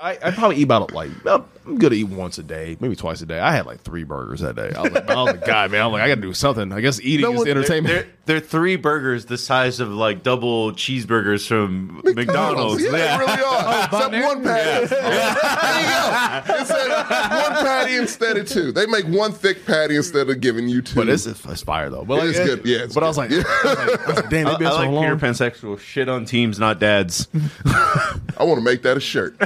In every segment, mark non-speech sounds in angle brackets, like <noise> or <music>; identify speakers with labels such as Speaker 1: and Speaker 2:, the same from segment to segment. Speaker 1: I, I probably eat about like I'm gonna eat once a day, maybe twice a day. I had like three burgers that day. I was like, I was like God, man, I'm like, I gotta do something. I guess eating is the
Speaker 2: they're-
Speaker 1: entertainment.
Speaker 2: They're, they're three burgers the size of like double cheeseburgers from McDonald's.
Speaker 3: Yeah, they
Speaker 2: Yeah.
Speaker 3: really are. Except
Speaker 1: there?
Speaker 3: one patty. Oh, There you go. It said one patty instead of two. They make one thick patty instead of giving you
Speaker 1: <laughs>
Speaker 3: two.
Speaker 1: but it's, it's fire though. But
Speaker 3: It
Speaker 1: like,
Speaker 3: is good. Yeah, it's
Speaker 1: but I was like,
Speaker 3: good.
Speaker 1: I was like, I was like, damn,
Speaker 2: I,
Speaker 1: they've been
Speaker 2: I
Speaker 1: so
Speaker 2: like
Speaker 1: long.
Speaker 2: Peter Pansexual. Shit on teams, not <laughs> dads.
Speaker 3: I want to make that a shirt.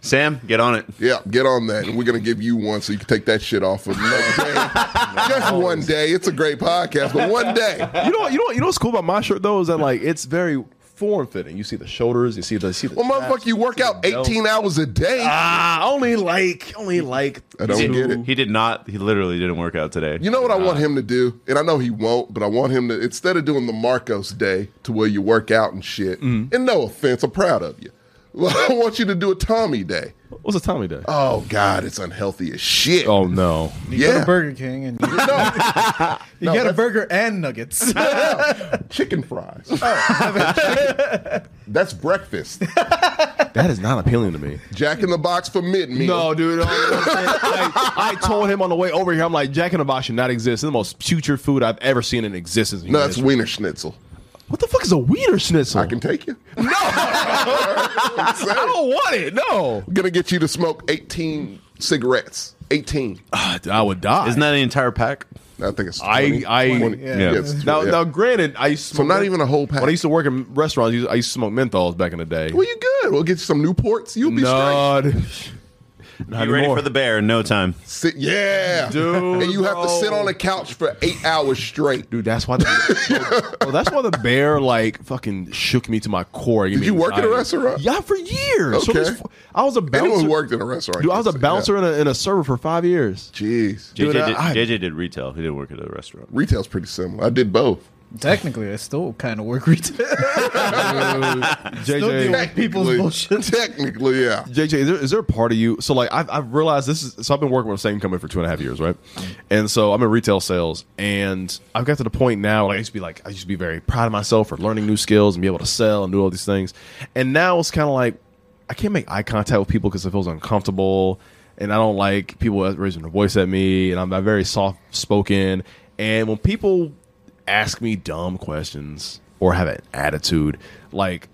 Speaker 2: Sam, get on it.
Speaker 3: Yeah, get on that. And we're going to give you one so you can take that shit off of another day. Just one day. It's a great podcast, but one day.
Speaker 1: you know, what- you know, what- you know what's cool about my shirt though is that like it's very form fitting. You see the shoulders, you see the, you see the
Speaker 3: Well, motherfucker, you work out 18 hours a day.
Speaker 1: ah, only like, only like.
Speaker 3: I don't
Speaker 2: He-
Speaker 3: get it.
Speaker 2: He did not. He literally didn't work out today.
Speaker 3: You know what I
Speaker 1: Uh-huh.
Speaker 3: want him to do, and I know he won't, but I want him to instead of doing the Marcos day to where you work out and shit.
Speaker 1: Mm-hmm.
Speaker 3: And no offense, I'm proud of you. <laughs> I want you to do a Tommy day.
Speaker 1: What's a Tommy day?
Speaker 3: Oh God, it's unhealthy as shit.
Speaker 1: Oh no,
Speaker 4: Go to
Speaker 3: yeah,
Speaker 4: Burger King and you,
Speaker 3: <laughs>
Speaker 4: you get a burger and nuggets.
Speaker 3: chicken fries.
Speaker 1: Oh.
Speaker 3: Chicken. <laughs> That's breakfast.
Speaker 1: that is not appealing to me.
Speaker 3: Jack in the Box for mid meal.
Speaker 1: No, dude. no, no, no.
Speaker 3: <laughs>
Speaker 1: I, I told him on the way over here, I'm like, Jack in the Box should not exist. It's the most putrid food I've ever seen in existence.
Speaker 3: no, that's Wiener Schnitzel.
Speaker 1: what the fuck is a wiener schnitzel?
Speaker 3: I can take you. No,
Speaker 1: <laughs> I don't want it. No,
Speaker 3: gonna get you to smoke 18 cigarettes. 18. I
Speaker 1: I would die.
Speaker 2: Isn't that the entire pack?
Speaker 3: think it's. 20,
Speaker 1: I- I-
Speaker 3: 20.
Speaker 4: Yeah.
Speaker 3: it's 20,
Speaker 1: now,
Speaker 3: yeah.
Speaker 1: now, granted, I smoked,
Speaker 3: not even a whole pack.
Speaker 1: When I used to work in restaurants, I used- I used to smoke menthols back in the day.
Speaker 3: Well, you good. We'll get you some Newports. You'll be straight.
Speaker 1: No, dude. <laughs> Not
Speaker 2: You ready
Speaker 1: anymore.
Speaker 2: for the bear in no time?
Speaker 3: Sit, yeah,
Speaker 1: Dude,
Speaker 3: <laughs> And you have to sit
Speaker 1: no.
Speaker 3: on a couch for eight hours straight.
Speaker 1: Dude, that's why. The,
Speaker 3: <laughs>
Speaker 1: oh, that's why the bear like fucking shook me to my core. Did
Speaker 3: you work at a restaurant?
Speaker 1: Yeah, for years. So
Speaker 3: Okay.
Speaker 1: this- I was a bouncer.
Speaker 3: Anyone who worked in a restaurant,
Speaker 1: Dude, I was a
Speaker 3: can say
Speaker 1: bouncer and, a, and a server for five years. <laughs>
Speaker 3: that. Jeez,
Speaker 2: JJ,
Speaker 1: Dude,
Speaker 2: did,
Speaker 1: I-
Speaker 2: JJ did retail. He didn't work at a restaurant.
Speaker 3: retail's pretty similar. I did both.
Speaker 4: Technically, I still kind of work retail. Still deal
Speaker 1: JJ,
Speaker 4: with people's
Speaker 3: Technically-
Speaker 4: bullshit.
Speaker 3: Technically, yeah.
Speaker 1: JJ, is there, is there a part of you? So like, I've, I've realized this is. So I've been working with the same company for two and a half years, right? And so I'm in retail sales, and I've got to the point now. Like I used to be like, I used to be very proud of myself for learning new skills and be able to sell and do all these things. And now it's kind of like I can't make eye contact with people because it feels uncomfortable, and I don't like people raising their voice at me, and I'm, I'm very soft spoken. And when people ask me dumb questions or have an attitude, like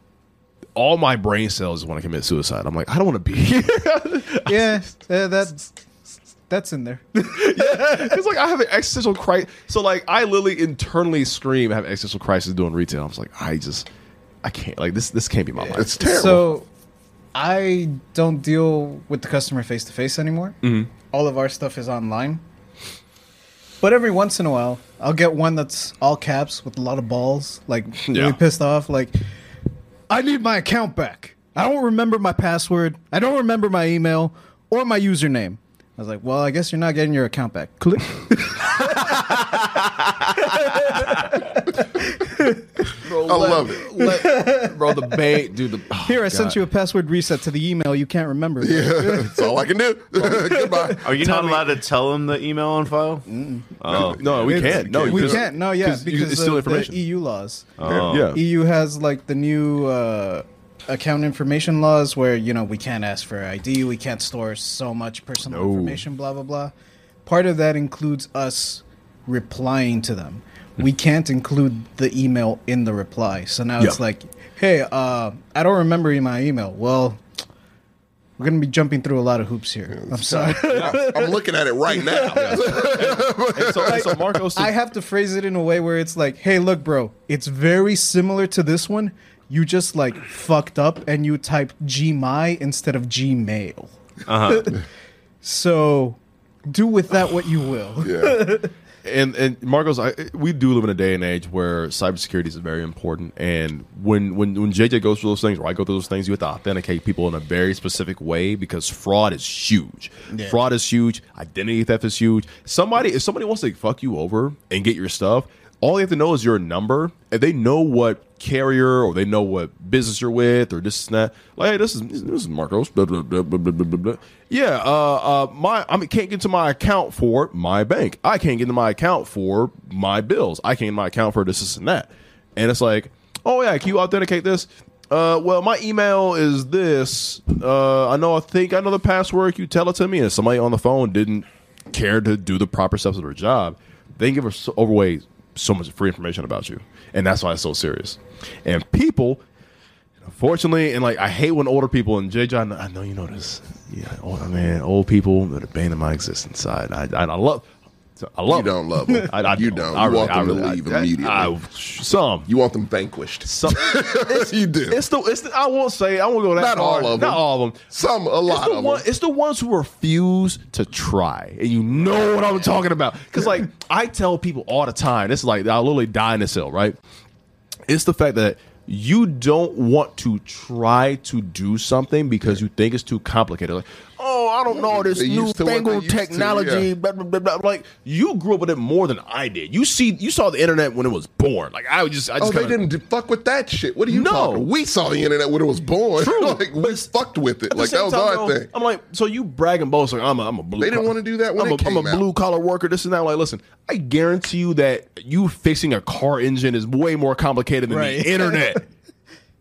Speaker 1: all my brain cells want to commit suicide. I'm like, I don't want to be here.
Speaker 4: <laughs>
Speaker 1: <laughs>
Speaker 4: <laughs> yeah, uh, that that's in there.
Speaker 1: it's like I have an existential crisis. So like, I literally internally scream, I have existential crisis doing retail. I was like, I just, I can't. Like this, this can't be my life.
Speaker 3: It's terrible.
Speaker 4: So I don't deal with the customer face to face anymore.
Speaker 1: Mm-hmm.
Speaker 4: All of our stuff is online. But every once in a while, I'll get one that's all caps with a lot of balls,
Speaker 1: <laughs>
Speaker 4: like
Speaker 1: Yeah.
Speaker 4: really pissed off. Like, I need my account back. I don't remember my password. I don't remember my email or my username. I was like, well, I guess you're not getting your account back. Click.
Speaker 1: <laughs> Bro,
Speaker 3: I love it. <laughs>
Speaker 1: bro, the bait, dude. The, oh,
Speaker 4: Here, I sent you a password reset to the email you can't remember.
Speaker 3: That's all I
Speaker 1: <laughs>
Speaker 3: can do. <laughs> Goodbye.
Speaker 2: Are you not allowed to tell him the email on file? Oh,
Speaker 1: No, we
Speaker 4: It's-
Speaker 1: can't. No,
Speaker 4: we
Speaker 1: because-
Speaker 4: can't. No, yeah,
Speaker 1: you- Oh.
Speaker 4: because
Speaker 1: it's still
Speaker 4: of the
Speaker 1: information.
Speaker 4: EU laws.
Speaker 1: Yeah.
Speaker 4: EU E has like the new uh, account information laws where you know we can't ask for ID, we can't store so much personal information, blah blah blah. Part of that includes us replying to them. We
Speaker 1: Hmm.
Speaker 4: can't include the email in the reply, so now it's
Speaker 1: Yeah.
Speaker 4: like, hey, uh, I don't remember my email. Well. We're gonna be jumping through a lot of hoops here. I'm sorry.
Speaker 3: I'm looking at it right
Speaker 1: <laughs>
Speaker 3: now.
Speaker 1: And so, and so Marcos,
Speaker 4: I have to phrase it in a way where it's like, hey, look, bro, it's very similar to this one. You just like fucked up and you typed Gmy instead of Gmail. <laughs> so do with that what you will.
Speaker 3: yeah.
Speaker 1: and and Marcos, I, we do live in a day and age where cybersecurity is very important. And when when when JJ goes through those things, or I go through those things, you have to authenticate people in a very specific way because fraud is huge. Fraud is huge. Identity theft is huge. Somebody if somebody wants to fuck you over and get your stuff, all they have to know is your number. If they know what carrier or they know what business you're with or this and that, like hey, this is this is Marcos. Blah, blah, blah, blah, blah, blah, blah, blah. Yeah, uh, uh, my I mean, can't get to my account for my bank. I can't get to my account for my bills. I can't get to my account for this, this and that. And it's like, oh yeah, can you authenticate this? Uh, well, my email is this. Uh, I know. I think I know the password. You tell it to me, and somebody on the phone didn't care to do the proper steps of their job. They give us overweight so much free information about you, and that's why it's so serious. And people, unfortunately, and like I hate when older people and JJ. I know, I know you know this. Yeah, old, man, old people are the bane of my existence. I, I, I love. I love.
Speaker 3: You don't love them.
Speaker 1: I, I
Speaker 3: you don't.
Speaker 1: I
Speaker 3: you want
Speaker 1: really-
Speaker 3: them
Speaker 1: I
Speaker 3: to leave
Speaker 1: really- I-
Speaker 3: immediately.
Speaker 1: I- some.
Speaker 3: you want them vanquished. <laughs>
Speaker 1: Some.
Speaker 3: you do.
Speaker 1: It's the it's the, I won't say I won't go that
Speaker 3: Not
Speaker 1: far.
Speaker 3: all of
Speaker 1: not
Speaker 3: them.
Speaker 1: all of them.
Speaker 3: Some, a
Speaker 1: It's
Speaker 3: lot
Speaker 1: the,
Speaker 3: of
Speaker 1: one,
Speaker 3: them.
Speaker 1: it's the ones who refuse to try, and you know what I'm talking about. Because
Speaker 3: <laughs>
Speaker 1: like I tell people all the time, it's like I literally die in this hill, right? It's the fact that you don't want to try to do something because you think it's too complicated. Like, oh, I don't know this
Speaker 3: They
Speaker 1: new
Speaker 3: used to what they
Speaker 1: fangled
Speaker 3: used to,
Speaker 1: technology.
Speaker 3: yeah.
Speaker 1: blah, blah, blah, blah. Like you grew up with it more than I did. You see, you saw the internet when it was born. Like I would just, I
Speaker 3: Oh,
Speaker 1: just
Speaker 3: they
Speaker 1: kinda-
Speaker 3: didn't do, fuck with that shit. What are you
Speaker 1: No.
Speaker 3: talking? We saw the internet when it was born.
Speaker 1: True,
Speaker 3: <laughs> like
Speaker 1: but
Speaker 3: we
Speaker 1: it's-
Speaker 3: fucked with it.
Speaker 1: At the
Speaker 3: Like that
Speaker 1: same
Speaker 3: was
Speaker 1: time,
Speaker 3: our
Speaker 1: though,
Speaker 3: thing.
Speaker 1: I'm like, so you brag and boast like I'm a, I'm a blue.
Speaker 3: They didn't
Speaker 1: collar-
Speaker 3: wanna do that when
Speaker 1: I'm
Speaker 3: it
Speaker 1: a, I'm
Speaker 3: came
Speaker 1: a
Speaker 3: out.
Speaker 1: blue collar worker. This and that. Like, listen, I guarantee you that you fixing a car engine is way more complicated than
Speaker 4: Right.
Speaker 1: the
Speaker 3: <laughs>
Speaker 1: internet.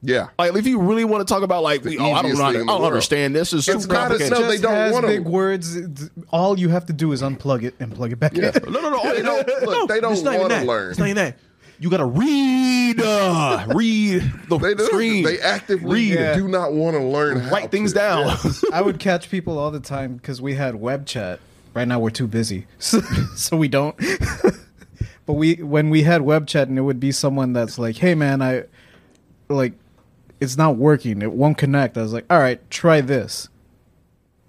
Speaker 3: Yeah.
Speaker 1: like, if you really want to talk about like, we, oh, I don't
Speaker 3: easiest
Speaker 1: know, how to-
Speaker 3: thing
Speaker 1: I
Speaker 3: in the
Speaker 1: don't
Speaker 3: world.
Speaker 1: understand this. It's
Speaker 3: It's
Speaker 1: super
Speaker 3: not as
Speaker 1: complicated.
Speaker 3: No, they don't
Speaker 4: has
Speaker 3: want 'em.
Speaker 4: big words. It's- All you have to do is unplug it and plug it back in.
Speaker 1: No, no, no.
Speaker 3: They don't- look, they don't
Speaker 1: it's not even
Speaker 3: wanna
Speaker 1: that.
Speaker 3: learn.
Speaker 1: It's not even that. You gotta read,
Speaker 3: <laughs>
Speaker 1: uh, read the
Speaker 3: They do.
Speaker 1: screen.
Speaker 3: They actively
Speaker 1: read,
Speaker 4: Yeah.
Speaker 3: do not want to learn how
Speaker 1: write things
Speaker 3: to.
Speaker 1: down. <laughs>
Speaker 4: I would catch people all the time because we had web chat. Right now we're too busy, <laughs> so, so we don't. <laughs> but we when we had web chat, and it would be someone that's like, "Hey man, I like it's not working. It won't connect." I was like, "All right, try this,"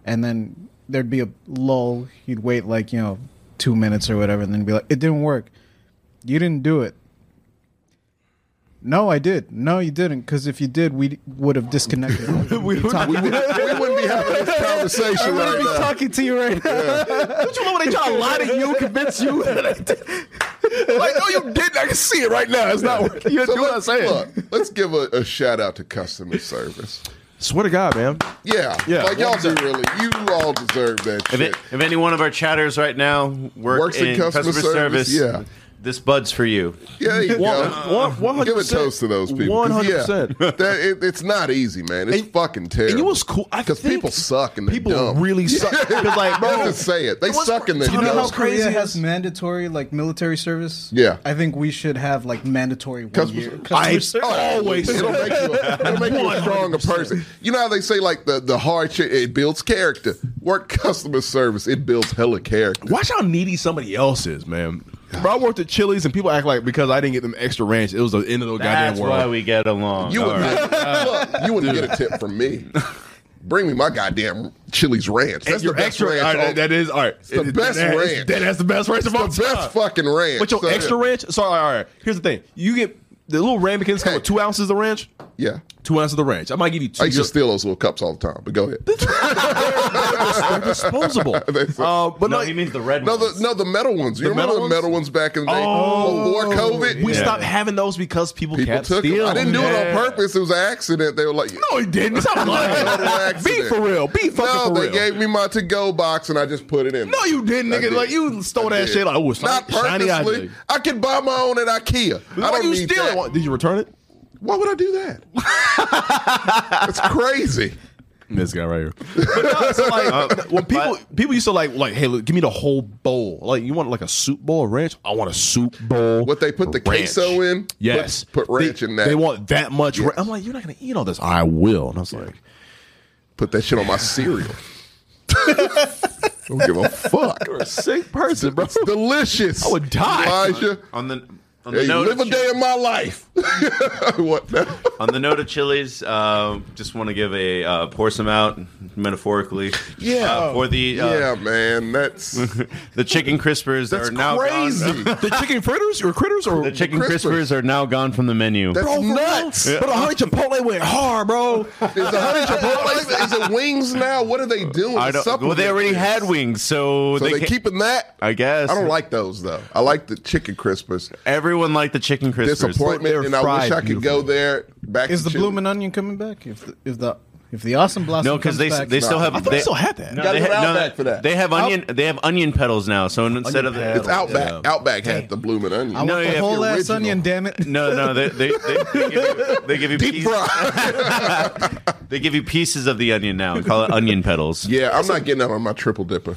Speaker 4: and then there'd be a lull. You'd wait like you know two minutes or whatever, and then be like, "It didn't work. You didn't do it." No, I did. No, you didn't. Because if you did, we would have disconnected.
Speaker 1: We-
Speaker 3: We, wouldn't- we wouldn't be
Speaker 1: <laughs>
Speaker 3: having this conversation
Speaker 4: I'm
Speaker 3: right
Speaker 4: be
Speaker 3: now.
Speaker 4: talking to you right now.
Speaker 1: Don't you know when they try to lie to you, convince you?
Speaker 3: <laughs>
Speaker 1: like, no, you didn't. I can see it right now. It's not working. You
Speaker 3: So
Speaker 1: do what I'm
Speaker 3: let's-
Speaker 1: saying.
Speaker 3: Look, let's give a, a shout out to customer service.
Speaker 1: Swear to God, man.
Speaker 3: Yeah,
Speaker 1: Yeah,
Speaker 3: Like y'all
Speaker 1: one
Speaker 3: do
Speaker 1: sec.
Speaker 3: really. You all deserve that
Speaker 2: If,
Speaker 3: shit.
Speaker 2: it, if any one of our chatters right now work
Speaker 3: Works in customer service, yeah.
Speaker 2: this bud's for you.
Speaker 3: yeah, there you go.
Speaker 1: One- one- 100%.
Speaker 3: Give a toast to those people. 'cause,
Speaker 1: 100%.
Speaker 3: Yeah, that, it, it's not easy, man. It's
Speaker 1: And-
Speaker 3: fucking terrible.
Speaker 1: And you know what's cool? I
Speaker 3: Because
Speaker 1: think
Speaker 3: people suck and they're
Speaker 1: people
Speaker 3: dumb.
Speaker 1: really
Speaker 3: <laughs>
Speaker 1: suck. 'Cause, like, bro,
Speaker 3: Let's just say it. They
Speaker 1: what's-
Speaker 3: suck and they're
Speaker 1: you
Speaker 4: You know
Speaker 1: No.
Speaker 4: how
Speaker 1: It's
Speaker 3: dumb.
Speaker 1: crazy
Speaker 4: Korea
Speaker 1: is-
Speaker 4: has mandatory like military service?
Speaker 3: Yeah.
Speaker 4: I think we should have like mandatory one
Speaker 3: Customer-
Speaker 4: year.
Speaker 1: I
Speaker 3: always.
Speaker 1: always.
Speaker 3: Oh, It'll make you, a, it'll make you a stronger person. You know how they say like the the hard shit it builds character. Work <laughs> customer service it builds hella character.
Speaker 1: Watch how needy somebody else is, man. Bro, I worked at Chili's and people act like because I didn't get them extra ranch, it was the end of the
Speaker 2: That's
Speaker 1: goddamn world.
Speaker 2: why we get along.
Speaker 3: You
Speaker 2: All
Speaker 3: would
Speaker 2: right.
Speaker 3: not, look, you wouldn't get a tip from me. Bring me my goddamn Chili's ranch. That's
Speaker 1: Your
Speaker 3: the best
Speaker 1: extra
Speaker 3: ranch.
Speaker 1: all right,
Speaker 3: on-
Speaker 1: that- that is all right.
Speaker 3: the best
Speaker 1: that, is-
Speaker 3: ranch.
Speaker 1: That, that's the best ranch of all
Speaker 3: the best
Speaker 1: time.
Speaker 3: fucking ranch.
Speaker 1: But your
Speaker 3: So,
Speaker 1: extra ranch? Sorry, all right. Here's the thing: you get the little ramekins come
Speaker 3: Hey.
Speaker 1: with two ounces of ranch.
Speaker 3: Yeah.
Speaker 1: Two ounces of the ranch. I might give you two.
Speaker 3: I used to steal those little cups all the time, but go ahead.
Speaker 1: They're
Speaker 3: <laughs>
Speaker 1: disposable. Uh, but
Speaker 2: No,
Speaker 1: no,
Speaker 2: he means the red
Speaker 3: No, <laughs>
Speaker 2: ones.
Speaker 3: the no the metal ones. You
Speaker 1: The
Speaker 3: remember
Speaker 1: metal
Speaker 3: the metal ones back in the day before oh, COVID?
Speaker 1: Oh, we
Speaker 2: Yeah.
Speaker 1: stopped having those because people,
Speaker 3: People
Speaker 1: kept
Speaker 3: took
Speaker 1: stealing.
Speaker 3: them. I didn't do it
Speaker 1: Yeah.
Speaker 3: on purpose. It was an accident. They were like,
Speaker 1: No, he didn't. <laughs>
Speaker 3: <laughs>
Speaker 1: Stop
Speaker 3: Total
Speaker 1: lying.
Speaker 3: accident.
Speaker 1: Be for real. Be
Speaker 3: No,
Speaker 1: fucking for
Speaker 3: they
Speaker 1: real.
Speaker 3: gave me my to go box and I just put it in.
Speaker 1: no, you didn't,
Speaker 3: I
Speaker 1: nigga.
Speaker 3: did.
Speaker 1: Like you stole
Speaker 3: I
Speaker 1: that
Speaker 3: did.
Speaker 1: shit. Like, oh, it's
Speaker 3: Not
Speaker 1: shiny
Speaker 3: purposely.
Speaker 1: object.
Speaker 3: I could buy my own at IKEA. I
Speaker 1: Why
Speaker 3: don't
Speaker 1: you
Speaker 3: need
Speaker 1: steal
Speaker 3: that.
Speaker 1: it? Did you return it?
Speaker 3: Why would I do
Speaker 1: <laughs>
Speaker 3: that? That's crazy.
Speaker 1: This guy right here. But no, so like
Speaker 3: <laughs> Uh,
Speaker 1: when people people used to like like, hey, look, give me the whole bowl. Like you want like a soup bowl of ranch? I want a soup bowl.
Speaker 3: What they put the
Speaker 1: ranch.
Speaker 3: queso in?
Speaker 1: Yes.
Speaker 3: Put, put ranch
Speaker 1: they,
Speaker 3: in that.
Speaker 1: They want that much. ra-
Speaker 3: Yes.
Speaker 1: I'm like, you're not gonna eat all this. I will. And I was like,
Speaker 3: put that shit on my cereal. don't give a fuck.
Speaker 1: you're a sick person, bro.
Speaker 3: It's delicious. I
Speaker 1: would die.
Speaker 3: Elijah.
Speaker 2: on the on the
Speaker 3: Hey,
Speaker 2: note
Speaker 3: live
Speaker 2: of
Speaker 3: a day of my life. <laughs> what? the-
Speaker 2: on the note of Chili's, uh, just want to give a uh, pour some out metaphorically.
Speaker 3: Yeah.
Speaker 2: uh, for the uh,
Speaker 3: yeah, man.
Speaker 1: <laughs>
Speaker 3: That's
Speaker 2: the chicken crispers that
Speaker 3: that's
Speaker 2: are now
Speaker 3: crazy.
Speaker 2: Gone.
Speaker 1: the chicken fritters or critters or
Speaker 2: The chicken
Speaker 3: Crispers.
Speaker 2: crispers. are now gone from the menu.
Speaker 3: That's
Speaker 1: Bro, for real?
Speaker 3: nuts.
Speaker 1: But a honey chipotle went hard, bro.
Speaker 3: Is the honey chipotle? Is it wings now? What are they doing?
Speaker 2: I
Speaker 3: to
Speaker 2: don't, well, they
Speaker 3: supplement
Speaker 2: already
Speaker 3: this?
Speaker 2: had wings, so,
Speaker 3: So they,
Speaker 2: ca-
Speaker 3: keeping that.
Speaker 2: I guess.
Speaker 3: I don't like those though. I like the chicken crispers.
Speaker 2: Everyone liked the chicken crispers.
Speaker 3: Disappointment,
Speaker 1: They're
Speaker 3: and I wish
Speaker 1: fried
Speaker 3: I could go there. Back
Speaker 4: Is
Speaker 3: to
Speaker 4: the
Speaker 3: Chili.
Speaker 4: blooming onion coming back? If the, if the If the awesome blossom
Speaker 2: No, because
Speaker 4: comes
Speaker 2: they
Speaker 4: back-
Speaker 2: they still have
Speaker 1: I thought they still had that.
Speaker 2: No,
Speaker 3: Gotta
Speaker 2: they
Speaker 3: go
Speaker 2: had- no,
Speaker 3: Outback for that.
Speaker 2: They have onion. They have onion petals now. So instead of
Speaker 1: petals.
Speaker 3: It's Outback.
Speaker 1: Yeah.
Speaker 3: Outback had the blooming onion.
Speaker 4: I want
Speaker 2: No,
Speaker 4: the
Speaker 2: yeah, if
Speaker 4: whole
Speaker 3: you're
Speaker 4: ass
Speaker 3: original.
Speaker 4: onion, damn it.
Speaker 2: no, no, they they, they, they, give you, they give you
Speaker 3: Deep
Speaker 2: piece-
Speaker 3: fry.
Speaker 2: they give you pieces of the onion now and call it onion petals.
Speaker 3: <laughs> yeah, I'm not getting out on my triple dipper.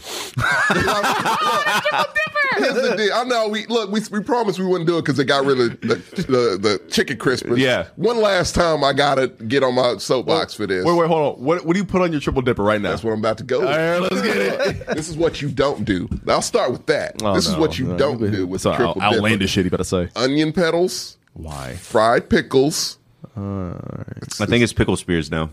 Speaker 3: Here's the deal. I know we look. We, we promised we wouldn't do it because it got rid of the, the, the chicken crispers.
Speaker 2: Yeah.
Speaker 3: One last time, I gotta get on my soapbox for this.
Speaker 1: Wait, wait, hold on. What, what do you put on your triple dipper right now?
Speaker 3: That's what I'm about to go. with.
Speaker 1: right, let's get it.
Speaker 3: <laughs> this is what you don't do. I'll start with that.
Speaker 1: Oh,
Speaker 3: this is
Speaker 1: no.
Speaker 3: what you
Speaker 1: No,
Speaker 3: don't
Speaker 1: you've been-
Speaker 3: do with
Speaker 1: Sorry,
Speaker 3: triple
Speaker 1: out-
Speaker 3: dipper. Uh,
Speaker 1: outlandish shit. You better say
Speaker 3: onion petals,
Speaker 1: why?
Speaker 3: fried pickles.
Speaker 2: I think it's pickle spears now.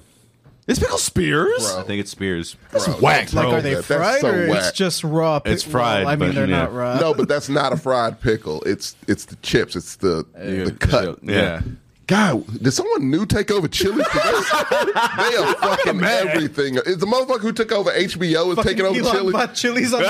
Speaker 1: It's pickle spears.
Speaker 2: I think it's spears.
Speaker 3: Bro,
Speaker 1: whack,
Speaker 3: that's-
Speaker 1: bro.
Speaker 4: <laughs> Like, are they
Speaker 3: that- Oh, that's
Speaker 4: fried
Speaker 3: so
Speaker 4: or it's
Speaker 3: whack.
Speaker 4: just raw? pic-
Speaker 2: It's fried,
Speaker 4: Well, I mean,
Speaker 2: but,
Speaker 4: they're
Speaker 2: yeah.
Speaker 4: not raw. <laughs>
Speaker 3: no, but that's not a fried pickle. It's it's the chips. It's the the cut.
Speaker 1: Yeah. yeah.
Speaker 3: God, did someone new take over Chili's?
Speaker 1: <laughs>
Speaker 3: 'Cause They they are fucking everything. Is the motherfucker who took over HBO is taking over
Speaker 4: Elon
Speaker 3: Chili's?
Speaker 4: bought chilies on
Speaker 2: <laughs>
Speaker 4: the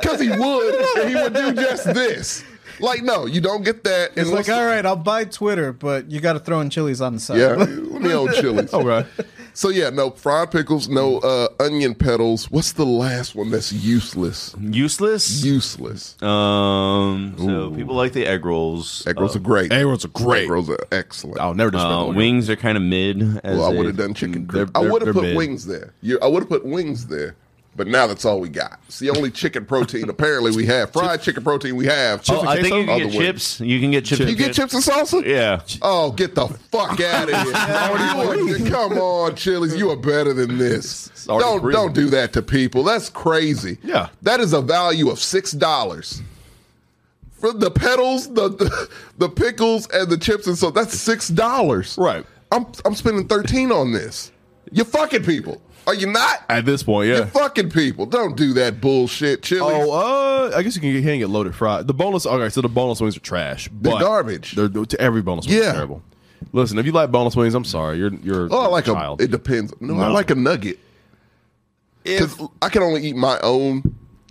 Speaker 3: Because he would, and he would do just this. Like, no, you don't get that.
Speaker 4: It's
Speaker 3: unless-
Speaker 4: like, all right, I'll buy Twitter, but you got to throw in chilies on the side.
Speaker 3: Yeah,
Speaker 4: <laughs>
Speaker 3: let me own Chili's.
Speaker 1: Okay.
Speaker 3: So yeah, no fried pickles, no
Speaker 1: Mm.
Speaker 3: uh, onion petals. What's the last one that's useless?
Speaker 2: Useless.
Speaker 3: Useless.
Speaker 2: Um. So people like the egg rolls.
Speaker 3: Egg rolls are great.
Speaker 1: Egg rolls are Uh, great.
Speaker 3: Egg rolls are excellent.
Speaker 1: I'll never disrespect
Speaker 2: Uh,
Speaker 1: them.
Speaker 2: wings are kind of mid. As
Speaker 3: well, I
Speaker 2: a-
Speaker 3: would have done chicken.
Speaker 1: they're-
Speaker 3: crisp. I
Speaker 1: they're-
Speaker 3: would
Speaker 1: they're
Speaker 3: have put
Speaker 1: mid.
Speaker 3: wings there. You, I would have put wings there. But now that's all we got. It's the only chicken protein apparently we have. Fried chicken protein we have.
Speaker 2: Oh, I think you
Speaker 3: All
Speaker 2: can
Speaker 3: the
Speaker 2: get
Speaker 3: way.
Speaker 2: chips. You can get chips.
Speaker 3: You get chips and salsa?
Speaker 2: Yeah.
Speaker 3: Oh, get the fuck out of here! You are- come on, Chili's, you are better than this.
Speaker 1: already
Speaker 3: Don't
Speaker 1: free.
Speaker 3: don't do that to people. That's crazy.
Speaker 1: Yeah.
Speaker 3: that is a value of six dollars for the petals, the, the the pickles, and the chips and so. That's six dollars.
Speaker 1: Right.
Speaker 3: I'm I'm spending thirteen on this. You fucking people? Are you not?
Speaker 1: At this point,
Speaker 3: You
Speaker 1: yeah.
Speaker 3: fucking people! Don't do that bullshit, Chili's.
Speaker 1: Oh, uh, I guess you can get, can get loaded fried. The boneless, okay, so the boneless wings are trash. But
Speaker 3: garbage.
Speaker 1: They're, they're- every boneless wing
Speaker 3: Yeah.
Speaker 1: is terrible. Listen, if you like boneless wings, I'm sorry. You're you're
Speaker 3: Oh, I like
Speaker 1: a
Speaker 3: a. It depends. No, I like a nugget. Because I can only eat my own,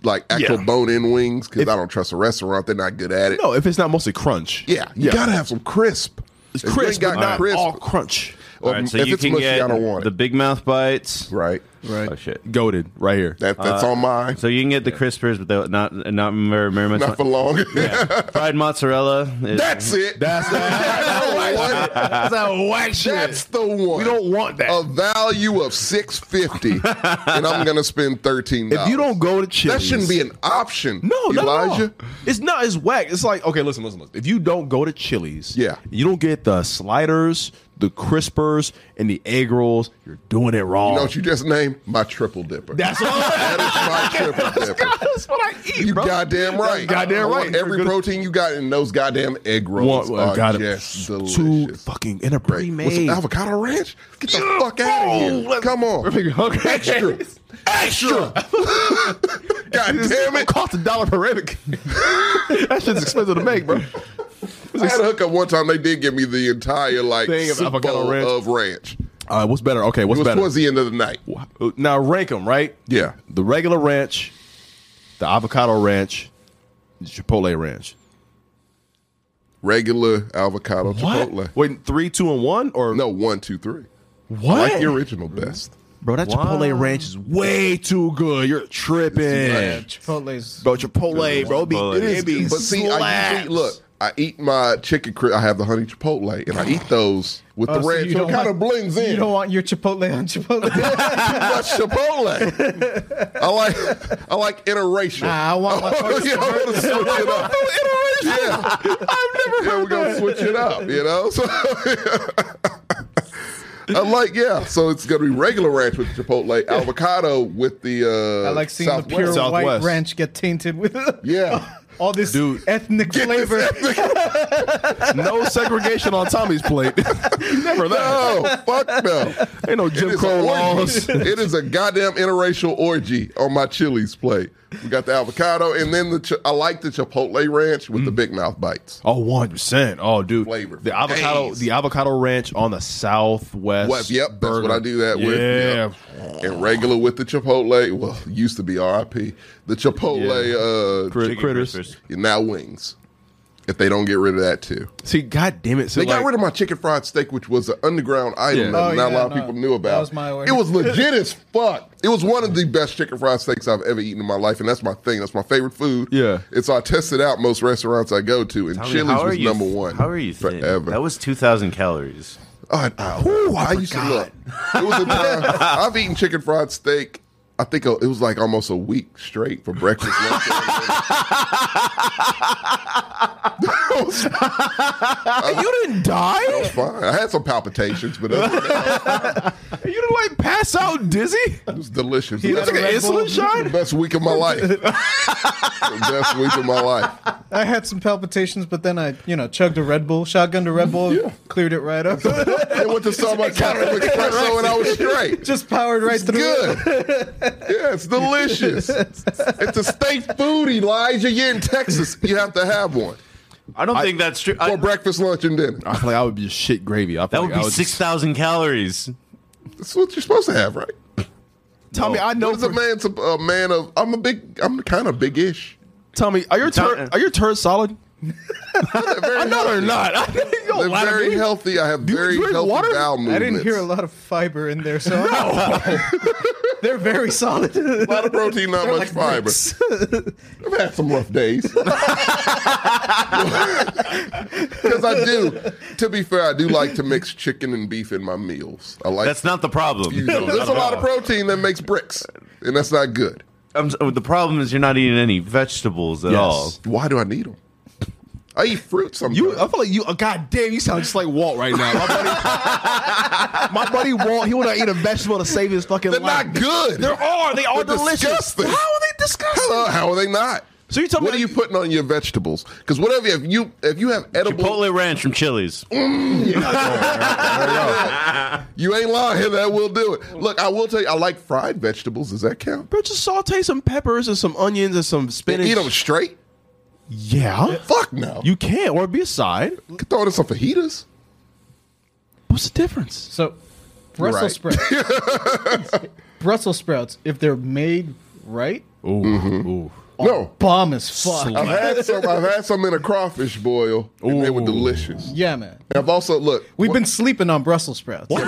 Speaker 3: like actual
Speaker 1: Yeah.
Speaker 3: bone-in wings, because I don't trust a restaurant. They're not good at it.
Speaker 1: no, if it's not mostly crunch.
Speaker 3: Yeah, you gotta have some crisp.
Speaker 1: It's
Speaker 3: If you
Speaker 1: crisp,
Speaker 3: ain't
Speaker 1: but
Speaker 3: got
Speaker 1: not
Speaker 3: crisp,
Speaker 1: all crunch.
Speaker 3: or
Speaker 2: All right, so
Speaker 3: if
Speaker 2: you
Speaker 3: it's
Speaker 2: can
Speaker 3: mushy,
Speaker 2: get
Speaker 3: I don't want
Speaker 2: the
Speaker 3: it.
Speaker 2: big mouth bites.
Speaker 3: Right.
Speaker 4: Right.
Speaker 2: Oh shit.
Speaker 1: Goaded right here.
Speaker 3: That, that's on mine.
Speaker 2: So you can get the crispers, but they're not not very, very much.
Speaker 3: <laughs> Not
Speaker 1: <laughs>
Speaker 3: for long.
Speaker 2: <laughs> Fried mozzarella. Is,
Speaker 3: <laughs> that's it. <laughs> That's,
Speaker 1: <laughs>
Speaker 3: the one.
Speaker 1: That's a whack shit.
Speaker 3: That's the one.
Speaker 1: we don't want that.
Speaker 3: a value of six
Speaker 1: <laughs>
Speaker 3: fifty, and I'm gonna spend thirteen.
Speaker 1: if you don't go to Chili's,
Speaker 3: that shouldn't be an option.
Speaker 1: No,
Speaker 3: Elijah.
Speaker 1: not at all. It's not as whack. It's like okay, listen, listen, listen. If you don't go to Chili's,
Speaker 3: Yeah.
Speaker 1: you don't get the sliders, the crispers, and the egg rolls. You're doing it wrong.
Speaker 3: You know what you just named? My triple dipper.
Speaker 1: <laughs> that's all.
Speaker 3: <laughs>
Speaker 1: <laughs>
Speaker 3: That is my triple dipper.
Speaker 1: that's what I eat.
Speaker 3: You
Speaker 1: bro.
Speaker 3: goddamn right.
Speaker 1: goddamn
Speaker 3: I want
Speaker 1: right.
Speaker 3: Every
Speaker 1: You're good-
Speaker 3: protein you got in those goddamn egg rolls
Speaker 1: Want- uh,
Speaker 3: are
Speaker 1: got it.
Speaker 3: just
Speaker 1: Two
Speaker 3: delicious.
Speaker 1: fucking and a
Speaker 3: Great. With some
Speaker 1: pre-made.
Speaker 3: avocado ranch? Get the
Speaker 1: Yeah.
Speaker 3: fuck out
Speaker 1: Oh,
Speaker 3: of here.
Speaker 1: let's-
Speaker 3: Come
Speaker 1: We're
Speaker 3: on.
Speaker 1: freaking hungry.
Speaker 3: <laughs> Extra.
Speaker 1: <laughs>
Speaker 3: Extra. God damn it.
Speaker 1: Cost a dollar per
Speaker 3: <laughs>
Speaker 1: egg. <laughs> that shit's expensive to make, bro.
Speaker 3: I had a hookup one time. They did give me the entire like
Speaker 1: Thing of
Speaker 3: soup
Speaker 1: avocado
Speaker 3: bowl
Speaker 1: ranch.
Speaker 3: of ranch.
Speaker 1: All right, what's better? Okay,
Speaker 3: It
Speaker 1: what's
Speaker 3: was
Speaker 1: better?
Speaker 3: towards the end of the night.
Speaker 1: Now rank them, right?
Speaker 3: Yeah.
Speaker 1: The regular ranch, the avocado ranch, the chipotle ranch.
Speaker 3: Regular avocado chipotle.
Speaker 1: Wait, three, two, and one, or
Speaker 3: No, one, two, three.
Speaker 1: What?
Speaker 3: Like the original best.
Speaker 1: bro, that Chipotle ranch is way too good. You're
Speaker 4: Yeah,
Speaker 1: tripping,
Speaker 4: Chipotle's.
Speaker 1: bro. Chipotle, bro, it be,
Speaker 2: Chipotle.
Speaker 1: it is, be
Speaker 3: But see, I
Speaker 1: slaps.
Speaker 3: usually look. I eat my chicken. Cri- I have the honey chipotle, and I eat those with
Speaker 4: Oh,
Speaker 3: the
Speaker 4: so
Speaker 3: ranch.
Speaker 4: you
Speaker 3: So,
Speaker 4: don't
Speaker 3: it kind of
Speaker 4: want-
Speaker 3: blends in.
Speaker 4: You don't want your Chipotle on
Speaker 3: <laughs>
Speaker 4: Chipotle. <laughs>
Speaker 3: too much chipotle. I like. I like interracial.
Speaker 4: Nah, I want
Speaker 3: Oh,
Speaker 4: my
Speaker 3: <laughs>
Speaker 4: first
Speaker 3: yeah, I want to switch it
Speaker 4: <laughs>
Speaker 3: up. Yeah, I've never. Yeah, we're gonna switch it up. You know, so. <laughs> I like yeah, so it's gonna be regular ranch with the chipotle, avocado with the. uh
Speaker 4: I like seeing the
Speaker 3: Southwest.
Speaker 4: pure white
Speaker 1: Southwest.
Speaker 4: ranch get tainted with
Speaker 3: <laughs> Yeah.
Speaker 4: <laughs> all this
Speaker 1: Dude.
Speaker 3: <laughs>
Speaker 4: ethnic flavor.
Speaker 1: <laughs> no segregation on Tommy's <laughs> plate. Never that.
Speaker 4: <laughs>
Speaker 3: No, fuck no.
Speaker 1: Ain't no
Speaker 3: It
Speaker 1: Jim
Speaker 3: is,
Speaker 1: Crow
Speaker 3: an
Speaker 1: laws.
Speaker 3: orgy. <laughs> it is a goddamn interracial orgy on my Chili's plate. We got the avocado, and then the ch- I like the chipotle ranch with
Speaker 1: Mm.
Speaker 3: the big mouth bites.
Speaker 1: <laughs> Oh, 100 percent. Oh, dude,
Speaker 3: Flavor.
Speaker 1: the avocado,
Speaker 3: Days.
Speaker 1: the avocado ranch on the Southwest.
Speaker 3: What? Yep, that's
Speaker 1: burger.
Speaker 3: what I do that with.
Speaker 1: Yeah,
Speaker 3: Yep. And regular with the chipotle. Well, used to be RIP. The chipotle,
Speaker 1: Yeah.
Speaker 3: uh,
Speaker 1: Crit-
Speaker 2: <laughs> Chicken
Speaker 1: critters.
Speaker 2: crispers.
Speaker 3: now wings. if they don't get rid of that too.
Speaker 1: See, god damn it! So
Speaker 3: They
Speaker 1: like,
Speaker 3: got rid of my chicken fried steak, which was an underground item
Speaker 1: Yeah.
Speaker 3: that
Speaker 4: Oh,
Speaker 3: not a
Speaker 4: yeah,
Speaker 3: lot of
Speaker 4: no.
Speaker 3: people knew about.
Speaker 4: That was my order.
Speaker 3: It was legit
Speaker 4: <laughs>
Speaker 3: as fuck. It was one of the best chicken fried steaks I've ever eaten in my life, and that's my thing. That's my favorite food.
Speaker 1: Yeah.
Speaker 3: and so I tested out most restaurants I go to, and
Speaker 2: Tommy,
Speaker 3: Chili's
Speaker 2: how are
Speaker 3: was
Speaker 2: you-
Speaker 3: number one.
Speaker 2: How are you thin?
Speaker 3: forever?
Speaker 2: That was 2,000 calories.
Speaker 3: Oh, I, I, I used to look. It
Speaker 2: <laughs>
Speaker 3: was a time I've eaten chicken fried steak. I think uh, it was like almost a week straight for breakfast. lunch, and dinner.
Speaker 1: you didn't die.
Speaker 3: It was fine. I had some palpitations, but other than that,
Speaker 1: You didn't like pass out dizzy.
Speaker 3: it was delicious.
Speaker 1: You took an insulin
Speaker 3: the
Speaker 1: shot.
Speaker 3: best week of my life. the best week of my life.
Speaker 4: I had some palpitations, but then I, you know, chugged a Red Bull, shotgunned a Red Bull, cleared it
Speaker 3: <laughs>
Speaker 4: right up. <laughs>
Speaker 3: I went to Starbucks, got an espresso, and I was straight.
Speaker 4: Just powered right
Speaker 3: It's
Speaker 4: through. it.
Speaker 3: good. yeah, it's delicious. it's a state food, Elijah. You're in Texas. You have to have one
Speaker 2: I don't think that's true.
Speaker 3: for
Speaker 2: I-
Speaker 3: breakfast, lunch, and dinner.
Speaker 1: I feel like I would be just shit gravy. I feel
Speaker 2: that
Speaker 1: like
Speaker 2: would
Speaker 1: I
Speaker 2: be
Speaker 1: was just-
Speaker 2: 6,000 calories.
Speaker 3: That's what you're supposed to have, right?
Speaker 1: Tommy, I know.
Speaker 3: What is a
Speaker 1: for-
Speaker 3: man? To, a man of I'm a big. I'm kind of big-ish.
Speaker 1: Tommy, are your
Speaker 2: Tom-
Speaker 1: tur- are your turds solid?
Speaker 3: Very
Speaker 1: No, they're
Speaker 3: healthy.
Speaker 1: not. <laughs> Yo,
Speaker 3: They're very
Speaker 1: Larry.
Speaker 3: healthy. I have
Speaker 1: you
Speaker 3: very
Speaker 1: drink
Speaker 3: healthy
Speaker 1: water?
Speaker 3: bowel movements.
Speaker 4: I didn't hear a lot of fiber in there, so <laughs> they're very solid. <laughs>
Speaker 3: A lot of protein, not
Speaker 4: They're
Speaker 3: much
Speaker 4: like
Speaker 3: fiber.
Speaker 4: bricks.
Speaker 3: <laughs> I've had some rough days. <laughs> Because I do. To be fair, I do like to mix chicken and beef in my meals. I like.
Speaker 2: That's not the problem.
Speaker 3: you know, there's a lot of protein that makes bricks, and that's not good.
Speaker 2: I'm s- Um, the problem is you're not eating any vegetables at
Speaker 1: Yes.
Speaker 2: all.
Speaker 3: Why do I need them? I eat fruit sometimes.
Speaker 1: You, I feel like you. Oh, God damn, you sound just like Walt right now. My buddy, my buddy <laughs> Walt, he would not eat a vegetable to save his fucking
Speaker 3: They're
Speaker 1: life.
Speaker 3: not good.
Speaker 1: There are. They are
Speaker 3: They're
Speaker 1: delicious.
Speaker 3: disgusting.
Speaker 1: How are they
Speaker 3: Hello,
Speaker 1: disgusting?
Speaker 3: how are they not?
Speaker 1: So you're telling
Speaker 3: What
Speaker 1: me
Speaker 3: are you putting on your vegetables? Because whatever, if you if you have edible,
Speaker 2: Chipotle ranch from Chili's.
Speaker 3: you ain't lying. That will do it. Look, I will tell you, I like fried vegetables. Does that count?
Speaker 1: Bro, just saute some peppers and some onions and some spinach.
Speaker 3: Eat them straight?
Speaker 1: Yeah,
Speaker 3: Fuck no. You
Speaker 1: you can. Or be a side.
Speaker 3: can throw it in some fajitas.
Speaker 1: What's the difference?
Speaker 4: So, Brussels
Speaker 3: right.
Speaker 4: sprouts.
Speaker 3: <laughs>
Speaker 4: Brussels sprouts, if they're made right,
Speaker 1: Ooh, ooh.
Speaker 3: No,
Speaker 4: bomb as fuck.
Speaker 3: I've had some. I've had some in a crawfish boil, and they were
Speaker 1: Ooh.
Speaker 3: delicious.
Speaker 4: Yeah, man.
Speaker 3: And I've also look. <laughs>
Speaker 4: We've been sleeping on Brussels sprouts.
Speaker 3: been.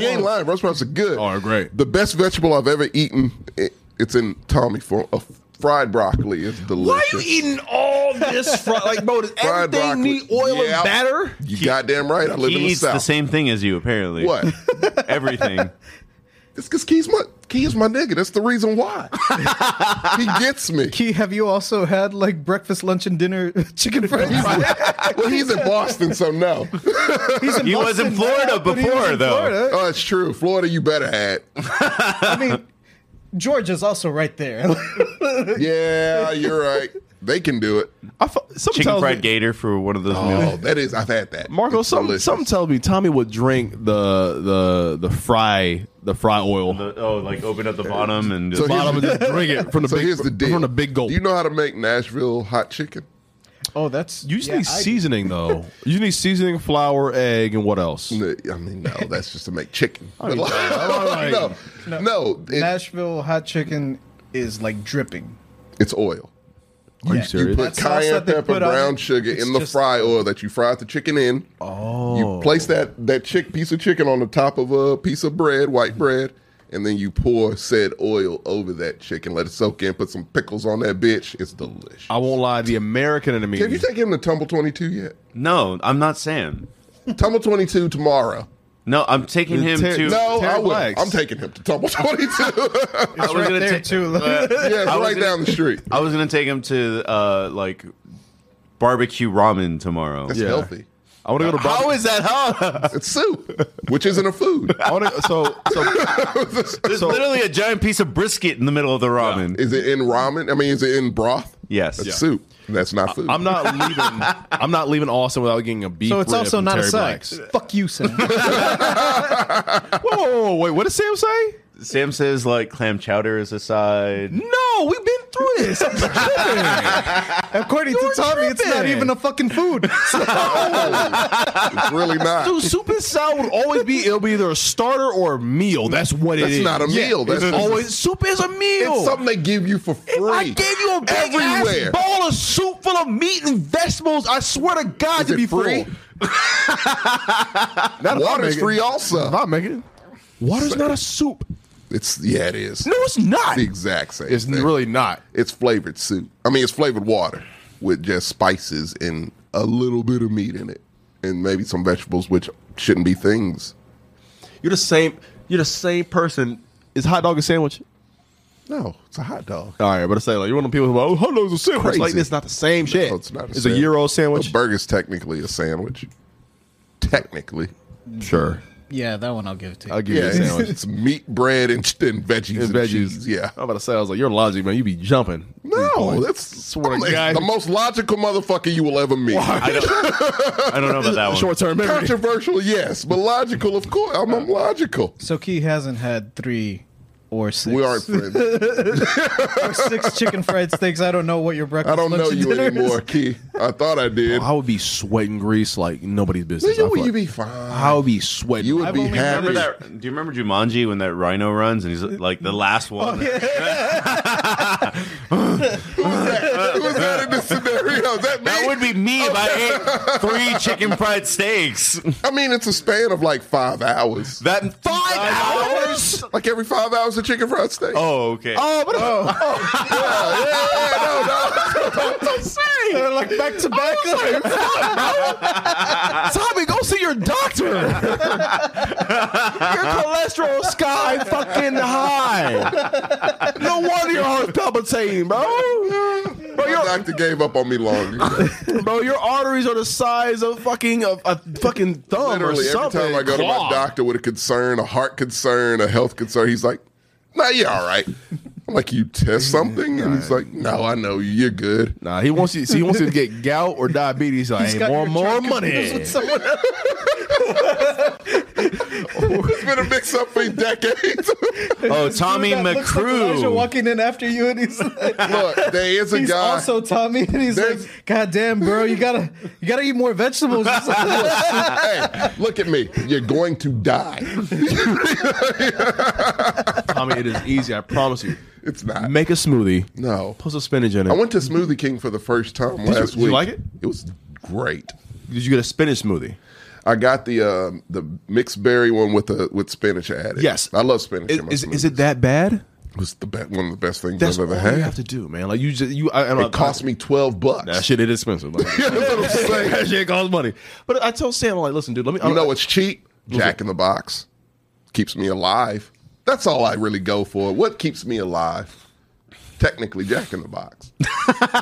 Speaker 3: He ain't lying. Brussels sprouts are good.
Speaker 1: Oh, great.
Speaker 3: The best vegetable I've ever eaten. It, it's in Tommy form. A fried broccoli is delicious.
Speaker 1: Why are you eating all this? <laughs> Fr- like, bro, does
Speaker 3: Fried
Speaker 1: everything
Speaker 3: broccoli.
Speaker 1: need oil
Speaker 3: Yeah.
Speaker 1: and batter?
Speaker 3: You goddamn right. I live in
Speaker 2: He
Speaker 3: the
Speaker 2: eats
Speaker 3: south.
Speaker 2: the same thing as you,
Speaker 1: <laughs>
Speaker 2: apparently.
Speaker 3: What?
Speaker 2: <laughs>
Speaker 3: <laughs>
Speaker 2: Everything.
Speaker 3: It's because Key's my Key's my nigga. That's the reason why. he gets
Speaker 1: <laughs>
Speaker 3: me.
Speaker 4: Key, have you also had like breakfast, lunch, and dinner <laughs> chicken fried?
Speaker 3: well, he's in Boston,
Speaker 1: <laughs>
Speaker 3: so no.
Speaker 4: He's in
Speaker 2: He was in Florida
Speaker 4: but he was
Speaker 2: before,
Speaker 4: in
Speaker 2: though.
Speaker 3: <laughs>
Speaker 4: Florida.
Speaker 3: Oh, it's true. Florida, you better had.
Speaker 4: I mean, Georgia's also right there. <laughs>
Speaker 3: Yeah, you're right. They can do it.
Speaker 1: I fe- something
Speaker 2: Chicken
Speaker 1: tells
Speaker 2: fried
Speaker 1: me-
Speaker 2: gator for one of those
Speaker 3: Oh,
Speaker 2: meals.
Speaker 3: that is. I've had that.
Speaker 1: Marco,
Speaker 3: It's
Speaker 1: some
Speaker 3: delicious.
Speaker 1: some tells me Tommy would drink the the the fry the fry oil
Speaker 2: The- oh, like open up the bottom and just
Speaker 3: So here's-
Speaker 1: bottom and just drink it from the
Speaker 3: So
Speaker 1: big
Speaker 3: here's the deal.
Speaker 1: from the big gulp.
Speaker 3: Do you know how to make Nashville hot chicken?
Speaker 4: oh, that's
Speaker 1: you just
Speaker 4: yeah,
Speaker 1: need
Speaker 4: I-
Speaker 1: seasoning though. You just need seasoning, flour, egg, and what else?
Speaker 3: No, I mean, no, that's just to make chicken. <laughs>
Speaker 1: you
Speaker 3: Like,
Speaker 1: don't.
Speaker 3: no, no, it-
Speaker 4: <laughs> Nashville hot chicken is like dripping.
Speaker 3: it's oil.
Speaker 1: Are you
Speaker 4: Yeah.
Speaker 1: serious?
Speaker 3: You put
Speaker 4: That sauce
Speaker 3: cayenne
Speaker 4: that they
Speaker 3: pepper,
Speaker 4: put on
Speaker 3: brown
Speaker 4: it,
Speaker 3: sugar
Speaker 4: it's
Speaker 3: in the
Speaker 4: just-
Speaker 3: fry oil that you fried the chicken in. Oh. You place that that chick piece of chicken on the top of a piece of bread, white bread, and then you pour said oil over that chicken. Let it soak in. Put some pickles on that bitch. It's delicious.
Speaker 1: I won't lie, the American in me.
Speaker 3: Have you taken him to Tumble Twenty Two yet?
Speaker 2: no, I'm not Sam.
Speaker 3: Tumble Twenty Two tomorrow.
Speaker 2: No, I'm taking him
Speaker 1: Ter-
Speaker 2: to.
Speaker 3: No,
Speaker 1: Terry
Speaker 3: I will.
Speaker 1: Black's.
Speaker 3: I'm taking him to
Speaker 1: <laughs>
Speaker 3: Tumble Twenty Two.
Speaker 2: I was
Speaker 4: right
Speaker 2: gonna
Speaker 4: there,
Speaker 2: take-
Speaker 4: too.
Speaker 2: Uh,
Speaker 3: yeah, it's
Speaker 2: I was
Speaker 3: right
Speaker 2: gonna-
Speaker 3: down the street.
Speaker 2: I was gonna take him to uh, like barbecue ramen tomorrow.
Speaker 3: It's
Speaker 1: Yeah.
Speaker 3: healthy.
Speaker 1: I want to go to
Speaker 2: How
Speaker 1: Bob.
Speaker 2: is that hot? <laughs>
Speaker 3: It's soup, which isn't a
Speaker 1: <laughs>
Speaker 3: food.
Speaker 1: I wanna, so so
Speaker 2: There's
Speaker 1: So-
Speaker 2: literally a giant piece of brisket in the middle of the ramen.
Speaker 3: Is it in ramen? I mean, is it in broth?
Speaker 2: Yes.
Speaker 3: That's
Speaker 2: Yeah.
Speaker 3: soup. That's not food.
Speaker 1: I'm not leaving. I'm not leaving Austin without getting a beef.
Speaker 4: So it's
Speaker 1: rib
Speaker 4: also
Speaker 1: from
Speaker 4: not
Speaker 1: Terry
Speaker 4: a side.
Speaker 1: Black's.
Speaker 4: Fuck you, Sam.
Speaker 1: Whoa, whoa, whoa, wait! What did Sam say?
Speaker 2: Sam says like clam chowder is a side.
Speaker 1: No, we've been
Speaker 5: do this. I'm tripping.
Speaker 4: <laughs> According to Tommy, it's not
Speaker 5: tripping.
Speaker 4: even a fucking food.
Speaker 1: <laughs>
Speaker 3: It's really not.
Speaker 1: Dude, soup and salad would always be it'll be either a starter or a meal. That's what it
Speaker 3: That's
Speaker 1: is.
Speaker 3: not a meal. That's-
Speaker 1: it's always soup is a meal.
Speaker 3: It's something they give you for
Speaker 1: If
Speaker 3: free.
Speaker 1: I gave you a big
Speaker 3: everywhere.
Speaker 1: ass bowl of soup full of meat and vegetables, I swear to God,
Speaker 3: Is
Speaker 1: to
Speaker 3: it
Speaker 1: be
Speaker 3: free?
Speaker 1: full. <laughs> Not if I
Speaker 3: Water's
Speaker 1: make it.
Speaker 3: free also.
Speaker 1: If I make it, water's not a soup.
Speaker 3: It's yeah, it is.
Speaker 1: No, it's not.
Speaker 3: the exact same.
Speaker 1: It's
Speaker 3: thing.
Speaker 1: really not.
Speaker 3: It's flavored soup. I mean, it's flavored water with just spices and a little bit of meat in it, and maybe some vegetables, which shouldn't be things.
Speaker 1: You're the same. You're the same person. Is hot dog a sandwich?
Speaker 3: No, it's a hot dog.
Speaker 1: All right, but I say like you're one of the people who are like, oh, hot dog's a sandwich.
Speaker 3: Crazy.
Speaker 1: Like it's not the same shit.
Speaker 3: No, it's not. A
Speaker 1: it's a euro sandwich.
Speaker 3: A burger's technically a sandwich. Technically,
Speaker 1: sure,
Speaker 4: yeah, that one I'll give it to you.
Speaker 1: I'll give
Speaker 3: yeah,
Speaker 1: you a
Speaker 3: it's,
Speaker 1: sandwich.
Speaker 3: it's meat, bread, and, and veggies.
Speaker 1: It's
Speaker 3: and
Speaker 1: veggies. Oh,
Speaker 3: cheese, Yeah.
Speaker 1: I'm about to say I was like your logic, man. You be jumping.
Speaker 3: No, that's
Speaker 1: Swear to
Speaker 3: I'm-
Speaker 1: God.
Speaker 3: the most logical motherfucker you will ever meet.
Speaker 2: I don't, I don't know
Speaker 1: <laughs>
Speaker 2: about that one.
Speaker 1: Short term memory.
Speaker 3: Controversial, yes, but logical, of course. I'm, I'm logical.
Speaker 4: So Key hasn't had three or six.
Speaker 3: We aren't friends.
Speaker 4: <laughs> or six chicken fried steaks. I don't know what your breakfast.
Speaker 3: I don't
Speaker 4: lunch,
Speaker 3: know
Speaker 4: and
Speaker 3: you
Speaker 4: dinner is.
Speaker 3: anymore, Key. I thought I did.
Speaker 1: I would be sweating grease like nobody's business. I
Speaker 3: Nigga,
Speaker 1: feel
Speaker 3: would you
Speaker 1: like-
Speaker 3: be fine?
Speaker 1: I would be sweating.
Speaker 3: You would
Speaker 4: I've
Speaker 3: be
Speaker 4: only
Speaker 3: happy.
Speaker 2: Remember
Speaker 3: <laughs>
Speaker 2: that? Do you remember Jumanji when that rhino runs and he's like the last one?
Speaker 3: Who was that in this scenario? Is that me?
Speaker 2: That would be me if I ate three chicken fried steaks.
Speaker 3: I mean, it's a span of like five hours.
Speaker 2: That five
Speaker 1: "Oh, hours?
Speaker 3: Like every five hours, a chicken fried steak. <laughs>
Speaker 2: Oh, okay.
Speaker 1: Oh, but
Speaker 3: <laughs>
Speaker 4: They're like back to back.
Speaker 3: <laughs>
Speaker 1: Tommy, go see your doctor. your cholesterol sky fucking high. No wonder your heart's palpitating,
Speaker 3: <laughs>
Speaker 1: bro. Bro,
Speaker 3: My
Speaker 1: your,
Speaker 3: doctor gave up on me long ago.
Speaker 1: bro, your arteries are the size of fucking a, a fucking thumb or
Speaker 3: Literally, every
Speaker 1: something.
Speaker 3: time I go to my
Speaker 1: Claw.
Speaker 3: doctor with a concern, a heart concern, a health concern, he's like, nah, you're all right. I'm like,
Speaker 1: <laughs>
Speaker 3: you test something? And he's like, no, I know you. You're good. <laughs>
Speaker 1: Nah, he wants you. See, he wants you to get gout or diabetes. Like, hey,
Speaker 4: got
Speaker 1: more,
Speaker 4: your
Speaker 1: more
Speaker 4: truck <laughs>
Speaker 1: money.
Speaker 4: Someone
Speaker 3: It's been a mix up for decades. <laughs>
Speaker 2: oh, Tommy
Speaker 4: that looks like Elijah
Speaker 2: McCrew.
Speaker 4: walking in after you, and he's like,
Speaker 3: Look, there is a
Speaker 4: he's
Speaker 3: guy.
Speaker 4: also Tommy, and he's
Speaker 3: There's-
Speaker 4: like, God damn, bro, you gotta you gotta eat more vegetables.
Speaker 3: <laughs> hey, look at me. You're going to die.
Speaker 1: Tommy, it is easy. I promise you.
Speaker 3: It's not.
Speaker 1: Make a smoothie.
Speaker 3: No.
Speaker 1: Put some spinach in it.
Speaker 3: I went to Smoothie King for the first time last
Speaker 1: did you
Speaker 3: week.
Speaker 1: like it?
Speaker 3: It was great.
Speaker 1: Did you get a spinach smoothie?
Speaker 3: I got the um, the mixed berry one with the with spinach added.
Speaker 1: Yes.
Speaker 3: I love spinach.
Speaker 1: Is,
Speaker 3: in my
Speaker 1: is, is
Speaker 3: smoothies.
Speaker 1: it that bad?
Speaker 3: It was the be- one of the best things
Speaker 1: That's
Speaker 3: I've
Speaker 1: all
Speaker 3: ever
Speaker 1: you
Speaker 3: had.
Speaker 1: have to do, man. Like you just you. I, I'm
Speaker 3: it cost me twelve bucks. <laughs>
Speaker 1: That shit is expensive. Like, <laughs>
Speaker 3: That's what I'm saying.
Speaker 1: that shit costs money. But I tell Sam, I'm like, listen, dude, let me.
Speaker 3: You know what's cheap? Jack in the Box keeps me alive. That's all I really go for. What keeps me alive? Technically, Jack in the Box.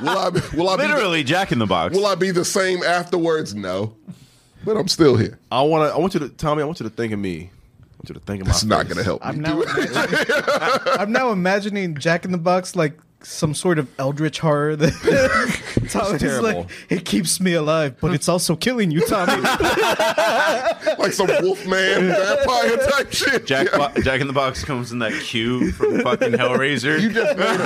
Speaker 3: will I? Be, will I be?
Speaker 2: Literally Jack in the Box.
Speaker 3: The, will I be the same afterwards? No, but I'm still here.
Speaker 1: I want to. I want you to, Tommy. I want you to think of me. I want you to think of my.
Speaker 3: It's not
Speaker 1: face.
Speaker 3: going to help.
Speaker 4: I'm
Speaker 3: me.
Speaker 4: now, imagining, I'm now imagining Jack in the Box like some sort of eldritch horror <laughs> that Tommy's
Speaker 1: terrible.
Speaker 4: like, it keeps me alive, but it's also killing you, <laughs> Tommy.
Speaker 3: like some Wolfman vampire type shit.
Speaker 2: Jack, <laughs>
Speaker 3: Yeah.
Speaker 2: Bo- Jack in the Box comes in that cube from fucking Hellraiser.
Speaker 3: You just made a, no,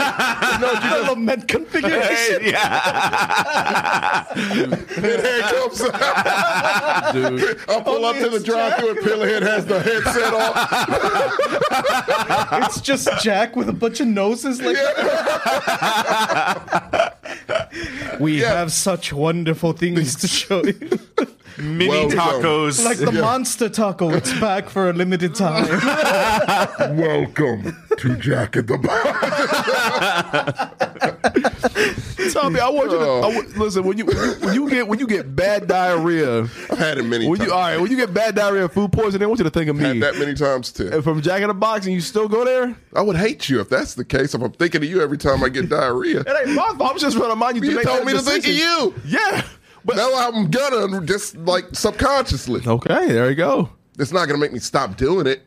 Speaker 3: you just
Speaker 4: Element configuration.
Speaker 2: Hey, yeah.
Speaker 3: Pinhead comes out. <laughs>
Speaker 1: dude.
Speaker 3: I pull up to the drive-thru and Pinhead has the headset on.
Speaker 4: It's just Jack with a bunch of noses. Like we
Speaker 3: Yeah.
Speaker 4: have such wonderful things to show you,
Speaker 3: <laughs>
Speaker 2: Mini
Speaker 3: Well done.
Speaker 2: tacos.
Speaker 4: like the monster taco. It's back for a limited time.
Speaker 3: Welcome to Jack in the Box.
Speaker 1: Tommy, I want you to
Speaker 3: Oh.
Speaker 1: I want- listen when you, when you when you get when you get bad diarrhea.
Speaker 3: I've had it many
Speaker 1: When
Speaker 3: times.
Speaker 1: you all right, when you get bad diarrhea, and food poisoning, I want you to think of
Speaker 3: Had
Speaker 1: me.
Speaker 3: that many times too.
Speaker 1: And from Jack in the Box, and you still go there.
Speaker 3: I would hate you if that's the case. If I'm thinking of you every time I get
Speaker 1: <laughs>
Speaker 3: diarrhea,
Speaker 1: It ain't my fault. I'm just trying to remind you. to
Speaker 3: you
Speaker 1: make
Speaker 3: told
Speaker 1: that
Speaker 3: me to think of
Speaker 1: decision.
Speaker 3: you.
Speaker 1: Yeah. But
Speaker 3: Now I'm gonna just like subconsciously.
Speaker 1: okay, there you go.
Speaker 3: It's not gonna make me stop doing it.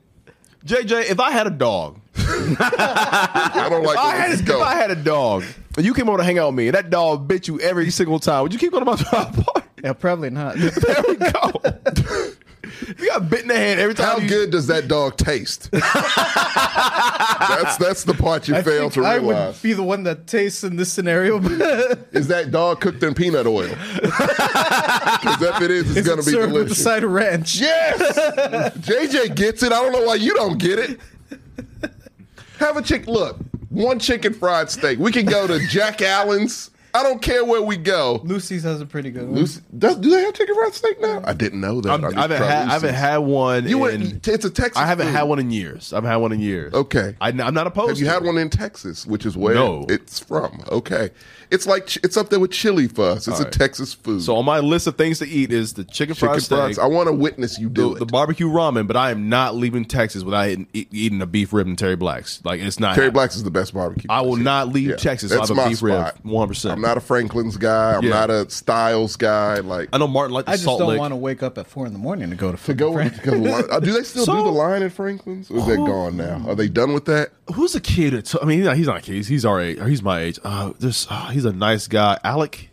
Speaker 1: JJ, if I had a
Speaker 3: <laughs>
Speaker 1: dog,
Speaker 3: I don't like
Speaker 1: if I
Speaker 3: where
Speaker 1: had
Speaker 3: this
Speaker 1: a,
Speaker 3: is
Speaker 1: if
Speaker 3: going.
Speaker 1: I had a dog, and you came over to hang out with me, and that dog bit you <laughs> every single time, would you keep going to my dog park?
Speaker 4: yeah, probably not.
Speaker 1: There we go. <laughs> You got bit in the hand every time.
Speaker 3: How good does that dog taste?
Speaker 1: <laughs>
Speaker 3: that's that's the part you
Speaker 4: I
Speaker 3: fail
Speaker 4: think
Speaker 3: to
Speaker 4: I
Speaker 3: realize.
Speaker 4: would be the one that tastes in this scenario.
Speaker 3: Is that dog cooked in
Speaker 1: <laughs>
Speaker 3: peanut oil? Because if it is, it's
Speaker 4: It's
Speaker 3: gonna be
Speaker 4: served with the
Speaker 3: delicious.
Speaker 4: side of ranch.
Speaker 3: Yes, JJ gets it. I don't know why you don't get it. Have a chick look. One chicken fried steak. We can go to Jack Allen's. I don't care where we go.
Speaker 4: Lucy's has a pretty good one.
Speaker 3: Lucy, does, do they have chicken fried steak now? I didn't know that.
Speaker 1: I'm,
Speaker 3: I
Speaker 1: I
Speaker 3: need to
Speaker 1: haven't
Speaker 3: try
Speaker 1: had I haven't
Speaker 3: Lucy's.
Speaker 1: had one.
Speaker 3: You
Speaker 1: in-
Speaker 3: went, it's a Texas.
Speaker 1: I haven't
Speaker 3: food.
Speaker 1: had one in years. I haven't had one in years.
Speaker 3: Okay.
Speaker 1: I, am not opposed.
Speaker 3: Have you
Speaker 1: to
Speaker 3: had
Speaker 1: it.
Speaker 3: one in Texas, which is where
Speaker 1: No.
Speaker 3: it's from? Okay, it's like ch- it's up there with chili for us. It's a
Speaker 1: right.
Speaker 3: Texas food.
Speaker 1: So on my list of things to eat is the chicken,
Speaker 3: chicken
Speaker 1: fried steak,
Speaker 3: fries. I want to witness you do
Speaker 1: the,
Speaker 3: it.
Speaker 1: the barbecue ramen, but I am not leaving Texas without eating, e- eating a beef rib and Terry Blacks. Like it's not.
Speaker 3: Terry
Speaker 1: happening.
Speaker 3: Blacks is the best barbecue.
Speaker 1: I will
Speaker 3: place.
Speaker 1: not leave
Speaker 3: Yeah,
Speaker 1: Texas
Speaker 3: that's
Speaker 1: without a
Speaker 3: my
Speaker 1: beef
Speaker 3: spot.
Speaker 1: rib. One percent.
Speaker 3: I'm not a Franklin's guy. I'm
Speaker 1: uh, Yeah.
Speaker 3: not a Styles guy. Like
Speaker 1: I know Martin liked the
Speaker 4: I just
Speaker 1: salt
Speaker 4: don't
Speaker 1: lick.
Speaker 4: want to wake up at four in the morning to go to
Speaker 3: to
Speaker 4: food.
Speaker 3: go because line, uh, do they still do
Speaker 1: So-
Speaker 3: the line at Franklin's? Or is that gone now? Are they done with that?
Speaker 1: Who's a kid? That t- I mean, he's not, he's not a kid. He's, he's our age. or He's my age. Uh, this uh, he's a nice guy, Alec.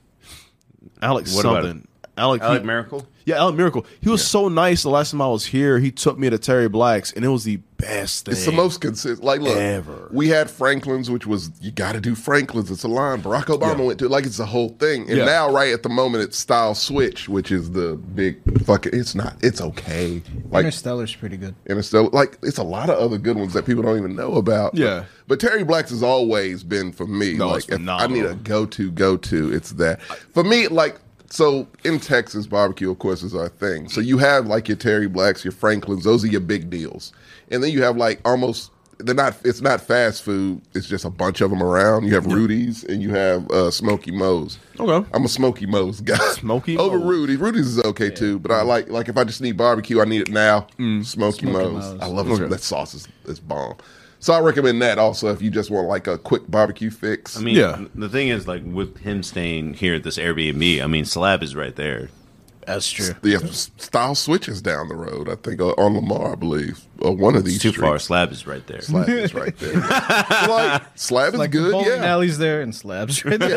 Speaker 1: Alec
Speaker 2: What about
Speaker 1: something. Alec.
Speaker 2: Alec
Speaker 1: he-
Speaker 2: Miracle.
Speaker 1: yeah, Alec Miracle. He was so nice the last time I was here. He took me to Terry Black's, and it was the best thing.
Speaker 3: It's the most consistent. Like, look,
Speaker 1: Ever.
Speaker 3: we had Franklin's, which was you got to do Franklin's. It's a line. Barack Obama went to it. Like, it's the whole thing. And
Speaker 1: Yeah.
Speaker 3: now, right at the moment, it's Style Switch, which is the big fucking. It's not. It's okay. Like,
Speaker 4: Interstellar's pretty good.
Speaker 3: Interstellar. Like, it's a lot of other good ones that people don't even know about.
Speaker 1: Yeah.
Speaker 3: But, but Terry Black's has always been for me.
Speaker 1: No,
Speaker 3: like,
Speaker 1: it's
Speaker 3: if I need
Speaker 1: phenomenal.
Speaker 3: a go to, go to, it's that. For me, like, so in Texas, barbecue, of course, is our thing. So you have like your Terry Blacks, your Franklins, those are your big deals. And then you have like almost. They're not. It's not fast food. It's just a bunch of them around. You have Rudy's and you have uh, Smoky Moe's.
Speaker 1: Okay.
Speaker 3: I'm a Smoky Moe's guy.
Speaker 1: Smokey
Speaker 3: <laughs> over
Speaker 1: Moe's.
Speaker 3: Rudy. Rudy's is okay too, but I like like if I just need barbecue, I need it now. Smoky, Moe's.
Speaker 4: Mm. Moe's.
Speaker 3: I love
Speaker 1: Okay.
Speaker 3: it. that sauce is, is bomb. So I recommend that also if you just want like a quick barbecue fix.
Speaker 2: I mean,
Speaker 1: Yeah.
Speaker 2: the thing is, like with him staying here at this Airbnb, I mean, Slab is right there.
Speaker 4: That's true.
Speaker 3: the uh, style switches down the road. I think uh, on Lamar, I believe, or one of these
Speaker 2: It's too
Speaker 3: streets.
Speaker 2: far. Slab is right there.
Speaker 3: Slab is right
Speaker 2: <laughs>
Speaker 3: there. like, slab is
Speaker 4: Like the
Speaker 3: good.
Speaker 4: bowling
Speaker 3: Yeah.
Speaker 4: alleys there and slabs <laughs> right there.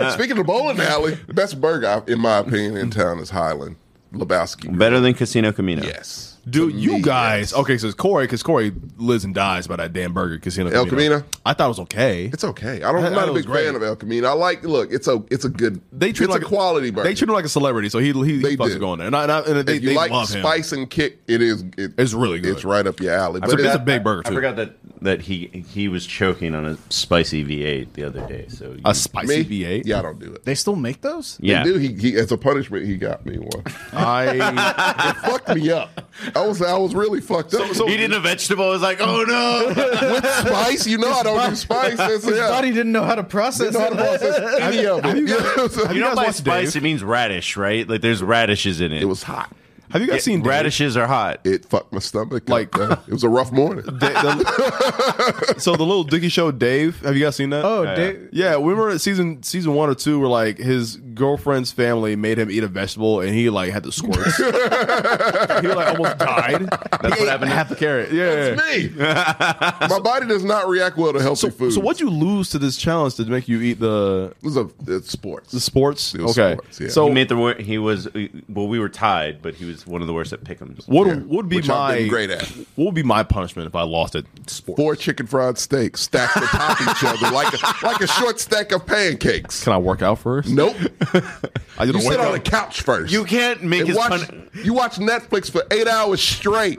Speaker 3: yeah. <laughs> Speaking of bowling alley, the best burger in my opinion in town is Highland Lebowski.
Speaker 2: Mm-hmm. Better than Casino Camino.
Speaker 3: Yes,
Speaker 1: Dude,
Speaker 3: To
Speaker 1: you
Speaker 3: me,
Speaker 1: guys.
Speaker 3: yes.
Speaker 1: Okay, so it's Corey, because Corey lives and dies by that damn burger casino.
Speaker 3: El Camino?
Speaker 1: I thought it was okay.
Speaker 3: It's okay. I don't,
Speaker 1: I-
Speaker 3: I'm
Speaker 1: I
Speaker 3: not
Speaker 1: thought
Speaker 3: a
Speaker 1: it
Speaker 3: big
Speaker 1: was great.
Speaker 3: fan of El Camino. I like look. It's a it's a good.
Speaker 1: they treat
Speaker 3: it's
Speaker 1: him like
Speaker 3: a quality burger.
Speaker 1: They treat him like a celebrity, so he he,
Speaker 3: They
Speaker 1: he fucks
Speaker 3: do.
Speaker 1: going there. And, I, and, I, and they,
Speaker 3: if you
Speaker 1: they
Speaker 3: like
Speaker 1: love him.
Speaker 3: spice and kick, it is. It,
Speaker 1: It's really good.
Speaker 3: It's right up your alley. But
Speaker 1: It's a, it's a
Speaker 3: that-
Speaker 1: big burger
Speaker 2: I
Speaker 1: too.
Speaker 2: forgot that that he he was choking on a spicy V8 the other day. So you,
Speaker 1: a
Speaker 3: me,
Speaker 1: spicy V8.
Speaker 3: Yeah, I don't do it.
Speaker 4: They still make those?
Speaker 2: yeah,
Speaker 3: Dude, he, he as a punishment, he got me one. <laughs>
Speaker 1: I <laughs>
Speaker 3: It fucked me up. I was I was really fucked up.
Speaker 2: he did a vegetable. I was like, oh
Speaker 1: <laughs>
Speaker 2: no.
Speaker 3: with spice, you know, I don't do spice. That's
Speaker 4: His
Speaker 3: yeah.
Speaker 4: body didn't know how to
Speaker 3: You
Speaker 4: process
Speaker 3: know how to
Speaker 4: it.
Speaker 3: process any of it. You know what I'm saying?
Speaker 2: you
Speaker 1: You
Speaker 2: know
Speaker 1: guys
Speaker 2: by
Speaker 1: watch
Speaker 2: spice
Speaker 1: Dave?
Speaker 2: it means radish, right? Like there's radishes in it.
Speaker 3: It was hot.
Speaker 1: have you guys seen Dave?
Speaker 2: radishes are hot.
Speaker 3: It fucked my stomach.
Speaker 1: Like-
Speaker 3: Like it was a rough
Speaker 1: <laughs>
Speaker 3: morning.
Speaker 1: Da-
Speaker 3: <laughs>
Speaker 1: the- so the little Dicky show, Dave. Have you guys seen that?
Speaker 4: Oh,
Speaker 2: Yeah.
Speaker 4: dude.
Speaker 1: Yeah, we remember at season season one or two where like his girlfriend's family made him eat a vegetable and he like had the squirts. he like almost died. That's
Speaker 2: what happened to-
Speaker 1: Half the carrot. Yeah. yeah. <laughs>
Speaker 3: me. my body does not react well to healthy food.
Speaker 1: So what'd you lose to this challenge to make you eat the
Speaker 3: It was a it's sports.
Speaker 1: the sports?
Speaker 3: It was
Speaker 1: okay.
Speaker 3: sports, yeah.
Speaker 1: So
Speaker 2: He made the wor- he was well, we were tied, but he was one of the worst at Pick'ems.
Speaker 1: what
Speaker 3: Yeah.
Speaker 1: would be
Speaker 3: Which I've
Speaker 1: my
Speaker 3: been great at.
Speaker 1: What would be my punishment if I lost it? Sports.
Speaker 3: Four chicken fried steaks stacked atop each other like a, like a short stack of pancakes.
Speaker 1: Can I work out first?
Speaker 2: <laughs>
Speaker 3: Nope.
Speaker 1: I did
Speaker 3: You
Speaker 1: a
Speaker 3: sit on the
Speaker 1: workout.
Speaker 3: couch first.
Speaker 2: You can't make
Speaker 3: and
Speaker 2: his
Speaker 3: watch,
Speaker 2: pun-
Speaker 3: you watch Netflix for eight hours straight.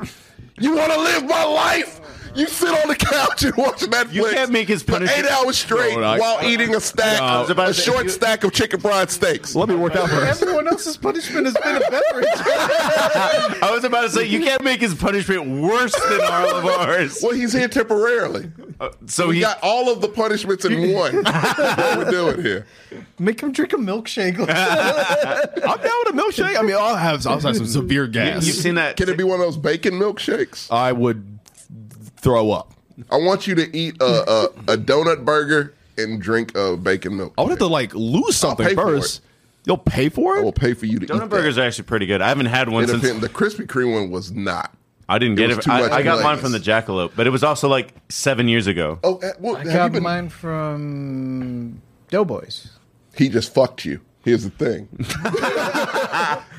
Speaker 3: You want to live my life? You sit on the couch and watch Netflix.
Speaker 2: You can't make his
Speaker 3: for
Speaker 2: punishment-
Speaker 3: eight hours straight
Speaker 1: No, I-
Speaker 3: while eating a stack,
Speaker 1: No. I
Speaker 2: was about to
Speaker 3: a
Speaker 2: say,
Speaker 3: short
Speaker 2: you-
Speaker 3: stack of chicken fried steaks.
Speaker 1: Let me work out <laughs> first.
Speaker 4: Everyone else's punishment has been a beverage.
Speaker 2: I was about to say you can't make his punishment worse than
Speaker 3: <laughs>
Speaker 2: all of ours.
Speaker 3: Well, he's here temporarily.
Speaker 2: So
Speaker 3: We
Speaker 2: Oh, he
Speaker 3: got all of the punishments
Speaker 2: <laughs>
Speaker 3: in one. That's what we're doing here.
Speaker 4: <laughs> Make him drink a milkshake.
Speaker 1: I'm down with a milkshake. I mean, I'll have I'll have some severe gas.
Speaker 2: you've seen that
Speaker 3: Can it be one of those bacon milkshakes?
Speaker 1: I would throw up.
Speaker 3: I want you to eat a, a, a donut burger and drink a bacon milk.
Speaker 1: I would have to like lose something
Speaker 3: pay for
Speaker 1: first. You'll pay for
Speaker 3: I
Speaker 1: it.
Speaker 3: will pay for you to eat
Speaker 2: donut
Speaker 3: that.
Speaker 2: burgers are actually pretty good. I haven't had one
Speaker 3: It
Speaker 2: since
Speaker 3: depends. The Krispy Kreme one was not.
Speaker 2: I didn't get
Speaker 3: It was
Speaker 2: it.
Speaker 3: too much
Speaker 2: I, I got mine
Speaker 3: glaze.
Speaker 2: from the jackalope, but it was also like seven years ago.
Speaker 3: Oh, uh, well,
Speaker 4: I
Speaker 3: have you
Speaker 4: got
Speaker 3: been-
Speaker 4: mine from Doughboys.
Speaker 3: He just fucked you. Here's the thing.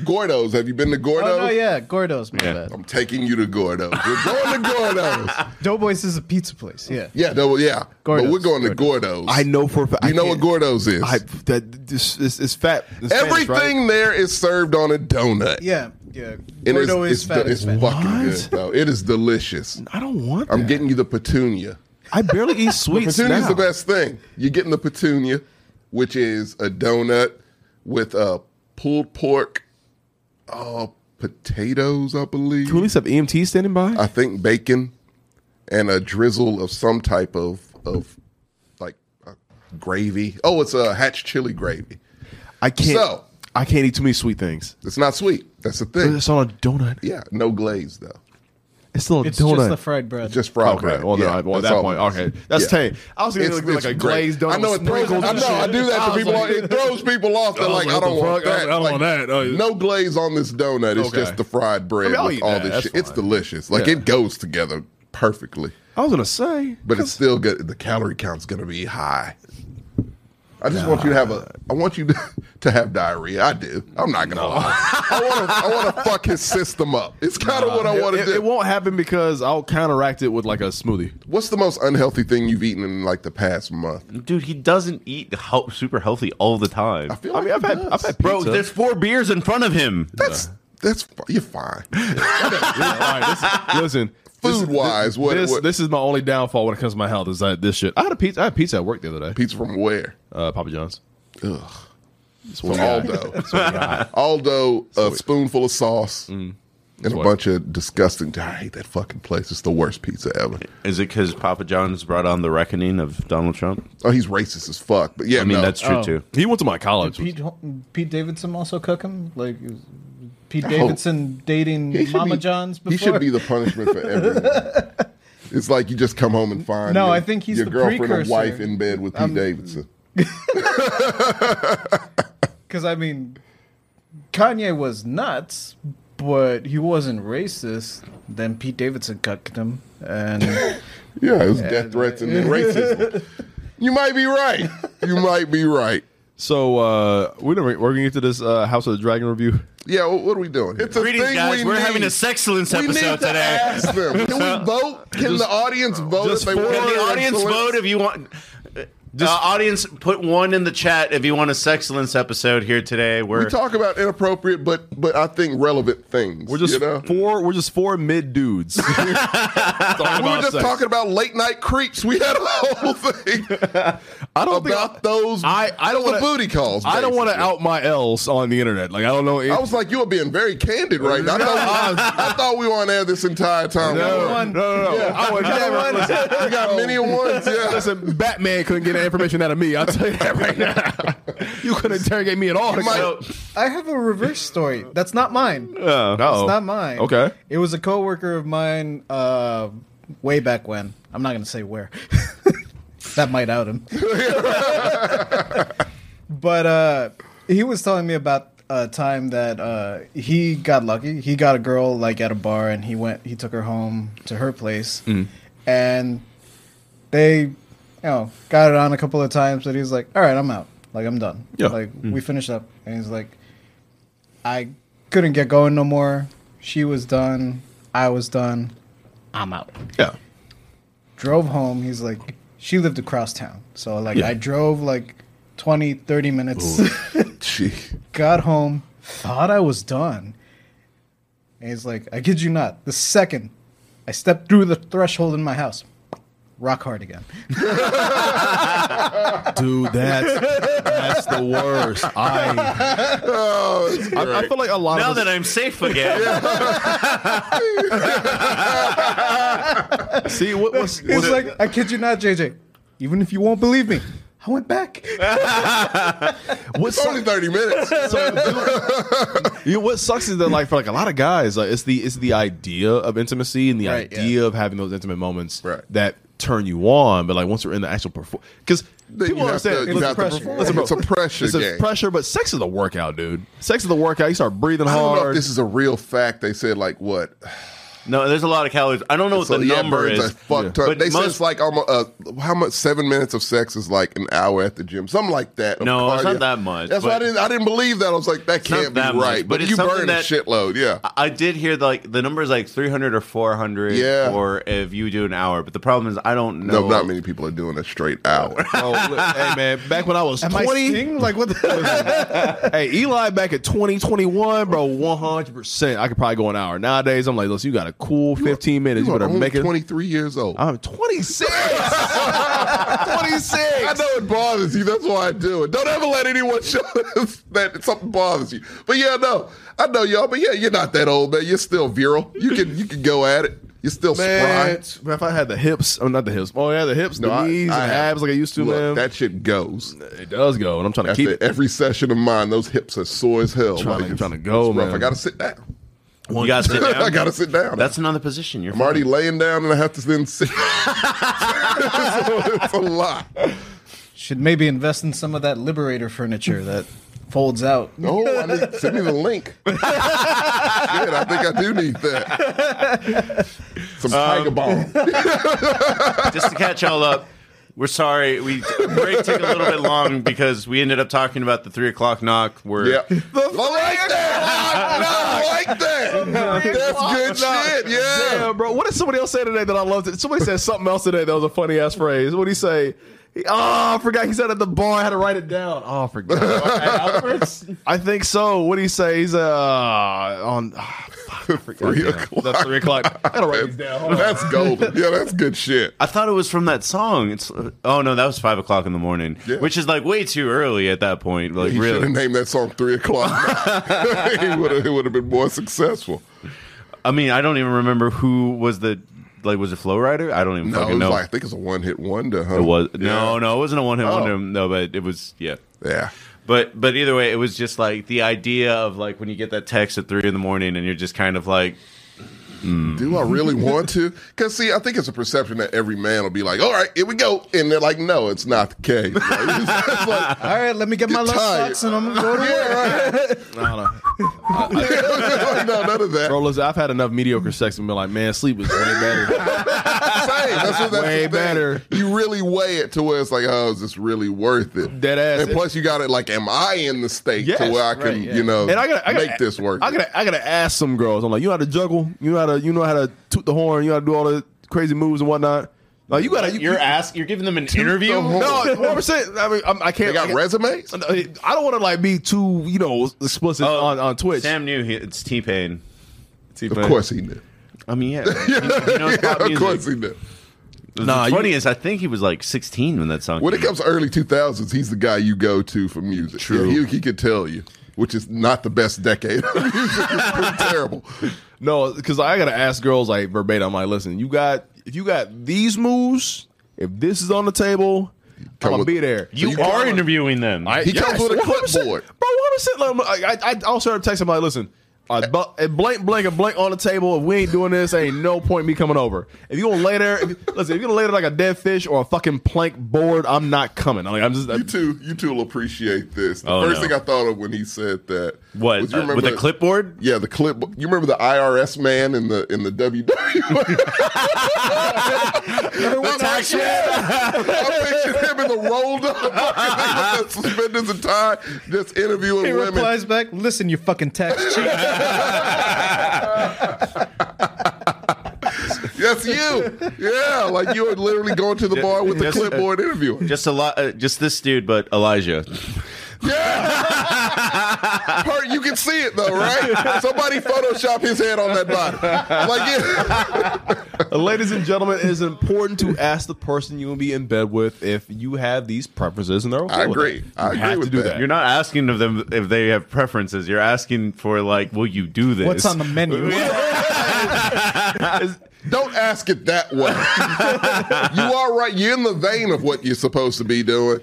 Speaker 3: Gordo's. Have you been to Gordo's?
Speaker 4: Oh, no, yeah, Gordo's, my bad.
Speaker 3: I'm taking you to Gordo's. We're going to Gordo's.
Speaker 4: Doughboys is a pizza place, yeah.
Speaker 3: Yeah, no, yeah.
Speaker 4: Gordo's,
Speaker 3: But we're going to Gordo's.
Speaker 1: I know for a fact.
Speaker 3: You
Speaker 1: I
Speaker 3: know what
Speaker 1: can't-
Speaker 3: Gordo's is.
Speaker 1: I, that this, this is fat. it's Spanish, right?
Speaker 3: Everything there is served on a donut.
Speaker 4: Yeah, yeah.
Speaker 3: And it's,
Speaker 4: Gordo
Speaker 3: it's,
Speaker 4: is fat
Speaker 3: it's
Speaker 4: as fat.
Speaker 3: fucking
Speaker 1: What?
Speaker 3: good, though. It is delicious.
Speaker 1: I don't want.
Speaker 3: I'm
Speaker 1: that.
Speaker 3: getting you the petunia.
Speaker 1: I barely
Speaker 3: <laughs>
Speaker 1: eat sweets
Speaker 3: Petunia is
Speaker 1: now.
Speaker 3: the best thing. You're getting the petunia, which is a donut with uh, pulled pork, uh, potatoes, I believe.
Speaker 1: Can we at least have EMT standing by?
Speaker 3: I think bacon, and a drizzle of some type of of like uh, gravy. Oh, it's a hatch chili gravy.
Speaker 1: I can't.
Speaker 3: So-
Speaker 1: I can't eat too many sweet things.
Speaker 3: It's not sweet. That's the thing.
Speaker 1: It's on a donut.
Speaker 3: Yeah, no glaze though.
Speaker 1: It's still a
Speaker 4: It's
Speaker 1: donut.
Speaker 4: just the fried bread.
Speaker 3: It's just fried
Speaker 1: okay.
Speaker 3: bread.
Speaker 1: Well, no,
Speaker 3: yeah,
Speaker 1: well, at
Speaker 3: that's
Speaker 1: that
Speaker 3: all
Speaker 1: point,
Speaker 3: it is.
Speaker 1: okay. That's
Speaker 3: Yeah.
Speaker 1: tang. I was thinking
Speaker 3: It's-
Speaker 1: it looked like
Speaker 3: it's
Speaker 1: a
Speaker 3: great.
Speaker 1: glazed donut.
Speaker 3: I know
Speaker 1: with
Speaker 3: it throws.
Speaker 1: sprinkles
Speaker 3: I
Speaker 1: and
Speaker 3: know I
Speaker 1: shit.
Speaker 3: do that to
Speaker 1: was
Speaker 3: people.
Speaker 1: like-
Speaker 3: it throws people off. They're
Speaker 1: I was
Speaker 3: like,
Speaker 1: like,
Speaker 3: I
Speaker 1: what
Speaker 3: don't
Speaker 1: the
Speaker 3: want
Speaker 1: fuck? I
Speaker 3: that.
Speaker 1: don't- I don't want
Speaker 3: Like,
Speaker 1: that. Oh, yeah.
Speaker 3: No glaze on this donut. It's
Speaker 1: Okay.
Speaker 3: just the fried bread
Speaker 1: mean, I'll
Speaker 3: with
Speaker 1: eat
Speaker 3: all
Speaker 1: that.
Speaker 3: this
Speaker 1: That's
Speaker 3: shit. It's
Speaker 1: fine.
Speaker 3: delicious. Like
Speaker 1: Yeah.
Speaker 3: it goes together perfectly.
Speaker 1: I was gonna say,
Speaker 3: But it's still good. The calorie count's going to be high. I just want you to have a. I want you to, <laughs> to have diarrhea. I do. I'm not gonna. Lie. I want to. I want to fuck his system up. It's kind of what I want to
Speaker 1: it,
Speaker 3: do.
Speaker 1: it won't happen because I'll counteract it with like a smoothie.
Speaker 3: What's the most unhealthy thing you've eaten in like the past month?
Speaker 2: Dude, he doesn't eat hel- super healthy all the time.
Speaker 3: I feel
Speaker 1: I
Speaker 3: like
Speaker 1: mean, I've
Speaker 3: he
Speaker 1: had,
Speaker 3: does.
Speaker 1: I've had pizza.
Speaker 2: Bro, there's four beers in front of him.
Speaker 3: That's that's fi- you're fine.
Speaker 1: All right,
Speaker 3: <laughs>
Speaker 1: this- listen. this-
Speaker 3: Food wise, what,
Speaker 1: This,
Speaker 3: what
Speaker 1: this is my only downfall when it comes to my health is that this shit. I had a pizza. I had pizza at work the other day.
Speaker 3: pizza from where?
Speaker 1: Uh, Papa John's.
Speaker 3: Ugh.
Speaker 1: It's
Speaker 3: From Aldo. Aldo, a spoonful of sauce and a
Speaker 1: what-
Speaker 3: bunch of disgusting. I hate that fucking place. It's the worst pizza ever.
Speaker 2: Is it because Papa John's brought on the reckoning of Donald Trump?
Speaker 3: Oh, he's racist as fuck. But yeah,
Speaker 2: I mean,
Speaker 3: no.
Speaker 2: that's true
Speaker 4: Oh.
Speaker 2: too.
Speaker 1: <laughs> He went to my college.
Speaker 4: Pete, Pete Davidson also cook him? Like, is Pete
Speaker 3: Oh.
Speaker 4: Davidson dating
Speaker 3: He should
Speaker 4: Mama
Speaker 3: be-
Speaker 4: John's before?
Speaker 3: He should be the punishment for everyone.
Speaker 4: <laughs>
Speaker 3: it's like you just come home and find
Speaker 4: No,
Speaker 3: your,
Speaker 4: I think he's
Speaker 3: your
Speaker 4: the
Speaker 3: girlfriend
Speaker 4: precursor.
Speaker 3: or wife in bed with Pete Davidson.
Speaker 4: Because, I mean, Kanye was nuts, but he wasn't racist. Then Pete Davidson cucked him. And
Speaker 3: Yeah, it was death threats and then
Speaker 4: <laughs>
Speaker 3: racism. You might be right. You might be right.
Speaker 1: So uh, we never, we're gonna get to this uh, House of the Dragon review.
Speaker 3: Yeah, what, what are we doing? It's a
Speaker 2: Greetings,
Speaker 3: thing
Speaker 2: guys.
Speaker 3: we
Speaker 2: We are
Speaker 3: need.
Speaker 2: having a sexcellence
Speaker 3: we need
Speaker 2: episode
Speaker 3: to
Speaker 2: today.
Speaker 1: <laughs>
Speaker 3: ask them. Can we vote? Can the audience vote
Speaker 1: just
Speaker 3: if they
Speaker 1: for-
Speaker 3: want?
Speaker 2: Can the
Speaker 3: their
Speaker 2: audience
Speaker 3: influence?
Speaker 2: vote if you want. Just, uh, audience, put one in the chat if you want a sexcellence episode here today. We're
Speaker 3: We talk about inappropriate, but but I think relevant things.
Speaker 1: We're just
Speaker 3: you know?
Speaker 1: four. We're just four mid
Speaker 3: <laughs>
Speaker 1: dudes. talking
Speaker 3: we were
Speaker 1: about
Speaker 3: just
Speaker 1: sex.
Speaker 3: talking about late night creeps. We had a whole <laughs> thing
Speaker 1: I don't think
Speaker 3: about those.
Speaker 1: I, I don't
Speaker 3: the
Speaker 1: want
Speaker 3: booty calls.
Speaker 1: I don't want to
Speaker 3: basically.
Speaker 1: out my L's on the internet. Like I don't know.
Speaker 3: I was like, you were being very candid right now. I thought, we, I thought we were on air this entire time.
Speaker 1: no, no,
Speaker 3: You
Speaker 1: <laughs> no, no. I would never. Listen,
Speaker 3: got many ones. Yeah.
Speaker 1: listen, Batman couldn't get that information out of me. I'll tell you that right now. <laughs> you couldn't interrogate me at all.
Speaker 3: might-
Speaker 1: So-
Speaker 4: I have a reverse story. That's not mine.
Speaker 1: Uh,
Speaker 4: It's not mine.
Speaker 1: Okay.
Speaker 4: It was a coworker of mine uh, way back when. I'm not going to say where. <laughs> that might out him. but uh, he was telling me about a time that uh, he got lucky. He got a girl like at a bar, and he went. He took her home to her place,
Speaker 1: Mm.
Speaker 4: and they, you know, got it on a couple of times. But he was like, "All right, I'm out. Like I'm done.
Speaker 1: Yeah. Mm.
Speaker 4: Like we finished up." And he's like, "I couldn't get going no more. She was done. I was done. I'm out."
Speaker 1: Yeah.
Speaker 4: drove home he's like she lived across town so like
Speaker 1: Yeah.
Speaker 4: i drove like 20 30 minutes <laughs>
Speaker 3: Gee.
Speaker 4: got home thought i was done and he's like i kid you not the second i stepped through the threshold in my house rock hard again <laughs>
Speaker 1: Dude, that's that's the worst. I
Speaker 3: Oh, it's
Speaker 1: I, I feel like a lot
Speaker 2: now
Speaker 1: of us,
Speaker 2: that I'm safe
Speaker 3: <laughs>
Speaker 2: again.
Speaker 1: see what was,
Speaker 4: it's
Speaker 1: was-
Speaker 4: like i kid you not jj even if you won't believe me i went back
Speaker 1: what
Speaker 3: It's
Speaker 1: sucked-
Speaker 3: only 30 minutes.
Speaker 1: you know, what sucks is that like for like a lot of guys, like it's the it's the idea of intimacy and the
Speaker 4: Right, yeah.
Speaker 1: idea of having those intimate moments
Speaker 3: Right.
Speaker 1: that turn you on. But like once we're in the actual perform, because
Speaker 3: Then
Speaker 1: people
Speaker 3: you have
Speaker 1: understand
Speaker 3: to- you
Speaker 1: listen,
Speaker 3: have to
Speaker 4: pressure.
Speaker 3: perform.
Speaker 1: listen, bro,
Speaker 3: It's a pressure
Speaker 1: it's a
Speaker 3: game.
Speaker 1: pressure, but sex is a workout, dude. Sex is a workout. You start breathing
Speaker 3: I don't know
Speaker 1: hard.
Speaker 3: if this is a real fact. They said like what
Speaker 2: No, there's a lot of calories. I don't know what
Speaker 3: So,
Speaker 2: the
Speaker 3: yeah,
Speaker 2: number
Speaker 3: burns
Speaker 2: is.
Speaker 3: a fuck ton.
Speaker 2: But
Speaker 3: They
Speaker 2: most-
Speaker 3: said it's like almost uh, how much seven minutes of sex is like an hour at the gym, something like that. of
Speaker 2: No, it's
Speaker 3: cardio.
Speaker 2: not that much,
Speaker 3: That's why I
Speaker 2: but-
Speaker 3: didn't. I didn't believe that. I was like,
Speaker 2: not
Speaker 3: that can't be
Speaker 2: that
Speaker 3: right.
Speaker 2: much, but
Speaker 3: but
Speaker 2: it's
Speaker 3: you
Speaker 2: something
Speaker 3: burn
Speaker 2: that-
Speaker 3: a shitload. Yeah,
Speaker 2: I- I did hear like the number is like 300 or 400
Speaker 3: Yeah.
Speaker 2: or if you do an hour. But the problem is I don't know.
Speaker 3: no, not many people are doing a straight
Speaker 2: <laughs>
Speaker 3: hour.
Speaker 1: Oh,
Speaker 3: <laughs>
Speaker 1: li- hey man, back when I was
Speaker 4: Am I
Speaker 1: twenty,
Speaker 4: sting? Like what? The-
Speaker 1: <laughs>
Speaker 4: <laughs>
Speaker 1: hey Eli, back at twenty twenty one, bro, one hundred percent. I could probably go an hour. Nowadays, I'm like, listen, you got a cool fifteen minutes. You
Speaker 3: You are
Speaker 1: better
Speaker 3: only
Speaker 1: make it.
Speaker 3: twenty three years old.
Speaker 1: I'm twenty
Speaker 3: <laughs>
Speaker 1: six. twenty
Speaker 3: I
Speaker 1: six.
Speaker 3: know it bothers you. That's why I do it. Don't ever let anyone <laughs> show us that something bothers you. But yeah, no, I know y'all. But yeah, you're not that old, man. You're still virile. You can you can go at it. You're still
Speaker 1: Man,
Speaker 3: spry.
Speaker 1: man, if I had the hips, oh, not the hips. Oh yeah, the hips,
Speaker 3: No,
Speaker 1: the
Speaker 3: I-
Speaker 1: knees,
Speaker 3: I
Speaker 1: and
Speaker 3: have-
Speaker 1: abs like I used to,
Speaker 3: Look,
Speaker 1: man.
Speaker 3: that shit goes.
Speaker 1: it does go, and I'm trying to
Speaker 3: After
Speaker 1: keep it.
Speaker 3: every session of mine, those hips are sore as hell.
Speaker 1: Trying to-
Speaker 3: it's-
Speaker 1: trying to go,
Speaker 3: it's rough.
Speaker 1: man.
Speaker 3: I gotta sit down.
Speaker 2: You gotta
Speaker 3: <laughs>
Speaker 2: sit down.
Speaker 3: I gotta sit down.
Speaker 2: That's another position. You're
Speaker 3: I'm already laying down and I have to then sit. <laughs> it's, a, it's a lot.
Speaker 4: Should maybe invest in some of that liberator furniture that folds out.
Speaker 3: No, I need, send me
Speaker 2: <laughs>
Speaker 3: the link. Shit, I think I do need that. Some
Speaker 2: Um, <laughs>
Speaker 3: tiger balm.
Speaker 2: just to catch y'all up, we're sorry. We break took a little bit long because we ended up talking about the three o'clock knock. Where
Speaker 3: Yeah. I like that. I like that. That's good shit. Yeah.
Speaker 1: Damn, bro. What did somebody else say today that I loved? It? Somebody said something else today that was a funny ass phrase. What did he say? He, oh, I forgot. He said at the bar. I had to write it down. Oh, I <laughs> forgot. I think so. What did he say? He's uh on. ah, fuck, I forgot.
Speaker 3: Three
Speaker 1: Damn.
Speaker 3: o'clock.
Speaker 1: That's three o'clock. <laughs> I gotta write these down. Hold on.
Speaker 3: That's golden. Yeah, that's good shit.
Speaker 2: I thought it was from that song. It's oh no, that was five o'clock in the morning,
Speaker 3: Yeah.
Speaker 2: which is like way too early at that point. Like
Speaker 3: He should
Speaker 2: really,
Speaker 3: have named that song Three O'Clock. <laughs> He would've- it would have been more successful.
Speaker 2: I mean, I don't even remember who was the like was it Flow Rider? I don't even
Speaker 3: No, it
Speaker 2: fucking
Speaker 3: was
Speaker 2: know.
Speaker 3: like, I think it's a one hit wonder, huh?
Speaker 2: it was
Speaker 3: Yeah.
Speaker 2: no, no, it wasn't a one hit
Speaker 3: Oh.
Speaker 2: wonder. No, but it was yeah.
Speaker 3: Yeah.
Speaker 2: But but either way, it was just like the idea of like when you get that text at three in the morning and you're just kind of like,
Speaker 3: Do I
Speaker 1: <laughs>
Speaker 3: really want to? Because see, I think it's a perception that every man will be like, "All right, here we go," and they're like, "No, it's not the case." Like, it's- it's like, <laughs>
Speaker 4: All right, let me get my
Speaker 3: You're
Speaker 4: lunch
Speaker 3: tired.
Speaker 4: box and I'm gonna go to work. <laughs>
Speaker 3: like, no, none of that.
Speaker 1: Bro, listen, I've had enough mediocre sex and been like, man, sleep is way <laughs> better.
Speaker 3: Same. That's what, that's
Speaker 1: Way
Speaker 3: the thing.
Speaker 1: better.
Speaker 3: You really weigh it to where it's like, "Oh, is this really worth it?"
Speaker 1: Dead ass.
Speaker 3: And plus, you got it like, "Am I in the state
Speaker 1: Yes,
Speaker 3: to where I can,
Speaker 1: right, yeah.
Speaker 3: you know,
Speaker 1: And I gotta, I gotta,
Speaker 3: make this work?"
Speaker 1: I gotta, I gotta ask some girls. I'm like, you know how to juggle? You know how to, you know how to toot the horn? You know how to do all the crazy moves and whatnot? Like, you gotta, you,
Speaker 2: you're ask, you're giving them an
Speaker 3: the
Speaker 2: interview.
Speaker 3: horn.
Speaker 1: No,
Speaker 3: <laughs>
Speaker 1: one percent. I mean, I'm, I can't.
Speaker 3: they got
Speaker 1: I,
Speaker 3: resumes.
Speaker 1: I don't want to like be too, you know, explicit
Speaker 3: Uh,
Speaker 2: Oh,
Speaker 1: on on Twitch.
Speaker 2: Sam knew he, it's T Pain.
Speaker 3: Of course he knew.
Speaker 2: I mean,
Speaker 3: <laughs>
Speaker 2: yeah. He, he knows pop
Speaker 3: of
Speaker 2: music.
Speaker 3: course he knew.
Speaker 1: Nah,
Speaker 2: the
Speaker 1: you-
Speaker 2: funny is, I think he was like 16 when that song.
Speaker 3: When it
Speaker 2: came out.
Speaker 3: comes to early 2000s, he's the guy you go to for music.
Speaker 2: True.
Speaker 3: Yeah, he, he could tell you, which is not the best decade. of <laughs> music. it's pretty terrible.
Speaker 1: No, because I gotta ask girls like verbatim. I'm like, listen, you got if you got these moves, if this is on the table,
Speaker 3: Come
Speaker 1: I'm gonna
Speaker 3: with-
Speaker 1: be there.
Speaker 3: You you are
Speaker 2: interviewing them. I,
Speaker 3: He comes with a
Speaker 1: 100%.
Speaker 3: clipboard.
Speaker 1: bro. One percent. Like, I, I I'll start texting. I'm like, listen. all right, bu- and blank, blank, and blank on the table. If we ain't doing this, ain't no point me coming over. If you gonna lay there, if, listen. If you're gonna lay there like a dead fish or a fucking plank board, I'm not coming. I'm like, I'm just.
Speaker 3: You two, you two will appreciate this. The
Speaker 2: Oh,
Speaker 3: first
Speaker 2: no.
Speaker 3: thing I thought of when he said that
Speaker 2: what
Speaker 3: was you
Speaker 2: uh,
Speaker 3: remember
Speaker 2: with a clipboard?
Speaker 3: Yeah, the clip. You remember the IRS man in the E? in the WWE?
Speaker 4: Everyone
Speaker 3: tax
Speaker 4: out there?
Speaker 3: <laughs> I pictured him in the rolled up fucking <laughs> thing with the suspenders and tie, just interviewing
Speaker 4: He
Speaker 3: women.
Speaker 4: replies back, "Listen, you fucking tax cheat."
Speaker 3: That's you. Yeah, like you were literally going to the bar with the
Speaker 2: Yes, uh,
Speaker 3: clipboard interviewing.
Speaker 2: Just a lot, uh, just this dude, but Elijah.
Speaker 3: Yeah. Her, you can see it
Speaker 1: <laughs>
Speaker 3: though, right? Somebody Photoshop his head on that body. Like,
Speaker 1: <laughs>
Speaker 3: yeah.
Speaker 1: Ladies and gentlemen, it is important to ask the person you will be in bed with if you have these preferences, and they're okay
Speaker 3: I
Speaker 1: with
Speaker 3: agree.
Speaker 1: it.
Speaker 3: I
Speaker 1: You
Speaker 3: agree
Speaker 1: have
Speaker 3: with
Speaker 1: to do
Speaker 3: that.
Speaker 1: that.
Speaker 2: You're not asking of them if they have preferences. You're asking for like, will you do this?
Speaker 4: What's on the menu?
Speaker 3: don't ask it that way. you are right. You're in the vein of what you're supposed to be doing.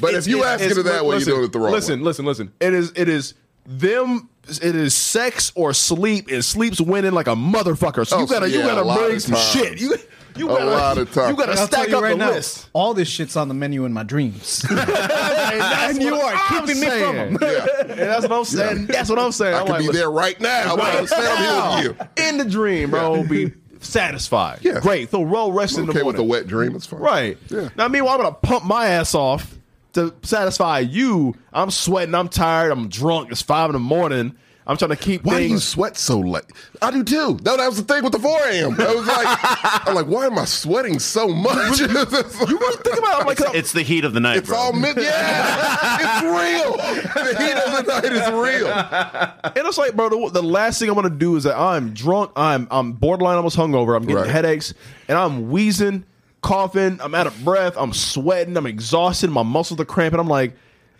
Speaker 3: But if you ask it that way, you're doing it the wrong
Speaker 1: listen,
Speaker 3: way.
Speaker 1: Listen, listen, It is, it is them. It is sex or sleep, and sleep's winning like a motherfucker. So
Speaker 3: Oh,
Speaker 1: you gotta,
Speaker 3: yeah,
Speaker 1: you
Speaker 3: a lot
Speaker 1: gotta
Speaker 3: of
Speaker 1: bring some
Speaker 3: times.
Speaker 1: shit. You, You
Speaker 3: a lot of time.
Speaker 1: You gotta
Speaker 4: I'll tell
Speaker 1: stack
Speaker 4: you
Speaker 1: up
Speaker 4: right
Speaker 1: the
Speaker 4: now,
Speaker 1: list.
Speaker 4: all this shit's on the menu in my
Speaker 1: <laughs>
Speaker 4: dreams. and you are
Speaker 1: I'm
Speaker 4: keeping me
Speaker 1: saying. <laughs>
Speaker 4: from them.
Speaker 3: Yeah.
Speaker 1: And that's what I'm saying. That's what I'm saying.
Speaker 3: I
Speaker 1: I'm
Speaker 3: could
Speaker 1: like,
Speaker 3: be
Speaker 1: listen,
Speaker 3: there right now.
Speaker 1: <laughs>
Speaker 3: I'm standing here with you.
Speaker 1: In the dream, bro.
Speaker 3: <laughs>
Speaker 1: Be satisfied.
Speaker 3: Yeah.
Speaker 1: Great. So roll rest in
Speaker 3: I'm
Speaker 1: the
Speaker 3: okay
Speaker 1: morning.
Speaker 3: with a wet dream. It's fine.
Speaker 1: Right.
Speaker 3: Yeah.
Speaker 1: Now, meanwhile, I'm gonna pump my ass off to satisfy you. I'm sweating. I'm tired. I'm drunk. It's five in the morning. I'm trying to keep
Speaker 3: Why do you
Speaker 1: things.
Speaker 3: sweat so late? I do too. No, that was the thing with the 4 a.m. I was like, I'm like, why am I sweating so
Speaker 1: <laughs>
Speaker 3: much? <laughs>
Speaker 1: You really think about? It? I'm like,
Speaker 2: It's,
Speaker 1: it's,
Speaker 2: it's the heat of the night,
Speaker 3: it's
Speaker 2: bro.
Speaker 3: all mid. Yeah, it's real.
Speaker 1: <laughs>
Speaker 3: The heat of the night is real.
Speaker 1: and it's like, bro, the, the last thing I want to do is that I'm drunk. I'm I'm borderline almost hungover. I'm getting
Speaker 3: Right.
Speaker 1: headaches, and I'm wheezing, coughing. I'm out of breath. I'm sweating. I'm exhausted. My muscles are cramping. I'm like,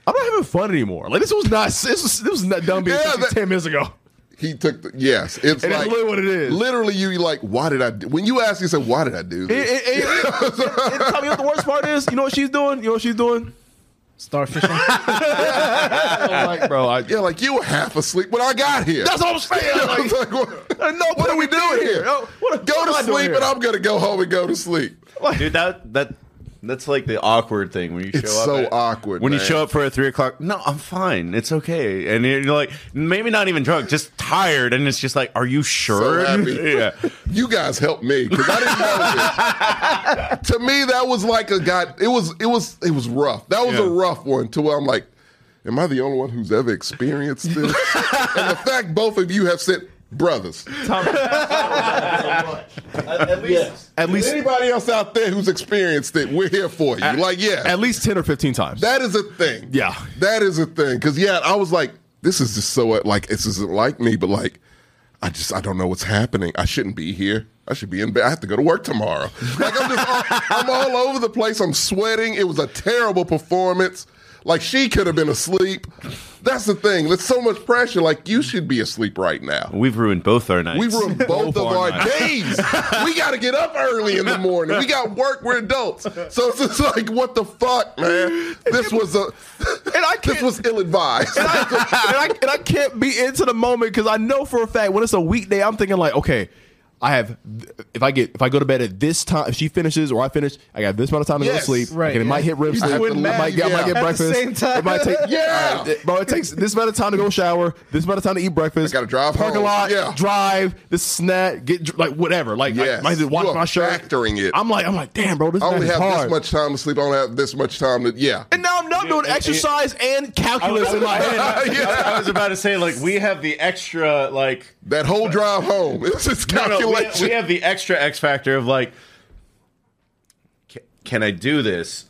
Speaker 1: I'm not having fun anymore. Like this was not. This was this was not done being
Speaker 3: Yeah,
Speaker 1: fucking
Speaker 3: that-
Speaker 1: ten minutes ago.
Speaker 3: He took the yes. It's
Speaker 1: And that's
Speaker 3: like
Speaker 1: literally what it is.
Speaker 3: Literally, you you like, why did I? Do, when you ask yourself, why did I do
Speaker 1: It,
Speaker 3: this?
Speaker 1: it, it, it, it- tell me what the worst part is. You know what she's doing? You know what she's doing?
Speaker 4: Starfishing.
Speaker 1: I'm like, bro, I,
Speaker 3: yeah, like you were half asleep when I got here.
Speaker 1: That's what I'm saying.
Speaker 3: <laughs>
Speaker 1: <laughs>
Speaker 3: I
Speaker 1: Like,
Speaker 3: was like, what,
Speaker 1: there's no
Speaker 3: what are we
Speaker 1: point in
Speaker 3: doing
Speaker 1: being
Speaker 3: here?
Speaker 1: Oh, What
Speaker 3: go to sleep, and
Speaker 1: i
Speaker 3: I'm gonna go home and go to sleep.
Speaker 2: Dude, that that that's like the awkward thing when you show
Speaker 3: It's
Speaker 2: up.
Speaker 3: so
Speaker 2: at-
Speaker 3: awkward,
Speaker 2: when you
Speaker 3: man.
Speaker 2: show up for a three o'clock. No, I'm fine. It's okay. And you're you're like maybe not even drunk, just tired. And it's just like, are you sure?
Speaker 3: happy.
Speaker 2: <laughs> yeah.
Speaker 3: you guys helped me because I didn't know this. to me, that was like a guy. It was it was it was rough. That was a
Speaker 2: Yeah.
Speaker 3: rough one. To where I'm like, am I the only one who's ever experienced
Speaker 2: <laughs>
Speaker 3: this? and the fact both of you have said brothers.
Speaker 2: At least
Speaker 1: at least
Speaker 3: Anybody else out there who's experienced it, we're here for you. like, yeah,
Speaker 1: at least ten or fifteen times.
Speaker 3: that is a thing.
Speaker 1: Yeah.
Speaker 3: that is a thing. Because yeah, I was like, this is just so uh, like this isn't like me, but like. I just I don't know what's happening. I shouldn't be here. I should be in bed. I have to go to work tomorrow. Like I'm just all, <laughs> I'm all over the place. I'm sweating. It was a terrible performance. Like she could have been asleep. That's the thing. There's so much pressure. Like you should be asleep right now.
Speaker 2: we've ruined both our nights. <laughs>
Speaker 3: We ruined both of
Speaker 1: our
Speaker 3: our
Speaker 1: nights.
Speaker 3: days. we got to get up early in the morning. We got work. We're adults. So it's just like, what the fuck, man? This was a.
Speaker 1: And I
Speaker 3: This
Speaker 1: can't-
Speaker 3: was ill advised.
Speaker 1: and, I, and, I, and I can't be into the moment because I know for a fact when it's a weekday, I'm thinking like, okay, I have if I get if I go to bed at this time, if she finishes or I finish, I got this amount of time to go
Speaker 3: Yes.
Speaker 1: to sleep.
Speaker 4: Right,
Speaker 1: Okay, It
Speaker 4: yeah.
Speaker 1: might hit REM
Speaker 3: You're
Speaker 1: sleep. It
Speaker 3: doing
Speaker 1: might,
Speaker 3: math,
Speaker 1: get, I
Speaker 3: yeah.
Speaker 1: might get
Speaker 3: At the
Speaker 1: breakfast.
Speaker 4: same time.
Speaker 1: It might take
Speaker 3: Yeah.
Speaker 1: All th- bro. It takes this amount of time to go shower. This amount of time to eat breakfast.
Speaker 3: I gotta drive
Speaker 1: parking
Speaker 3: home.
Speaker 1: lot.
Speaker 3: Yeah.
Speaker 1: drive this snack. Get dr- like whatever. Like
Speaker 3: Yes.
Speaker 1: I might just
Speaker 3: You
Speaker 1: wash
Speaker 3: are
Speaker 1: my shirt.
Speaker 3: factoring it.
Speaker 1: I'm like I'm like damn, bro. This
Speaker 3: I
Speaker 1: night
Speaker 3: only
Speaker 1: is
Speaker 3: have
Speaker 1: hard.
Speaker 3: this much time to sleep. I only have this much time to. Yeah.
Speaker 1: and now I'm not doing exercise and calculus in my
Speaker 3: <laughs>
Speaker 1: head. <laughs>
Speaker 3: yeah.
Speaker 2: I was about to say, like, we have the extra, like,
Speaker 3: That whole drive home. <laughs> It's just
Speaker 2: no, no, we-
Speaker 3: calculation.
Speaker 2: we, have the extra X factor of like, ca- can I do this?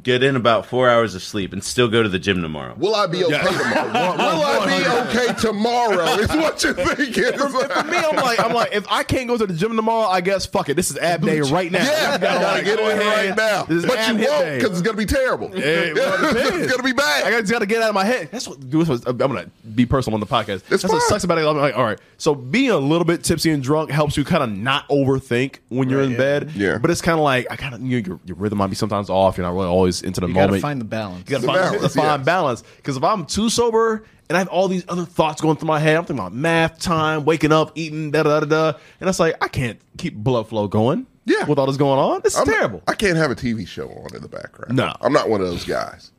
Speaker 2: Get in about four hours of sleep and still go to the gym tomorrow.
Speaker 3: Will I be okay
Speaker 2: <laughs>
Speaker 3: tomorrow? Will I be okay tomorrow? Is what you're thinking.
Speaker 1: For me, I'm like, I'm like, if I can't go to the gym tomorrow, I guess fuck it. This is ab day right now.
Speaker 3: Yeah,
Speaker 1: I
Speaker 3: I gotta get in right now. But you won't because it's gonna be terrible.
Speaker 1: Yeah, well, it depends.
Speaker 3: <laughs> it's gonna be bad.
Speaker 1: I just got to get out of my head. That's what. Dude, that's what- I'm gonna be personal on the podcast.
Speaker 3: It's
Speaker 1: that's what
Speaker 3: fine.
Speaker 1: sucks about it. I'm like, all right. So being a little bit tipsy and drunk helps you kind of not overthink when you're in bed.
Speaker 3: Yeah.
Speaker 1: But it's kind of like I kind of you know, your, your rhythm might be sometimes off. You're not really always into the
Speaker 3: <laughs>
Speaker 4: You gotta
Speaker 1: moment.
Speaker 4: find the balance.
Speaker 1: You gotta
Speaker 3: The
Speaker 1: find
Speaker 3: balance,
Speaker 1: the fine
Speaker 3: yes.
Speaker 1: balance. Because if I'm too sober and I have all these other thoughts going through my head, I'm thinking about math, time, waking up, eating, da da da da. da. And it's like I can't keep blood flow going.
Speaker 3: Yeah.
Speaker 1: with all this going on, this is
Speaker 3: I'm-
Speaker 1: terrible.
Speaker 3: I can't have a TV show on in the background.
Speaker 1: No.
Speaker 3: I'm not one of those guys.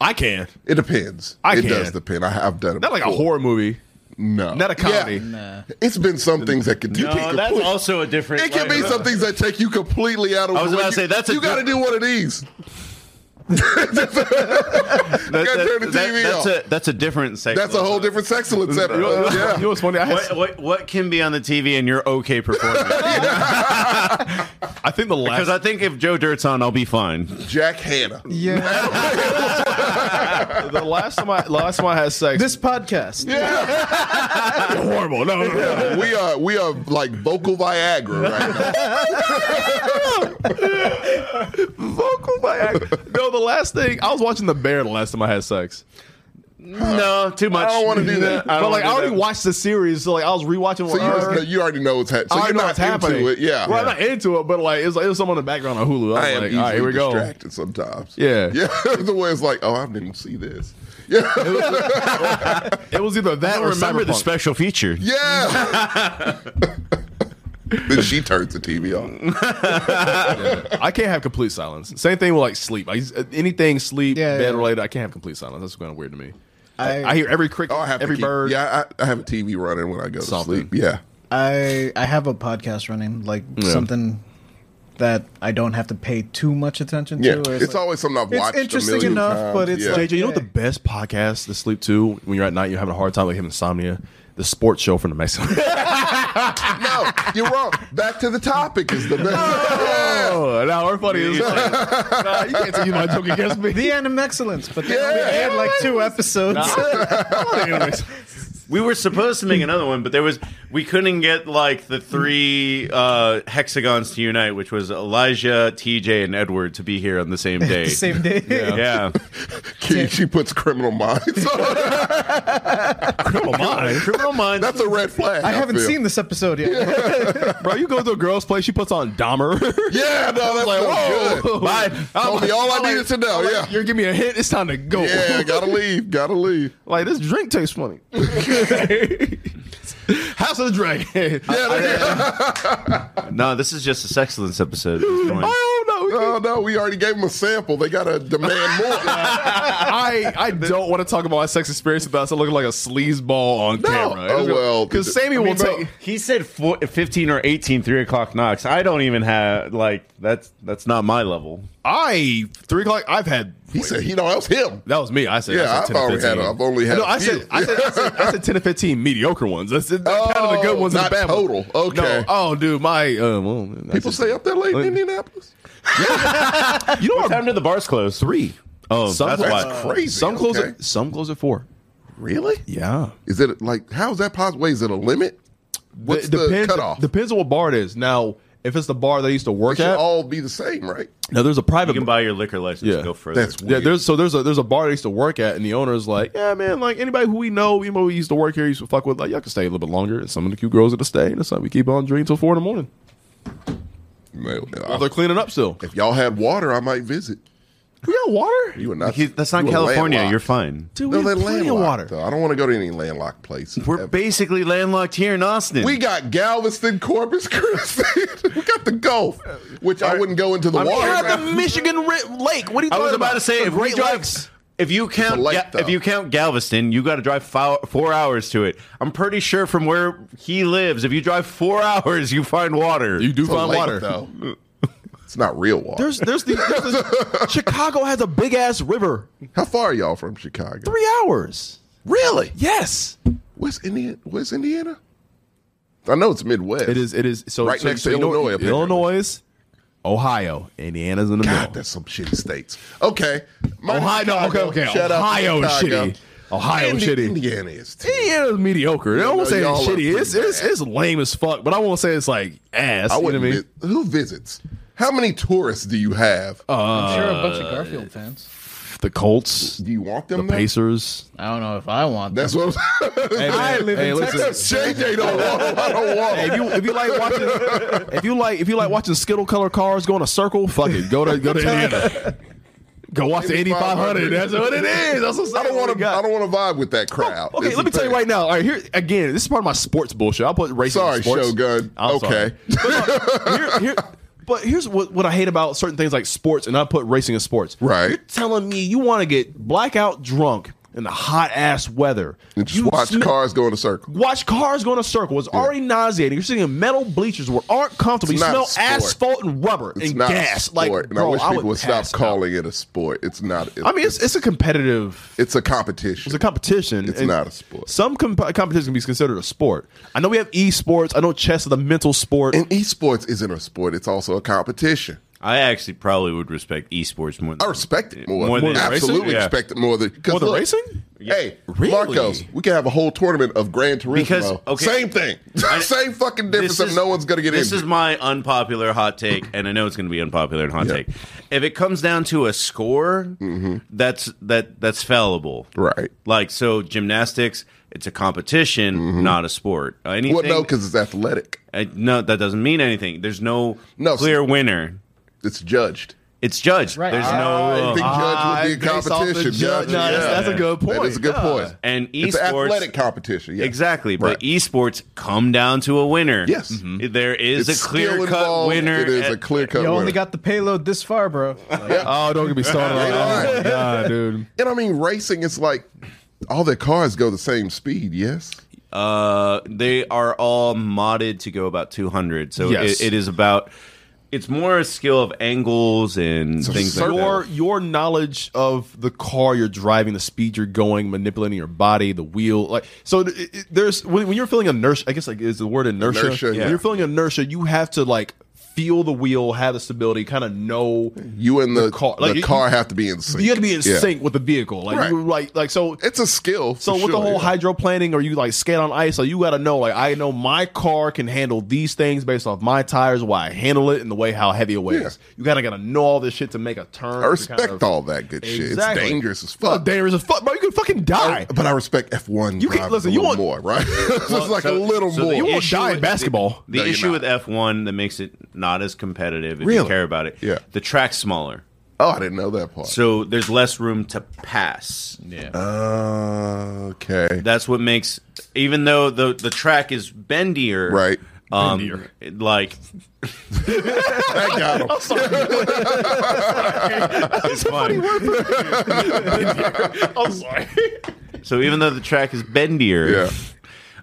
Speaker 1: I can.
Speaker 3: It depends.
Speaker 1: I
Speaker 3: it
Speaker 1: can.
Speaker 3: does depend. I have done it.
Speaker 1: Not like a
Speaker 3: before.
Speaker 1: horror movie.
Speaker 3: No,
Speaker 1: Not a comedy.
Speaker 4: Nah.
Speaker 3: It's been some things that could. you
Speaker 2: No,
Speaker 3: can
Speaker 2: that's
Speaker 3: complete-
Speaker 2: also a different.
Speaker 3: It can be some things that take you completely out of.
Speaker 2: I was
Speaker 3: the way
Speaker 2: about to
Speaker 3: you-
Speaker 2: say, that's a
Speaker 3: you got to
Speaker 2: diff-
Speaker 3: do one of these.
Speaker 2: That-
Speaker 3: gotta
Speaker 2: that-
Speaker 3: turn the
Speaker 2: that-
Speaker 3: TV
Speaker 2: that's
Speaker 3: off.
Speaker 2: a that's a different section.
Speaker 3: That's a whole different
Speaker 2: <laughs>
Speaker 3: sexual
Speaker 1: You know,
Speaker 3: episode.
Speaker 1: you know
Speaker 3: Uh, Yeah.
Speaker 1: what's funny? I, had-
Speaker 2: What, what what can be on the TV and you're okay
Speaker 3: <laughs>
Speaker 2: performing?
Speaker 1: I think the last
Speaker 2: Because I think if Joe Dirt's on, I'll be fine.
Speaker 3: Jack Hanna.
Speaker 4: Yeah. <laughs>
Speaker 1: <laughs> the last time I last time I had sex.
Speaker 4: this podcast.
Speaker 1: horrible. No, no, no.
Speaker 3: we are we are like vocal Viagra right now.
Speaker 2: <laughs>
Speaker 1: Vocal Viagra. No, the last thing I was watching The Bear. The last time I had sex.
Speaker 2: No, too much.
Speaker 3: I don't wanna do that.
Speaker 2: I
Speaker 1: but
Speaker 2: don't
Speaker 1: like I
Speaker 2: wanna do
Speaker 1: already
Speaker 2: that.
Speaker 1: watched the series, so like I was rewatching.
Speaker 3: So
Speaker 1: with
Speaker 3: you,
Speaker 1: her.
Speaker 3: just, you already know what's happening. So
Speaker 1: I already
Speaker 3: you're
Speaker 1: know
Speaker 3: not
Speaker 1: what's happening.
Speaker 3: into it. Yeah.
Speaker 1: Well, I'm not into it, but like it's like it was someone in the background on Hulu. I was
Speaker 3: I am
Speaker 1: like, all
Speaker 3: easily
Speaker 1: right, here we go.
Speaker 3: distracted sometimes.
Speaker 1: Yeah.
Speaker 3: <laughs> Yeah. the way it's like, oh, I didn't see this. <laughs> Yeah.
Speaker 1: <laughs> It was either
Speaker 2: I
Speaker 1: that
Speaker 2: don't
Speaker 1: or
Speaker 2: remember the
Speaker 1: Cyberpunk.
Speaker 2: special feature.
Speaker 3: yeah. <laughs> then she turns the TV off.
Speaker 1: <laughs> I can't have complete silence. Same thing with like sleep. I, anything sleep
Speaker 4: Yeah,
Speaker 1: bed
Speaker 4: yeah.
Speaker 1: related, I can't have complete silence. That's kind of weird to me.
Speaker 4: I-
Speaker 1: I, hear every cricket,
Speaker 3: Oh, I have to
Speaker 1: every
Speaker 3: keep-
Speaker 1: bird.
Speaker 3: Yeah, I, I have a TV running when I go to
Speaker 1: Something.
Speaker 3: sleep. Yeah,
Speaker 4: I I have a podcast running, like
Speaker 1: Yeah.
Speaker 4: something that I don't have to pay too much attention
Speaker 3: yeah.
Speaker 4: to. or
Speaker 3: It's,
Speaker 4: like-
Speaker 3: always something I've
Speaker 4: it's
Speaker 3: watched.
Speaker 4: interesting
Speaker 3: a million
Speaker 4: enough,
Speaker 3: times.
Speaker 4: but it's
Speaker 3: yeah.
Speaker 4: like-
Speaker 1: JJ, you know what the
Speaker 4: Yeah.
Speaker 1: best podcast to sleep to when you're at night, you're having a hard time, like having insomnia? The sports show from New Mexico.
Speaker 3: <laughs> no, you're wrong. Back to the topic
Speaker 4: <laughs>
Speaker 3: is the best.
Speaker 1: oh, now we're funny. It's like, nah, you can't take my joke against me.
Speaker 4: <laughs> the Anim Excellence, but they only
Speaker 3: Yeah.
Speaker 4: aired like
Speaker 3: <laughs>
Speaker 4: two episodes. <laughs>
Speaker 2: <laughs> We were supposed to make another one, but there was we couldn't get like the three uh, hexagons to unite, which was Elijah, TJ, and Edward to be here on the same day.
Speaker 4: the same day.
Speaker 2: yeah,
Speaker 3: She, she puts criminal minds. on.
Speaker 1: Criminal mind.
Speaker 2: Criminal Minds.
Speaker 3: <laughs> That's a red flag.
Speaker 4: <laughs> I haven't
Speaker 3: feel.
Speaker 4: seen this
Speaker 3: <laughs>
Speaker 4: episode yet. <laughs>
Speaker 1: Bro, you go to a girl's place, she puts on Dahmer.
Speaker 3: Yeah, no, that's like, whoa.
Speaker 1: <laughs>
Speaker 3: Good.
Speaker 4: <laughs>
Speaker 1: Bye.
Speaker 3: Told me all I needed to know. Yeah,
Speaker 1: You're giving me a hint. It's time to go.
Speaker 3: yeah. Gotta leave. Gotta leave.
Speaker 1: <laughs> Like this drink tastes funny. <laughs> House of the Dragon.
Speaker 3: Yeah. there-
Speaker 2: no, this is just a sexless episode. at this point.
Speaker 1: I don't know.
Speaker 3: Oh no, we already gave them a sample. They
Speaker 1: <laughs>
Speaker 3: gotta demand more.
Speaker 1: I I don't want to talk about my sex experience without us looking like a sleazeball on camera.
Speaker 3: oh, well.
Speaker 1: because Sammy
Speaker 2: I mean,
Speaker 1: will
Speaker 2: bro,
Speaker 1: take.
Speaker 2: he said four, 15 or 18 3 o'clock knocks. I don't even have, like, that's that's not my level.
Speaker 1: I three o'clock. I've had.
Speaker 3: he said, "You know, that was him."
Speaker 1: That was me. I said.
Speaker 3: Yeah,
Speaker 1: I
Speaker 3: I've
Speaker 1: said 10 to
Speaker 3: already had.
Speaker 1: 15.
Speaker 3: I've only had.
Speaker 1: no,
Speaker 3: a
Speaker 1: I
Speaker 3: few.
Speaker 1: said, I said, I said, I said, ten to fifteen mediocre ones. That's, that's kind of the good
Speaker 3: Oh,
Speaker 1: ones. and
Speaker 3: not
Speaker 1: the bad ones.
Speaker 3: total. Okay.
Speaker 1: No, oh, dude, my uh, well, I
Speaker 3: People
Speaker 1: just-
Speaker 3: stay up that late in
Speaker 1: Like-
Speaker 3: Indianapolis.
Speaker 1: you know what?
Speaker 2: Time did the bars close?
Speaker 1: Three.
Speaker 2: Oh,
Speaker 1: Some
Speaker 2: that's
Speaker 1: close-
Speaker 2: why.
Speaker 3: crazy.
Speaker 1: Some close.
Speaker 3: Okay.
Speaker 1: At, some close at four.
Speaker 3: Really?
Speaker 1: Yeah.
Speaker 3: Is it like how is that possible? Wait, Is it a limit? What's
Speaker 1: It depends,
Speaker 3: the cutoff?
Speaker 1: Depends on what bar it is. Now, if it's the bar that I used to
Speaker 3: it
Speaker 1: work
Speaker 3: should
Speaker 1: at,
Speaker 3: all be the same, right?
Speaker 1: now there's a private.
Speaker 2: You can buy your liquor license
Speaker 1: Yeah.
Speaker 2: and go further.
Speaker 3: That's-
Speaker 1: yeah,
Speaker 3: weird.
Speaker 1: there's so there's a there's a bar I used to work at, and the owner's like, yeah, man, like anybody who we know, you know, we used to work here, used to fuck with, like, y'all can stay a little bit longer, and some of the cute girls are to stay, and it's like we keep on drinking till four in the morning.
Speaker 3: No.
Speaker 2: Oh.
Speaker 1: While they're cleaning up still.
Speaker 3: If y'all had water, I might visit.
Speaker 1: We got water,
Speaker 3: You are not.
Speaker 2: He- that's not
Speaker 3: you are
Speaker 2: California.
Speaker 3: landlocked.
Speaker 2: You're fine.
Speaker 1: dude.
Speaker 3: No,
Speaker 1: we
Speaker 3: they're
Speaker 1: have plenty of
Speaker 3: landlocked.
Speaker 1: water.
Speaker 3: Though. I don't want to go to any landlocked place.
Speaker 2: We're basically landlocked here in Austin.
Speaker 3: we got Galveston, Corpus Christi. <laughs> we got the Gulf, which I wouldn't go into the
Speaker 1: You're
Speaker 3: water.
Speaker 1: at
Speaker 3: right?
Speaker 1: the Michigan Ri- Lake. What are you
Speaker 2: I
Speaker 1: talking
Speaker 2: was about
Speaker 1: about
Speaker 2: to say
Speaker 1: The
Speaker 2: if we
Speaker 1: Great
Speaker 2: drive,
Speaker 1: Lakes.
Speaker 2: if you count
Speaker 3: lake,
Speaker 2: Ga-
Speaker 3: though.
Speaker 2: if you count Galveston, you got to drive fou- four hours to it. I'm pretty sure from where he lives, if you drive four <laughs> hours, you find water.
Speaker 1: You do
Speaker 3: It's a
Speaker 1: find
Speaker 3: lake,
Speaker 1: water.
Speaker 3: though. It's not real water.
Speaker 1: There's there's the, there's the Chicago has a big ass river.
Speaker 3: How far are y'all from Chicago?
Speaker 1: Three hours.
Speaker 3: Really?
Speaker 1: Yes,
Speaker 3: Where's Indiana? Where's Indiana? I know it's Midwest.
Speaker 1: it is. It is. So
Speaker 3: Right
Speaker 1: so-
Speaker 3: next
Speaker 1: so
Speaker 3: to
Speaker 1: you know-
Speaker 3: Illinois, apparently.
Speaker 1: Illinois, Ohio, Indiana's in the
Speaker 3: God,
Speaker 1: middle.
Speaker 3: that's some shitty states. Okay. My
Speaker 1: Ohio, no, okay,
Speaker 3: Chicago.
Speaker 1: okay.
Speaker 3: Shout out to
Speaker 1: Ohio is
Speaker 3: Chicago.
Speaker 1: shitty. Ohio is
Speaker 3: Indi-
Speaker 1: shitty.
Speaker 3: Indiana is. too.
Speaker 1: Indiana's mediocre. I
Speaker 3: Yeah,
Speaker 1: won't
Speaker 3: no,
Speaker 1: say it's
Speaker 3: y'all are
Speaker 1: shitty. It's,
Speaker 3: pretty
Speaker 1: it's
Speaker 3: bad.
Speaker 1: it's lame as fuck. But I won't say it's like ass.
Speaker 3: I
Speaker 1: you know what I
Speaker 3: wouldn't.
Speaker 1: mean?
Speaker 3: vi- who visits? How many tourists do you have?
Speaker 1: Uh,
Speaker 4: I'm sure a bunch
Speaker 3: Uh,
Speaker 4: of Garfield fans.
Speaker 1: the Colts,
Speaker 3: do you want them? there?
Speaker 1: Pacers.
Speaker 4: I don't know if I want that.
Speaker 3: That's what. <laughs> I'm
Speaker 4: I live in Texas.
Speaker 3: JJ don't want. 'em. I don't want. 'em.
Speaker 1: If you if you like
Speaker 3: <laughs>
Speaker 1: watching if you like if you like watching skittle color cars go in a circle, fuck it. Go to
Speaker 3: <laughs>
Speaker 1: go to Indiana. Go watch the 8500. That's what it is. That's what
Speaker 3: I don't want
Speaker 1: to.
Speaker 3: to. I don't want to vibe with that crowd.
Speaker 1: Oh, Okay,
Speaker 3: It's
Speaker 1: let me
Speaker 3: the
Speaker 1: tell you
Speaker 3: thing.
Speaker 1: right now. All right, here again, this is part of my sports bullshit. I'll put race. in
Speaker 3: Sorry,
Speaker 1: sports.
Speaker 3: Shogun.
Speaker 1: I'm
Speaker 3: Okay.
Speaker 1: sorry. But, look, here- here- but here's what, what I hate about certain things like sports, and I put racing in sports.
Speaker 3: Right.
Speaker 1: You're telling me you want to get blackout drunk in the hot ass weather.
Speaker 3: And just
Speaker 1: You
Speaker 3: watch
Speaker 1: sm-
Speaker 3: cars go in a circle.
Speaker 1: Watch cars go in a circle. It's already nauseating. You're sitting in metal bleachers where aren't comfortable.
Speaker 3: It's
Speaker 1: you
Speaker 3: not
Speaker 1: smell
Speaker 3: a sport.
Speaker 1: asphalt and rubber
Speaker 3: It's
Speaker 1: and
Speaker 3: not
Speaker 1: gas.
Speaker 3: a
Speaker 1: Like,
Speaker 3: sport, and
Speaker 1: bro,
Speaker 3: I wish people
Speaker 1: would
Speaker 3: would, stop
Speaker 1: pass out.
Speaker 3: calling it a sport. It's not. It,
Speaker 1: I mean, it's it's a competitive.
Speaker 3: it's a competition.
Speaker 1: It's a competition.
Speaker 3: It's
Speaker 1: and
Speaker 3: not a sport.
Speaker 1: Some comp- competition can be considered a sport. I know we have esports. I know chess is a mental sport.
Speaker 3: and esports isn't a sport. It's also a competition.
Speaker 2: I actually probably would respect esports more. Than
Speaker 3: I respect it more.
Speaker 2: More than
Speaker 3: absolutely
Speaker 1: racing?
Speaker 2: Yeah.
Speaker 3: respect it more than because
Speaker 1: More than
Speaker 3: look,
Speaker 1: racing?
Speaker 3: Hey,
Speaker 1: Really?
Speaker 3: Marcos, we can have a whole tournament of Gran Turismo.
Speaker 2: Because, okay-
Speaker 3: same thing, <laughs>
Speaker 2: I-
Speaker 3: same fucking difference.
Speaker 2: This
Speaker 3: of
Speaker 2: is-
Speaker 3: no one's gonna get
Speaker 2: This
Speaker 3: in.
Speaker 2: is my unpopular hot take, and I know it's going to be unpopular and hot
Speaker 3: Yeah. Mm-hmm.
Speaker 2: take. If it comes down to a score, that's that that's fallible,
Speaker 3: Right.
Speaker 2: Like so, gymnastics. It's a competition, not a sport. Uh, Anything?
Speaker 3: Mm-hmm. well, no, because it's athletic.
Speaker 2: Uh, I- no, that doesn't mean anything. There's no,
Speaker 3: No,
Speaker 2: clear
Speaker 3: so-
Speaker 2: winner.
Speaker 3: It's judged.
Speaker 2: It's judged.
Speaker 4: Right.
Speaker 2: There's
Speaker 4: I
Speaker 2: no.
Speaker 3: think
Speaker 1: Ah,
Speaker 3: judge would be a
Speaker 1: based off the
Speaker 3: competition.
Speaker 1: judge. No, that's- that's a good
Speaker 3: That
Speaker 1: point.
Speaker 3: is a good
Speaker 1: Yeah.
Speaker 3: point.
Speaker 2: And
Speaker 3: it's an
Speaker 2: esports-
Speaker 3: athletic competition. Yeah.
Speaker 2: Exactly, but
Speaker 3: Right.
Speaker 2: esports come down to a winner.
Speaker 3: Yes.
Speaker 1: Mm-hmm.
Speaker 2: Mhm. There is
Speaker 3: It's
Speaker 2: a
Speaker 3: skill
Speaker 2: clear cut
Speaker 3: involved.
Speaker 2: winner.
Speaker 3: It is
Speaker 2: at-
Speaker 3: a clear cut
Speaker 4: You
Speaker 3: winner.
Speaker 4: only got the payload this
Speaker 3: <laughs>
Speaker 4: far, bro.
Speaker 1: Oh, don't get me started. on that. Oh, my God, dude.
Speaker 3: and I mean, racing is like all their cars go the same speed. Yes.
Speaker 2: Uh, they are all modded to go about 200. So
Speaker 1: Yes.
Speaker 2: it, it is about. It's more a skill of angles and things like
Speaker 1: your
Speaker 2: that.
Speaker 1: your knowledge of the car you're driving, the speed you're going, manipulating your body, the wheel, like so. It, it- there's when, when you're feeling inertia. I guess like is the word inertia.
Speaker 3: Inertia, yeah.
Speaker 1: When you're feeling inertia, you have to like feel the wheel, have the stability, kind of know.
Speaker 3: You and the,
Speaker 1: The car-
Speaker 3: car,
Speaker 1: like,
Speaker 3: the
Speaker 1: you-
Speaker 3: car have to be in sync.
Speaker 1: You got to be in
Speaker 3: Yeah.
Speaker 1: sync with the vehicle, like
Speaker 3: Right.
Speaker 1: you, like like so.
Speaker 3: It's a skill. for
Speaker 1: So with the
Speaker 3: sure,
Speaker 1: whole
Speaker 3: yeah.
Speaker 1: hydroplaning, or you like skate on ice, like you got to know, like I know my car can handle these things based off my tires, why I handle it, and the way how heavy it weighs.
Speaker 3: Yeah.
Speaker 1: You gotta gotta know all this shit to make a turn.
Speaker 3: I respect
Speaker 1: to kind of-
Speaker 3: all that good shit. It's
Speaker 1: Exactly.
Speaker 3: dangerous as
Speaker 1: Oh,
Speaker 3: fuck. Oh.
Speaker 1: dangerous as fuck, bro. You could fucking die.
Speaker 3: but I respect F one.
Speaker 1: You can- listen, you want-
Speaker 3: more, right? <laughs> It's just like a
Speaker 2: so-
Speaker 3: little
Speaker 2: so the
Speaker 3: more.
Speaker 1: you won't
Speaker 2: issue
Speaker 1: die in
Speaker 2: with-
Speaker 1: basketball.
Speaker 2: The
Speaker 3: No, you're
Speaker 2: issue
Speaker 3: not.
Speaker 2: with F1 that makes it not as competitive if
Speaker 1: Really?
Speaker 2: you care about it.
Speaker 3: Yeah.
Speaker 2: The track's smaller.
Speaker 3: oh, I didn't know that part.
Speaker 2: So there's less room to pass.
Speaker 1: yeah.
Speaker 3: Uh, okay.
Speaker 2: That's what makes even though the the track is bendier.
Speaker 3: Right.
Speaker 2: Um,
Speaker 1: Bendier.
Speaker 2: it-
Speaker 4: <laughs>
Speaker 2: like
Speaker 1: <laughs>
Speaker 3: I got him.
Speaker 2: <laughs> it's fine.
Speaker 1: <laughs> I'm sorry.
Speaker 2: So even though the track is bendier,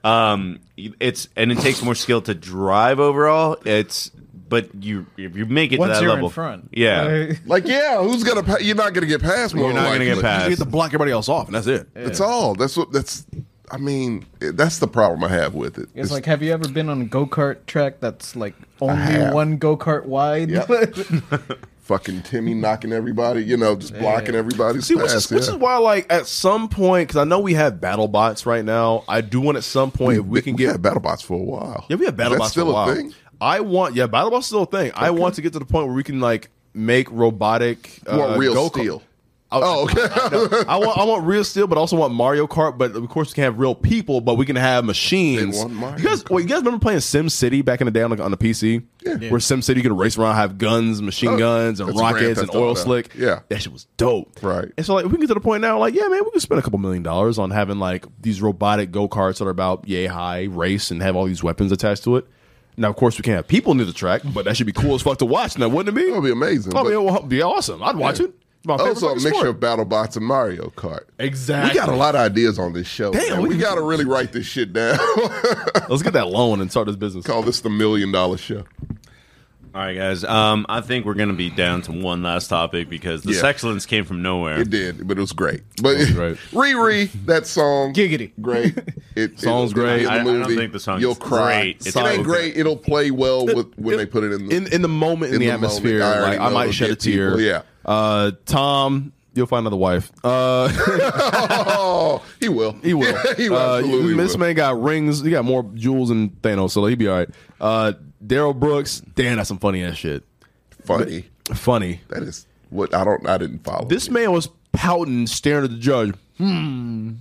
Speaker 3: Yeah.
Speaker 2: um, it's and it takes more skill to drive overall. It's but you if you make it
Speaker 4: Once
Speaker 2: to that
Speaker 4: you're
Speaker 2: level,
Speaker 4: in front,
Speaker 2: yeah,
Speaker 4: Like,
Speaker 3: Like, yeah, who's gonna? Pa- you're not gonna get past. More
Speaker 2: you're not going to get
Speaker 1: You get
Speaker 2: past.
Speaker 1: to block everybody else off, and that's it.
Speaker 3: That's all. That's what. That's. I mean, that's the problem I have with it.
Speaker 4: it's like, have you ever been on a go kart track that's like only
Speaker 3: have.
Speaker 4: one go kart wide? <laughs>
Speaker 3: Yep. <laughs> fucking Timmy knocking everybody. You know, just blocking everybody's
Speaker 1: See, which
Speaker 3: pass.
Speaker 1: is, which
Speaker 3: yeah.
Speaker 1: is why, like, at some point, because I know we have battle bots right now. I do want at some point if we can get
Speaker 3: had BattleBots for a while.
Speaker 1: Yeah, we have battle
Speaker 3: Is that
Speaker 1: bots
Speaker 3: still
Speaker 1: for a
Speaker 3: a
Speaker 1: while.
Speaker 3: thing?
Speaker 1: I want yeah, battle bots is still a thing. I want to get to the point where we can like make robotic uh,
Speaker 3: You want real
Speaker 1: go-kart-
Speaker 3: steel?
Speaker 1: I-
Speaker 3: Oh, okay.
Speaker 1: I want I want real steel, but I also want Mario Kart. But of course, we can have real people, but we can have machines.
Speaker 3: They want Mario
Speaker 1: you guys, wait, you guys remember playing Sim City back in the day on, the, on the PC?
Speaker 3: Yeah.
Speaker 1: Where Sim City, you could race around, have guns, machine
Speaker 3: Oh,
Speaker 1: guns, and
Speaker 3: that's Grand
Speaker 1: rockets, and
Speaker 3: Theft
Speaker 1: oil
Speaker 3: Auto.
Speaker 1: slick.
Speaker 3: Yeah.
Speaker 1: that shit was dope.
Speaker 3: Right.
Speaker 1: And so, like, we can get to the point now, like, yeah, man, we can spend a couple million dollars on having like these robotic go karts that are about yay high, race, and have all these weapons attached to it. Now, of course, we can't have people near the track, but that should be cool as fuck to watch. Now, wouldn't it be?
Speaker 3: That would be amazing,
Speaker 1: Oh,
Speaker 3: but- Oh,
Speaker 1: yeah, well, it'd be awesome. I'd watch it. It's my favorite
Speaker 3: also, a
Speaker 1: fucking
Speaker 3: mixture
Speaker 1: sport.
Speaker 3: of BattleBots and Mario Kart.
Speaker 1: Exactly.
Speaker 3: We got a lot of ideas on this show.
Speaker 1: Damn,
Speaker 3: man.
Speaker 1: we
Speaker 3: we
Speaker 1: can-
Speaker 3: got to really write this shit down.
Speaker 1: <laughs>
Speaker 3: <laughs>
Speaker 1: Let's get that loan and start this business.
Speaker 3: Call this the million dollar show.
Speaker 2: All right, guys. Um, I think we're going to be down to one last topic because the
Speaker 3: Yeah.
Speaker 2: sexulence came from nowhere.
Speaker 3: It did, but it was great. But
Speaker 1: was great.
Speaker 3: <laughs> Riri, that song,
Speaker 4: Giggity.
Speaker 1: <laughs>
Speaker 3: great. It
Speaker 1: Song's
Speaker 3: it'll be
Speaker 1: great.
Speaker 3: in the
Speaker 1: I-
Speaker 2: I don't
Speaker 3: movie.
Speaker 2: think the song's
Speaker 3: You'll cry.
Speaker 2: great. It's
Speaker 3: it
Speaker 2: okay.
Speaker 3: ain't great. It'll play well with when
Speaker 1: It-
Speaker 3: they put it in the.
Speaker 1: in in the moment in,
Speaker 3: in
Speaker 1: the,
Speaker 3: the moment,
Speaker 1: atmosphere.
Speaker 3: I already
Speaker 1: like, I
Speaker 3: know
Speaker 1: might
Speaker 3: it'll
Speaker 1: shed a
Speaker 3: get
Speaker 1: tear.
Speaker 3: people, yeah.
Speaker 1: Uh, Tom, you'll find another wife. Uh,
Speaker 3: oh, he will.
Speaker 1: he will.
Speaker 3: <laughs> Yeah, he will.
Speaker 1: Uh,
Speaker 3: absolutely
Speaker 1: this
Speaker 3: will.
Speaker 1: man got rings. He got more jewels than Thanos, so he'll be all right. Uh, Daryl Brooks, damn, that's some funny ass shit.
Speaker 3: funny.
Speaker 1: Funny.
Speaker 3: That is what I don't. I didn't follow
Speaker 1: This man was pouting, staring at the judge. Hmm.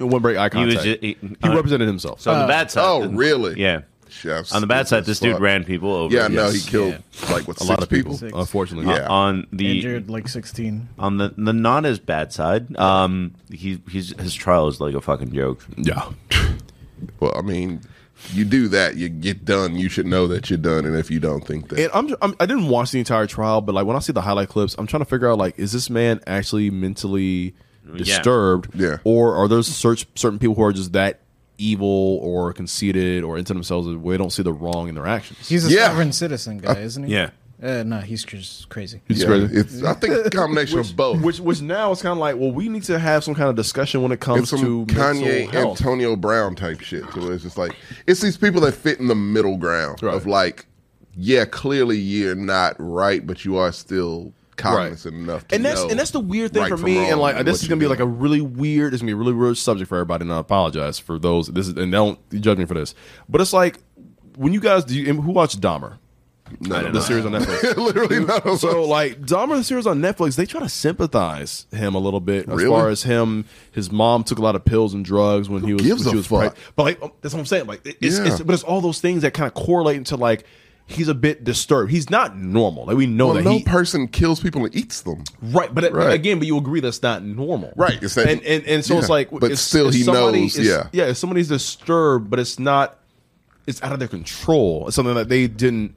Speaker 1: And one break eye
Speaker 2: was
Speaker 1: contact. He,
Speaker 2: ju- he- uh,
Speaker 1: represented himself.
Speaker 2: So on the bad side.
Speaker 3: Oh, really?
Speaker 2: Yeah.
Speaker 3: Chefs.
Speaker 2: On the bad side, this dude
Speaker 3: Fuck.
Speaker 2: ran people over.
Speaker 3: Yeah, no, he
Speaker 2: Yes. Uh,
Speaker 3: killed like what
Speaker 1: a lot of people,
Speaker 4: Six.
Speaker 1: unfortunately.
Speaker 3: Yeah.
Speaker 2: On the
Speaker 4: Injured like 16.
Speaker 2: on the, the not as bad side, um, he he's his trial is like a fucking joke.
Speaker 1: Yeah.
Speaker 3: Well, I mean, you do that, you get done. You should know that you're done, and if you don't think that,
Speaker 1: And I'm, I'm I didn't watch the entire trial, but like when I see the highlight clips, I'm trying to figure out like is this man actually mentally disturbed,
Speaker 3: Yeah.
Speaker 1: or are there search, certain people who are just that evil or conceited or into themselves where they don't see the wrong in their actions?
Speaker 4: He's a
Speaker 3: Yeah.
Speaker 4: sovereign citizen guy, isn't he?
Speaker 2: yeah.
Speaker 4: Uh, no, he's just crazy.
Speaker 1: It's
Speaker 3: yeah,
Speaker 1: crazy.
Speaker 3: it's, I think it's a combination of both.
Speaker 1: Which which now it's kind of like well we need to have some kind of discussion when it
Speaker 3: it's
Speaker 1: comes
Speaker 3: some
Speaker 1: to mental
Speaker 3: Kanye
Speaker 1: health.
Speaker 3: Antonio Brown type shit to it. It's just like it's these people that fit in the middle ground
Speaker 1: Right.
Speaker 3: of like, yeah, clearly you're not right, but you are still cognizant enough. To
Speaker 1: and that's
Speaker 3: know
Speaker 1: and that's the weird thing
Speaker 3: right
Speaker 1: for
Speaker 3: from
Speaker 1: me. And
Speaker 3: wrong
Speaker 1: like this
Speaker 3: what
Speaker 1: is
Speaker 3: you
Speaker 1: gonna be
Speaker 3: do.
Speaker 1: like a really weird. It's gonna be a really weird subject for everybody. And I apologize for those. This is and don't judge me for this. But it's like when you guys do. You, and who watched Dahmer?
Speaker 3: No,
Speaker 1: the series on Netflix.
Speaker 3: <laughs> <laughs> literally
Speaker 1: <laughs>
Speaker 3: not a
Speaker 1: So like Dahmer the series on Netflix, they try to sympathize him a little bit as
Speaker 3: Really?
Speaker 1: far as him. His mom took a lot of pills and drugs when he was
Speaker 3: gives
Speaker 1: when she
Speaker 3: a
Speaker 1: was preg-
Speaker 3: fuck?
Speaker 1: But like that's what um, I'm saying. Like it's,
Speaker 3: Yeah.
Speaker 1: it's but it's all those things that kind of correlate into like he's a bit disturbed. He's not normal. Like we know
Speaker 3: Well,
Speaker 1: that.
Speaker 3: no
Speaker 1: he,
Speaker 3: person kills people and eats them.
Speaker 1: Right, but uh,
Speaker 3: Right.
Speaker 1: again, but you agree that's not normal,
Speaker 3: Right, it's that-
Speaker 1: and, and and so it's
Speaker 3: yeah,
Speaker 1: like,
Speaker 3: but
Speaker 1: if-
Speaker 3: still
Speaker 1: if
Speaker 3: he
Speaker 1: somebody
Speaker 3: knows,
Speaker 1: is-
Speaker 3: yeah.
Speaker 1: yeah. If somebody's disturbed, but it's not, it's out of their control. It's something that they didn't.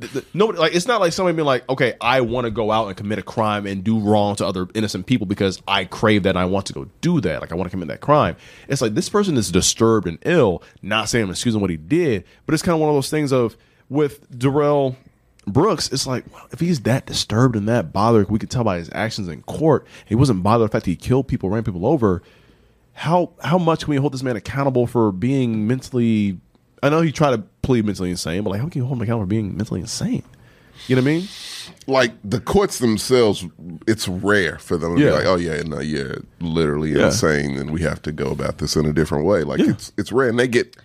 Speaker 1: th- th- Nobody like it's not like somebody being like, okay, I want to go out and commit a crime and do wrong to other innocent people because I crave that and I want to go do that. Like I want to commit that crime. It's like this person is disturbed and ill. Not saying I'm excusing what he did, but it's kind of one of those things of with Darrell Brooks, it's like well, if he's that disturbed and that bothered, we could tell by his actions in court. He wasn't bothered by the fact that he killed people, ran people over. How how much can we hold this man accountable for being mentally? I know he tried to plead mentally insane, but like how can you hold him accountable for being mentally insane? You know what I mean?
Speaker 3: Like the courts themselves, it's rare for them to
Speaker 1: Yeah.
Speaker 3: be like, "Oh yeah, no, you're literally
Speaker 1: Yeah.
Speaker 3: insane," and we have to go about this in a different way. Like it's it's rare, and they get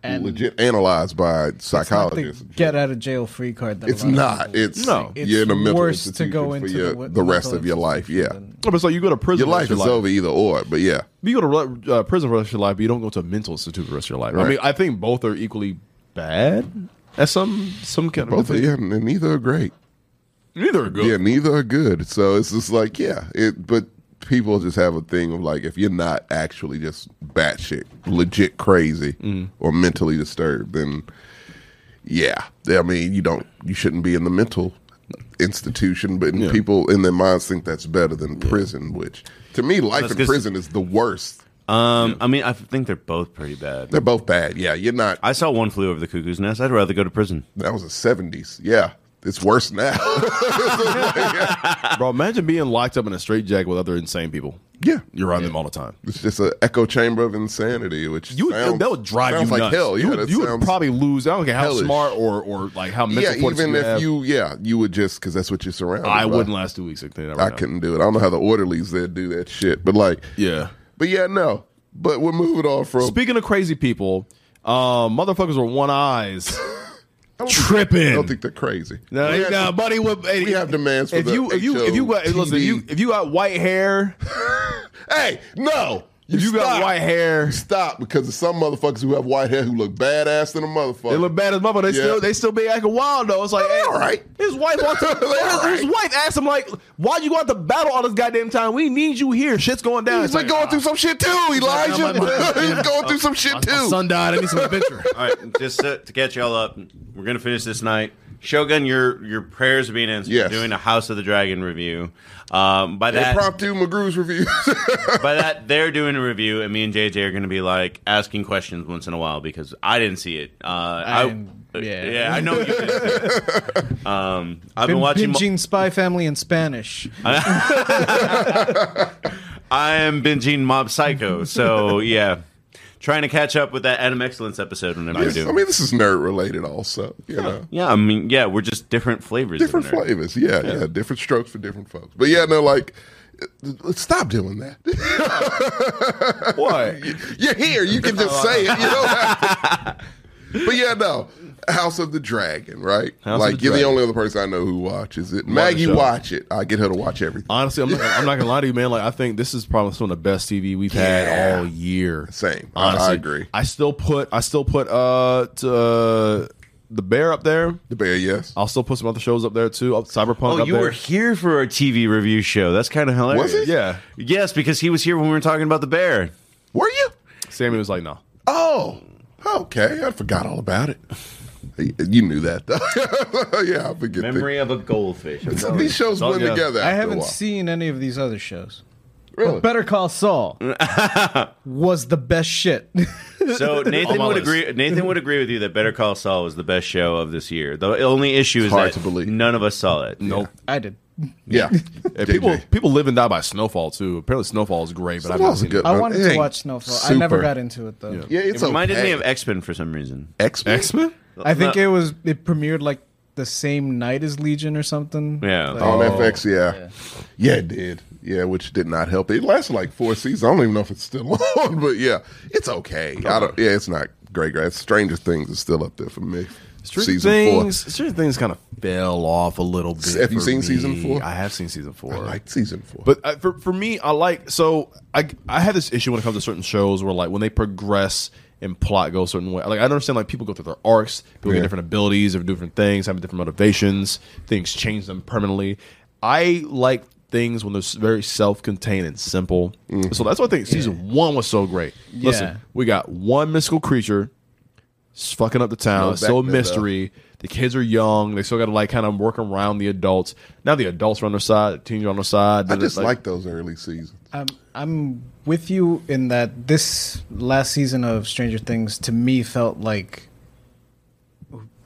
Speaker 4: And-
Speaker 3: legit analyzed by
Speaker 4: It's not the
Speaker 3: psychologists.
Speaker 4: get out of jail free card. That a
Speaker 3: It's
Speaker 4: lot of
Speaker 3: not.
Speaker 4: people-
Speaker 3: It's
Speaker 1: No.
Speaker 3: you're in a
Speaker 4: It's
Speaker 3: mental
Speaker 4: worse to
Speaker 3: institution
Speaker 4: go
Speaker 3: for
Speaker 4: into
Speaker 3: your,
Speaker 4: the w-
Speaker 3: the rest
Speaker 4: mental
Speaker 3: of your life. Yeah,
Speaker 1: Oh, but so you go to prison.
Speaker 3: your
Speaker 1: the
Speaker 3: life
Speaker 1: rest of
Speaker 3: is over either or, but yeah,
Speaker 1: You go to re- uh, prison for the rest of your life, but you don't go to a mental institute for the rest of your life. I
Speaker 3: Right.
Speaker 1: mean, I think both are equally bad. At some some kind
Speaker 3: both
Speaker 1: of
Speaker 3: of yeah, and neither are great.
Speaker 1: neither are good.
Speaker 3: Yeah, neither are good. So it's just like yeah, it. But people just have a thing of like if you're not actually just batshit, legit crazy or mentally disturbed, then yeah, I mean you don't you shouldn't be in the mental institution. But
Speaker 1: Yeah.
Speaker 3: people in their minds think that's better than prison, which to me, life
Speaker 2: That's
Speaker 3: in
Speaker 2: 'cause-
Speaker 3: prison is the worst.
Speaker 2: Um, I mean, I think they're both pretty bad.
Speaker 3: They're both bad. Yeah, you're not.
Speaker 2: I saw one flew over the cuckoo's nest. I'd rather go to prison.
Speaker 3: That was the seventies. Yeah, it's worse now. <laughs>
Speaker 1: Bro, imagine being locked up in a straitjacket with other insane people.
Speaker 3: yeah,
Speaker 1: You're around them all the time.
Speaker 3: it's just an echo chamber of insanity, which
Speaker 1: You
Speaker 3: sounds,
Speaker 1: that would drive
Speaker 3: sounds
Speaker 1: you
Speaker 3: like
Speaker 1: nuts.
Speaker 3: hell. Yeah,
Speaker 1: you would,
Speaker 3: that
Speaker 1: you would
Speaker 3: sounds-
Speaker 1: probably lose. I don't care how
Speaker 3: hellish.
Speaker 1: smart or or like how mental
Speaker 3: yeah,
Speaker 1: fortitude
Speaker 3: even
Speaker 1: you
Speaker 3: if
Speaker 1: have.
Speaker 3: you yeah you would just because that's what you're surrounded.
Speaker 1: I
Speaker 3: by.
Speaker 1: wouldn't last two weeks. I, think,
Speaker 3: I
Speaker 1: right now.
Speaker 3: couldn't do it. I don't know how the orderlies there do that shit, but like
Speaker 1: Yeah.
Speaker 3: but yeah, no. But we're moving on from.
Speaker 1: Speaking of crazy people, uh, motherfuckers with one
Speaker 3: <laughs>
Speaker 1: eyes.
Speaker 3: I don't think-
Speaker 1: tripping.
Speaker 3: I don't think they're crazy.
Speaker 1: Now,
Speaker 3: We have-
Speaker 1: now, buddy, what,
Speaker 3: we have demands for
Speaker 1: if
Speaker 3: the
Speaker 1: you if you if you got listen if you
Speaker 3: HOTD.
Speaker 1: if you got white
Speaker 3: <laughs>
Speaker 1: hair
Speaker 3: hey, no,
Speaker 1: if you got
Speaker 3: stop.
Speaker 1: white hair
Speaker 3: Stop because there's some motherfuckers who have white hair who look badass than a motherfucker.
Speaker 1: they look bad as mother they
Speaker 3: Yeah.
Speaker 1: still they still be acting wild though it's like hey,
Speaker 3: all right.
Speaker 1: his wife wants to,
Speaker 3: <laughs> They all
Speaker 1: his, his
Speaker 3: right.
Speaker 1: wife asked him like why you go out to battle all this goddamn time we need you here shit's going down It's
Speaker 3: He's been
Speaker 1: like, "Ah,
Speaker 3: going through some shit too, Elijah. <laughs> He's going through some shit too.
Speaker 1: died. I need some
Speaker 3: <laughs>
Speaker 1: adventure.
Speaker 2: All right, just to, to catch y'all up, we're gonna finish this night. Shogun, your your prayers are being answered.
Speaker 3: Yes.
Speaker 2: We're doing a House of the Dragon review. Um, by that,
Speaker 3: Impromptu McGrew's review.
Speaker 2: by that, they're doing a review, and me and JJ are gonna be like asking questions once in a while because I didn't see it. Uh, I, uh,
Speaker 4: I'm- yeah.
Speaker 2: yeah, I know you. Didn't see it. Um, I've been,
Speaker 4: Been
Speaker 2: watching.
Speaker 4: binging Spy Family in Spanish.
Speaker 2: I am binging Mob Psycho, so yeah, trying to catch up with that Adam Excellence episode whenever
Speaker 3: Yes,
Speaker 2: I do.
Speaker 3: <laughs> I mean, this is nerd related, also. You know,
Speaker 2: yeah, I mean, yeah, we're just different flavors.
Speaker 3: different
Speaker 2: of nerd.
Speaker 3: flavors. Yeah, yeah, different strokes for different folks. But yeah, no, like, uh, stop doing that. <laughs>
Speaker 1: What?
Speaker 3: You're here. You can just say it. You know. <laughs> But yeah, no. House of the Dragon, right?
Speaker 1: House
Speaker 3: like
Speaker 1: of the
Speaker 3: you're
Speaker 1: Dragon.
Speaker 3: the only other person I know who watches it. Maggie,
Speaker 1: show. Uh,
Speaker 3: watch it. I get her to watch everything.
Speaker 1: Honestly, I'm not, I'm not gonna lie to you, man. Like, I think this is probably some of the best TV we've
Speaker 3: Yeah.
Speaker 1: had all year.
Speaker 3: Same. I- I
Speaker 1: Honestly,
Speaker 3: agree.
Speaker 1: I still put, I still put, uh, to, uh the bear up there.
Speaker 3: The Bear, yes.
Speaker 1: I'll still put some other shows up there too. Up, Cyberpunk.
Speaker 2: Oh,
Speaker 1: up
Speaker 2: you
Speaker 1: there.
Speaker 2: were here for our TV review show. That's kind of hilarious.
Speaker 3: Was it?
Speaker 1: Yeah.
Speaker 2: Yes, because he was here when we were talking about the bear.
Speaker 3: Were you?
Speaker 1: Sammy was like, no.
Speaker 3: Oh, okay. I forgot all about it. You knew that, though. <laughs> yeah, I forget. the-
Speaker 2: of a goldfish.
Speaker 3: So these shows
Speaker 1: Oh,
Speaker 3: blend
Speaker 1: yeah.
Speaker 3: together.
Speaker 4: I
Speaker 3: after a
Speaker 4: haven't
Speaker 3: while.
Speaker 4: seen any of these other shows.
Speaker 3: Really?
Speaker 4: Better
Speaker 2: <laughs>
Speaker 4: Call Saul was the best shit. <laughs>
Speaker 3: <laughs>
Speaker 2: So Nathan
Speaker 1: my
Speaker 2: would
Speaker 1: list.
Speaker 2: agree. Nathan would agree with you that Better Call Saul was the best show of this year. The only issue is
Speaker 3: hard
Speaker 2: that
Speaker 3: to believe.
Speaker 2: none of us saw it.
Speaker 1: Nope.
Speaker 4: I did. <laughs>
Speaker 3: Yeah. <laughs>
Speaker 1: Hey,
Speaker 3: JJ.
Speaker 1: people, people live and die by Snowfall too. Apparently, Snowfall is great, but I've not
Speaker 3: Snowfall's
Speaker 1: seen
Speaker 3: good.
Speaker 1: it.
Speaker 4: I
Speaker 3: Uh,
Speaker 4: wanted
Speaker 3: it
Speaker 4: to
Speaker 3: ain't
Speaker 4: watch Snowfall. I never
Speaker 3: super.
Speaker 4: got into it though.
Speaker 3: Yeah, it's
Speaker 2: It reminded
Speaker 3: okay.
Speaker 2: me of X Men for some reason.
Speaker 3: X
Speaker 1: X Men.
Speaker 4: I think
Speaker 2: No.
Speaker 4: it was it premiered like the same night as Legion or something.
Speaker 2: Yeah.
Speaker 4: Like,
Speaker 3: on FX. Yeah. yeah, it did. Yeah, which did not help. It lasted like four seasons. I don't even know if it's still <laughs> on, but yeah, it's okay. I don't. Yeah, it's not great. Great. Stranger Things is still up there for me.
Speaker 1: Stranger Things. Stranger Things kind of fell off a little bit.
Speaker 3: Have you
Speaker 1: for
Speaker 3: seen
Speaker 1: me.
Speaker 3: season four?
Speaker 1: I have seen season four.
Speaker 3: four. I like season four.
Speaker 1: But uh, for for me, I like so I I have this issue when it comes to certain shows where like when they progress and plot go a certain way. Like I understand, like people go through their arcs, people
Speaker 3: Yeah.
Speaker 1: get different abilities, have different things, have different motivations. Things change them permanently. I like things when they're s- very self-contained and simple. So that's why I think season one was so great.
Speaker 4: Yeah.
Speaker 1: Listen, we got one mystical creature s- fucking up the town.
Speaker 3: No,
Speaker 1: it's
Speaker 3: back
Speaker 1: still a
Speaker 3: then, though.
Speaker 1: mystery. The kids are young. They still got to like kind of work around the adults. Now the adults are on their side. The teens are on their side.
Speaker 3: I
Speaker 1: <laughs>
Speaker 3: just like those early seasons.
Speaker 4: I'm I'm with you in that this last season of Stranger Things to me felt like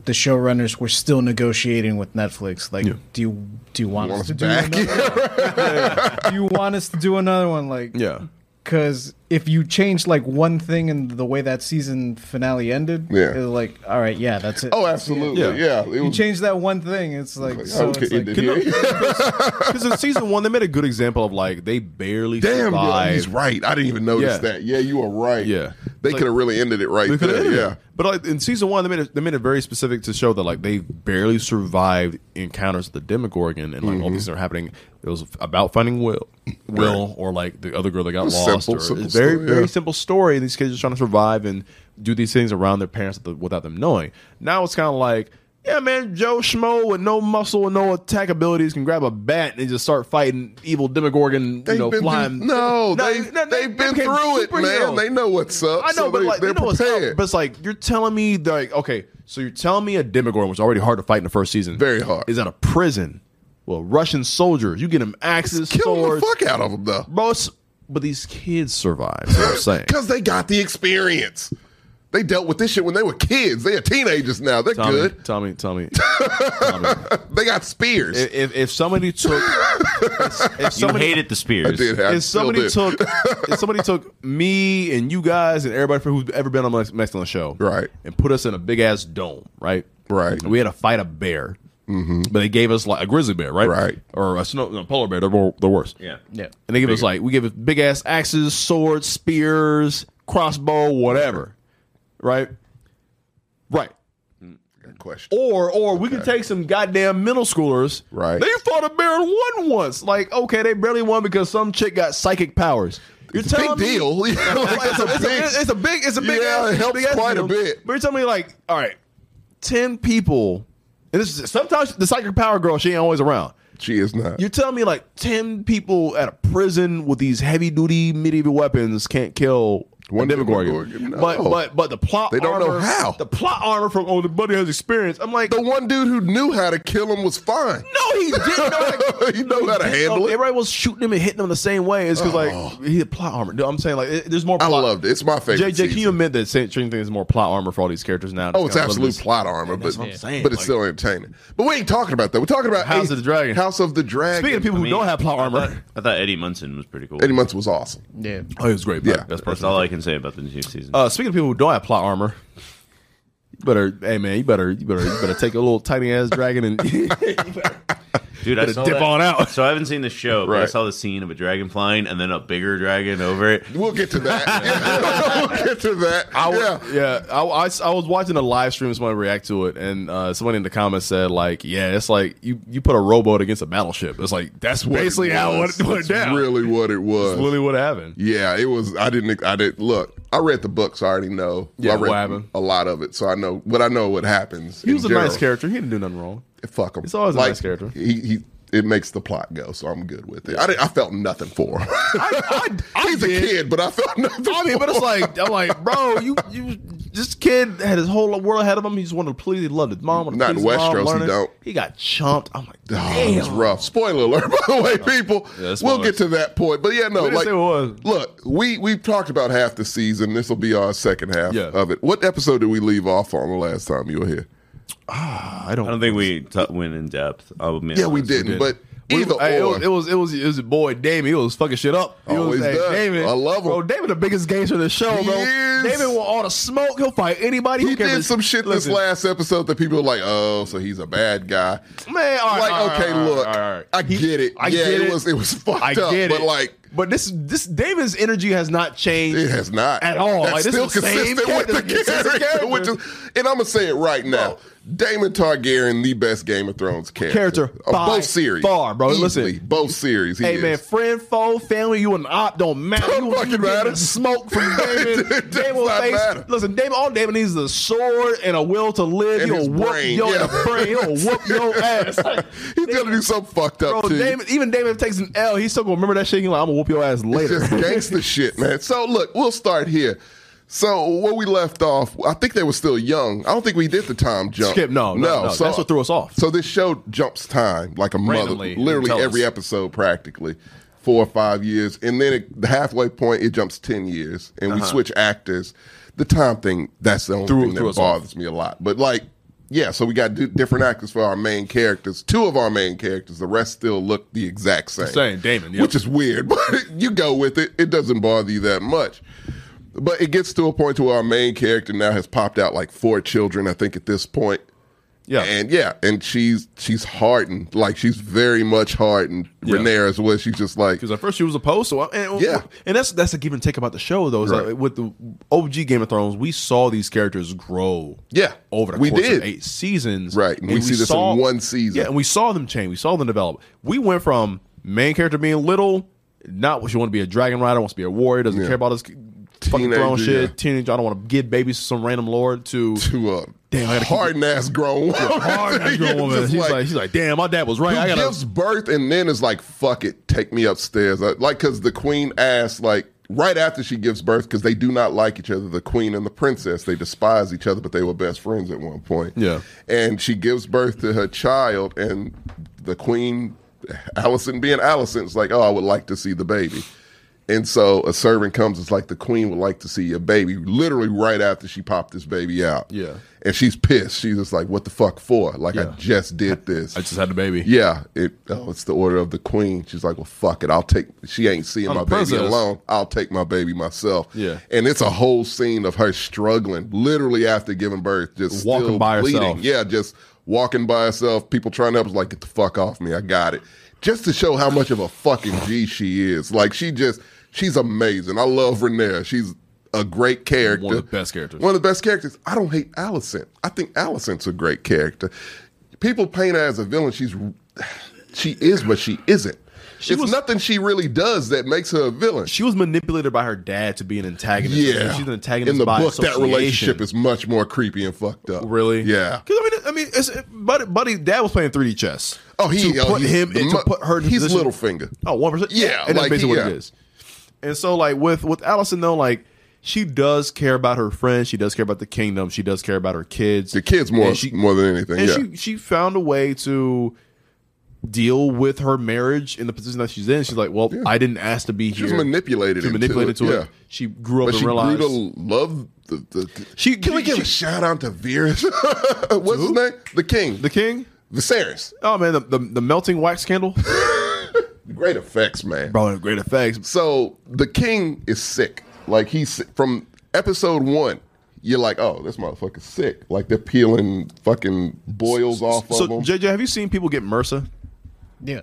Speaker 4: the showrunners were still negotiating with Netflix. Like,
Speaker 1: Yeah.
Speaker 4: do you do you want,
Speaker 3: Want
Speaker 4: us
Speaker 3: us
Speaker 4: to
Speaker 3: back?
Speaker 4: do
Speaker 1: <laughs>
Speaker 4: another? one? do you want us to do another one? Like,
Speaker 1: Yeah.
Speaker 4: Because if you change like one thing in the way that season finale ended,
Speaker 3: Yeah.
Speaker 4: it was like, all right, yeah, that's it.
Speaker 3: Oh, absolutely.
Speaker 1: Yeah.
Speaker 3: Yeah. It
Speaker 4: You
Speaker 3: was,
Speaker 4: change that one thing, it's like so.
Speaker 3: okay,
Speaker 4: it's like,
Speaker 3: did you-
Speaker 1: because in season one they made a good example of like they barely
Speaker 3: <laughs> Damn, yo,
Speaker 1: survived.
Speaker 3: he's right. I didn't even notice
Speaker 1: Yeah.
Speaker 3: that. Yeah, you are right.
Speaker 1: Yeah.
Speaker 3: They
Speaker 1: Like-
Speaker 3: could have really ended it right
Speaker 1: They could've
Speaker 3: there.
Speaker 1: ended it.
Speaker 3: Yeah.
Speaker 1: but like in season one, they made it, they made it very specific to show that like they barely survived encounters with the Demogorgon, and like
Speaker 3: Mm-hmm.
Speaker 1: all these things are happening. It was about finding Will, Will, or like the other girl that got
Speaker 3: It was
Speaker 1: lost.
Speaker 3: simple,
Speaker 1: or,
Speaker 3: simple
Speaker 1: it's very
Speaker 3: story,
Speaker 1: very
Speaker 3: yeah.
Speaker 1: simple story. These kids are trying to survive and do these things around their parents with- without them knowing. Now it's kind of like. Yeah, man, Joe Schmo with no muscle and no attack abilities can grab a bat and just start fighting evil Demogorgon,
Speaker 3: They've
Speaker 1: you know,
Speaker 3: been
Speaker 1: flying. <laughs>
Speaker 3: through, no, they,
Speaker 1: no,
Speaker 3: have been
Speaker 1: became
Speaker 3: through it, man.
Speaker 1: superheroes.
Speaker 3: They know what's up.
Speaker 1: I know,
Speaker 3: so
Speaker 1: but
Speaker 3: they,
Speaker 1: like,
Speaker 3: they're
Speaker 1: you know what's
Speaker 3: prepared.
Speaker 1: up, but it's like you're telling me that, like, okay, so you're telling me a Demogorgon was already hard to fight in the first season,
Speaker 3: Very hard.
Speaker 1: is out of prison. Well, Russian soldiers, you get them axes,
Speaker 3: Killing
Speaker 1: swords,
Speaker 3: the fuck out of them though,
Speaker 1: bro. it's- But these kids survive. is what I'm
Speaker 3: <laughs>
Speaker 1: saying.
Speaker 3: because they got the experience. They dealt with this shit when they were kids. They are teenagers now. They're
Speaker 1: Tommy,
Speaker 3: good.
Speaker 1: Tommy,
Speaker 3: <laughs>
Speaker 1: Tommy, Tommy.
Speaker 3: They got spears.
Speaker 1: if, if- if somebody took, if, if
Speaker 2: You
Speaker 1: somebody,
Speaker 2: hated the spears.
Speaker 3: I did. I
Speaker 1: if
Speaker 3: still
Speaker 1: somebody
Speaker 3: did.
Speaker 1: took,
Speaker 3: <laughs>
Speaker 1: if somebody took me and you guys and everybody who's ever been on the Mex- Mexican show,
Speaker 3: Right.
Speaker 1: and put us in a big ass dome, right,
Speaker 3: Right. Mm-hmm.
Speaker 1: and we had to fight a bear, but they gave us like a grizzly bear, right,
Speaker 3: Right.
Speaker 1: or a snow no, polar bear, they're wor- the worst,
Speaker 2: Yeah.
Speaker 4: Yeah.
Speaker 1: and they give us like we give us big ass axes, swords, spears, crossbow, whatever, right, right.
Speaker 3: question.
Speaker 1: Or or we could take some goddamn middle schoolers.
Speaker 3: Right.
Speaker 1: They fought a bear and won once. Like, okay, they barely won because some chick got psychic powers. You're
Speaker 3: It's a
Speaker 1: telling
Speaker 3: big
Speaker 1: me- <laughs>
Speaker 3: deal. <laughs> Yeah, like,
Speaker 1: It's,
Speaker 3: that's
Speaker 1: a,
Speaker 3: a
Speaker 1: it's,
Speaker 3: big-
Speaker 1: a, it's a big it's a big
Speaker 3: Yeah,
Speaker 1: ass,
Speaker 3: it
Speaker 1: it's
Speaker 3: helps
Speaker 1: big ass
Speaker 3: quite a
Speaker 1: deal.
Speaker 3: bit.
Speaker 1: But you're telling me like, all right, ten people and this is sometimes the psychic power girl, she ain't always around.
Speaker 3: She is not.
Speaker 1: You're telling me like ten people at a prison with these heavy duty medieval weapons can't kill one
Speaker 3: One
Speaker 1: Demogorgon,
Speaker 3: Demogorgon, no.
Speaker 1: but but but the plot
Speaker 3: They don't know
Speaker 1: armor-
Speaker 3: how.
Speaker 1: the plot armor from oh the buddy has experience. I'm like
Speaker 3: the one dude who knew how to kill him was fine.
Speaker 1: no, he didn't
Speaker 3: <laughs>
Speaker 1: know how to,
Speaker 3: He know how to
Speaker 1: didn't
Speaker 3: handle
Speaker 1: know.
Speaker 3: it. Oh.
Speaker 1: Everybody was shooting him and hitting him the same way. It's because like he had plot armor. No, I'm saying like it, there's more.
Speaker 3: I
Speaker 1: Plot.
Speaker 3: loved it. It's my favorite.
Speaker 1: JJ, can you
Speaker 3: season.
Speaker 1: admit that Stranger Things is more plot armor for all these characters now?
Speaker 3: Oh, it's
Speaker 1: kinda
Speaker 3: absolute
Speaker 1: limitless.
Speaker 3: plot armor, but,
Speaker 1: what I'm saying,
Speaker 3: but it's
Speaker 1: like-
Speaker 3: still entertaining. But we ain't talking about that. We're talking about
Speaker 1: House
Speaker 3: A-
Speaker 1: of the Dragon.
Speaker 3: House of the Dragon.
Speaker 1: Speaking of people who
Speaker 2: I mean,
Speaker 1: don't have plot
Speaker 2: I thought-
Speaker 1: armor,
Speaker 2: I thought Eddie Munson was pretty cool.
Speaker 3: Eddie Munson was awesome.
Speaker 4: Yeah.
Speaker 1: oh, it was great.
Speaker 3: Yeah.
Speaker 1: but that's
Speaker 2: That's
Speaker 1: personal.
Speaker 2: all I can say about the new season.
Speaker 1: Uh, speaking of people who don't have plot armor, you better, hey man, you better, you better, you better take a little tiny ass dragon and <laughs>
Speaker 2: Dude, I
Speaker 1: better
Speaker 2: saw
Speaker 1: dip
Speaker 2: that-
Speaker 1: on out.
Speaker 2: <laughs> So I haven't seen the show, but I
Speaker 3: Right.
Speaker 2: saw the scene of a dragon flying and then a bigger dragon over it.
Speaker 3: We'll get
Speaker 1: <laughs>
Speaker 3: to that. <laughs> we'll get to that.
Speaker 1: I w-
Speaker 3: yeah.
Speaker 1: yeah. I, I s- I was watching a live stream. Somebody react to it, and uh, somebody in the comments said, like, yeah, it's like you, you put a rowboat against a battleship. It's like that's
Speaker 3: What it
Speaker 1: basically how
Speaker 3: was.
Speaker 1: it went
Speaker 3: That's
Speaker 1: down.
Speaker 3: Really, what it was.
Speaker 1: That's really what happened.
Speaker 3: Yeah, it was. I didn't. I didn't look. I read the books. I already know.
Speaker 1: Yeah,
Speaker 3: I read
Speaker 1: what happened?
Speaker 3: a lot of it, so I know. But I know what happens.
Speaker 1: He was a
Speaker 3: in general.
Speaker 1: nice character. He didn't do nothing <laughs> wrong.
Speaker 3: Fuck him.
Speaker 1: It's always a nice character.
Speaker 3: He, he it makes the plot go, so I'm good with it. I, didn't, I felt nothing for him.
Speaker 1: I, <laughs> I, I
Speaker 3: He's
Speaker 1: did.
Speaker 3: a kid, but I felt nothing.
Speaker 1: I mean,
Speaker 3: for
Speaker 1: but it's
Speaker 3: him.
Speaker 1: like I'm like, bro, you you this kid had his whole world ahead of him. He just wanted to please. He loved his mom. wanted to
Speaker 3: Not in
Speaker 1: please his mom,
Speaker 3: Westeros, he
Speaker 1: learning.
Speaker 3: don't.
Speaker 1: He got chumped. I'm like,
Speaker 3: Oh,
Speaker 1: damn.
Speaker 3: it was rough. Spoiler alert, <laughs> by the way, people.
Speaker 1: Yeah, spoilers.
Speaker 3: we'll get to that point. But yeah, no,
Speaker 1: We didn't
Speaker 3: like,
Speaker 1: say what it was.
Speaker 3: look, we we've talked about half the season. This will be our second half
Speaker 1: Yeah.
Speaker 3: of it. What episode did we leave off on the last time you were here?
Speaker 1: I don't.
Speaker 2: I don't think we t- went in depth. Oh, man.
Speaker 3: Yeah, we didn't. But
Speaker 1: We-
Speaker 3: either
Speaker 1: hey, it,
Speaker 3: or,
Speaker 1: was, it was it was it was your boy Damon. He was fucking shit up. He
Speaker 3: Always
Speaker 1: was, hey,
Speaker 3: does.
Speaker 1: Damon,
Speaker 3: I love him.
Speaker 1: Bro, Damon, the biggest gangster in the show,
Speaker 3: He
Speaker 1: bro.
Speaker 3: is.
Speaker 1: Damon will all the smoke. He'll fight anybody.
Speaker 3: he
Speaker 1: Who cares
Speaker 3: did
Speaker 1: if-
Speaker 3: some shit
Speaker 1: Listen,
Speaker 3: this last episode that people were like, "Oh, so he's a bad guy."
Speaker 1: Man, all right,
Speaker 3: like,
Speaker 1: all right,
Speaker 3: okay,
Speaker 1: all right,
Speaker 3: look,
Speaker 1: all right, all right.
Speaker 3: I
Speaker 1: He-
Speaker 3: get it.
Speaker 1: I
Speaker 3: yeah,
Speaker 1: get
Speaker 3: it
Speaker 1: it.
Speaker 3: was it was <laughs> fucked
Speaker 1: I
Speaker 3: up,
Speaker 1: get
Speaker 3: but
Speaker 1: it.
Speaker 3: like
Speaker 1: but this this Damon's energy has not changed.
Speaker 3: It has not
Speaker 1: At all.
Speaker 3: That's
Speaker 1: Like, this
Speaker 3: still
Speaker 1: is the same
Speaker 3: consistent with
Speaker 1: character,
Speaker 3: the character.
Speaker 1: consistent character.
Speaker 3: which is- and I'm gonna say it right now. Damon Targaryen, the best Game of Thrones character,
Speaker 1: Character
Speaker 3: of
Speaker 1: by
Speaker 3: both series,
Speaker 1: far, bro.
Speaker 3: Easily,
Speaker 1: Listen.
Speaker 3: both series. He
Speaker 1: Hey
Speaker 3: is.
Speaker 1: man, friend, foe, family, you an op don't matter.
Speaker 3: Don't
Speaker 1: you you
Speaker 3: fucking
Speaker 1: getting
Speaker 3: matter.
Speaker 1: Smoke
Speaker 3: <laughs>
Speaker 1: from Damon.
Speaker 3: It does
Speaker 1: Damon
Speaker 3: not
Speaker 1: face.
Speaker 3: matter.
Speaker 1: Listen, Damon. All Damon needs is a sword and a will to live.
Speaker 3: And
Speaker 1: He'll
Speaker 3: his
Speaker 1: whoop
Speaker 3: brain,
Speaker 1: your
Speaker 3: yeah.
Speaker 1: brain. He'll whoop your
Speaker 3: <laughs>
Speaker 1: ass. Like,
Speaker 3: he's gonna do some fucked up
Speaker 1: bro,
Speaker 3: to you.
Speaker 1: Oh, Damon. Even Damon takes an L. He's still gonna remember that shit. He's like, I'm gonna whoop your ass later. <laughs>
Speaker 3: It's just gangster shit, man. So look, we'll start here. So where we left off, I think they were still young. I don't think we did the time jump.
Speaker 1: Skip, no, no, no. That's what threw us off.
Speaker 3: So this show jumps time like a mother,
Speaker 1: Randomly,
Speaker 3: literally
Speaker 1: tell
Speaker 3: every
Speaker 1: us.
Speaker 3: episode, practically four or five years, and then at the halfway point it jumps ten years, and we switch actors. The time thing that's the only
Speaker 1: Uh-huh. Threw-
Speaker 3: thing
Speaker 1: threw
Speaker 3: that
Speaker 1: us off.
Speaker 3: bothers me a lot. But like, yeah, so we got d- different actors for our main characters. Two of our main characters, the rest still look the exact same.
Speaker 1: Same, Damon, yep.
Speaker 3: which is weird, <laughs> but you go with it. It doesn't bother you that much. But it gets to a point to where our main character now has popped out like four children, I think, at this point.
Speaker 1: yeah.
Speaker 3: And yeah, and she's she's hardened, like she's very much hardened.
Speaker 1: Yeah.
Speaker 3: Renee as well. She's just like,
Speaker 1: Because at first she was opposed, so I, and,
Speaker 3: Yeah.
Speaker 1: and that's that's a give and take about the show though. Is that
Speaker 3: Right.
Speaker 1: with the OG Game of Thrones, we saw these characters grow.
Speaker 3: Yeah.
Speaker 1: over the
Speaker 3: We
Speaker 1: course
Speaker 3: did.
Speaker 1: of eight seasons,
Speaker 3: Right, and we see this in one season.
Speaker 1: Yeah, and we saw them change. We saw them develop. We went from main character being little, not what she want to be a dragon rider, wants to be a warrior, doesn't
Speaker 3: Yeah.
Speaker 1: care about this fucking
Speaker 3: Teenager,
Speaker 1: throne shit,
Speaker 3: yeah.
Speaker 1: teenage. I don't want to give babies to some random lord.
Speaker 3: <laughs>
Speaker 1: To
Speaker 3: to a
Speaker 1: Damn, I gotta keep-
Speaker 3: hardened ass grown woman. <laughs>
Speaker 1: hard ass
Speaker 3: Yeah,
Speaker 1: grown woman.
Speaker 3: just
Speaker 1: She's like, she's like, damn, my dad was right.
Speaker 3: who
Speaker 1: I gotta
Speaker 3: gives birth and then is like, fuck it, take me upstairs. Uh, Like, because the queen asks, like, right after she gives birth, because they do not like each other, the queen and the princess, they despise each other, but they were best friends at one point.
Speaker 1: Yeah.
Speaker 3: And she gives birth to her child, and the queen, Allison being Allison, is like, oh, I would like to see the baby. And so a servant comes, it's like the queen would like to see your baby, literally right after she popped this baby out.
Speaker 1: Yeah.
Speaker 3: And she's pissed. She's just like, what the fuck for? Like,
Speaker 1: Yeah.
Speaker 3: I just did this.
Speaker 1: I just had a baby.
Speaker 3: Yeah, it, oh, it's the order of the queen. She's like, well, fuck it. I'll take. She ain't seeing
Speaker 1: I'm
Speaker 3: my
Speaker 1: the
Speaker 3: baby
Speaker 1: princess.
Speaker 3: alone. I'll take my baby myself.
Speaker 1: Yeah.
Speaker 3: and it's a whole scene of her struggling, literally after giving birth, just
Speaker 1: Walking
Speaker 3: still
Speaker 1: by
Speaker 3: bleeding.
Speaker 1: herself.
Speaker 3: Yeah, just walking by herself. People trying to help. Like, get the fuck off me. I got it. Just to show how much of a fucking G she is. Like, she just, she's amazing. I love Renee. She's a great character.
Speaker 1: One of the best characters.
Speaker 3: One of the best characters. I don't hate Allison. I think Allison's a great character. People paint her as a villain. She's she is, but she isn't.
Speaker 1: She
Speaker 3: it's
Speaker 1: was-
Speaker 3: nothing she really does that makes her a villain.
Speaker 1: she was manipulated by her dad to be an antagonist.
Speaker 3: yeah,
Speaker 1: she's an antagonist.
Speaker 3: In the
Speaker 1: by
Speaker 3: book, that
Speaker 1: association.
Speaker 3: relationship is much more creepy and fucked up.
Speaker 1: really
Speaker 3: Yeah.
Speaker 1: Because I mean, I mean, it's, buddy, buddy, dad was playing 3D chess.
Speaker 3: Oh, he
Speaker 1: to
Speaker 3: oh,
Speaker 1: put
Speaker 3: he's
Speaker 1: him
Speaker 3: the
Speaker 1: and to
Speaker 3: mu-
Speaker 1: put her. In
Speaker 3: He's
Speaker 1: position.
Speaker 3: little finger.
Speaker 1: Oh, one percent.
Speaker 3: Yeah,
Speaker 1: and that's
Speaker 3: like,
Speaker 1: basically
Speaker 3: yeah.
Speaker 1: what it is. And so, like with with Allison though, like she does care about her friends. She does care about the kingdom. She does care about her kids.
Speaker 3: The kids more
Speaker 1: And she-
Speaker 3: more than anything.
Speaker 1: and
Speaker 3: yeah.
Speaker 1: she she found a way to deal with her marriage in the position that she's in. She's like, well, I didn't ask to be here.
Speaker 3: She was manipulated
Speaker 1: She
Speaker 3: into
Speaker 1: manipulated
Speaker 3: it,
Speaker 1: to it.
Speaker 3: yeah.
Speaker 1: She grew up
Speaker 3: but
Speaker 1: and
Speaker 3: she
Speaker 1: realized.
Speaker 3: grew to love the. the
Speaker 1: She-
Speaker 3: can we
Speaker 1: she-
Speaker 3: give
Speaker 1: she-
Speaker 3: a shout out to Veerus? <laughs> What's his name? The King.
Speaker 1: the king.
Speaker 3: Viserys.
Speaker 1: Oh man, the, the, the melting wax candle <laughs>
Speaker 3: Great effects, man.
Speaker 1: brought in great effects.
Speaker 3: So the king is sick. Like he's from episode one. You're like, oh, this motherfucker's sick. Like they're peeling fucking boils off
Speaker 1: So
Speaker 3: of him.
Speaker 1: JJ, have you seen people get MRSA?
Speaker 4: Yeah.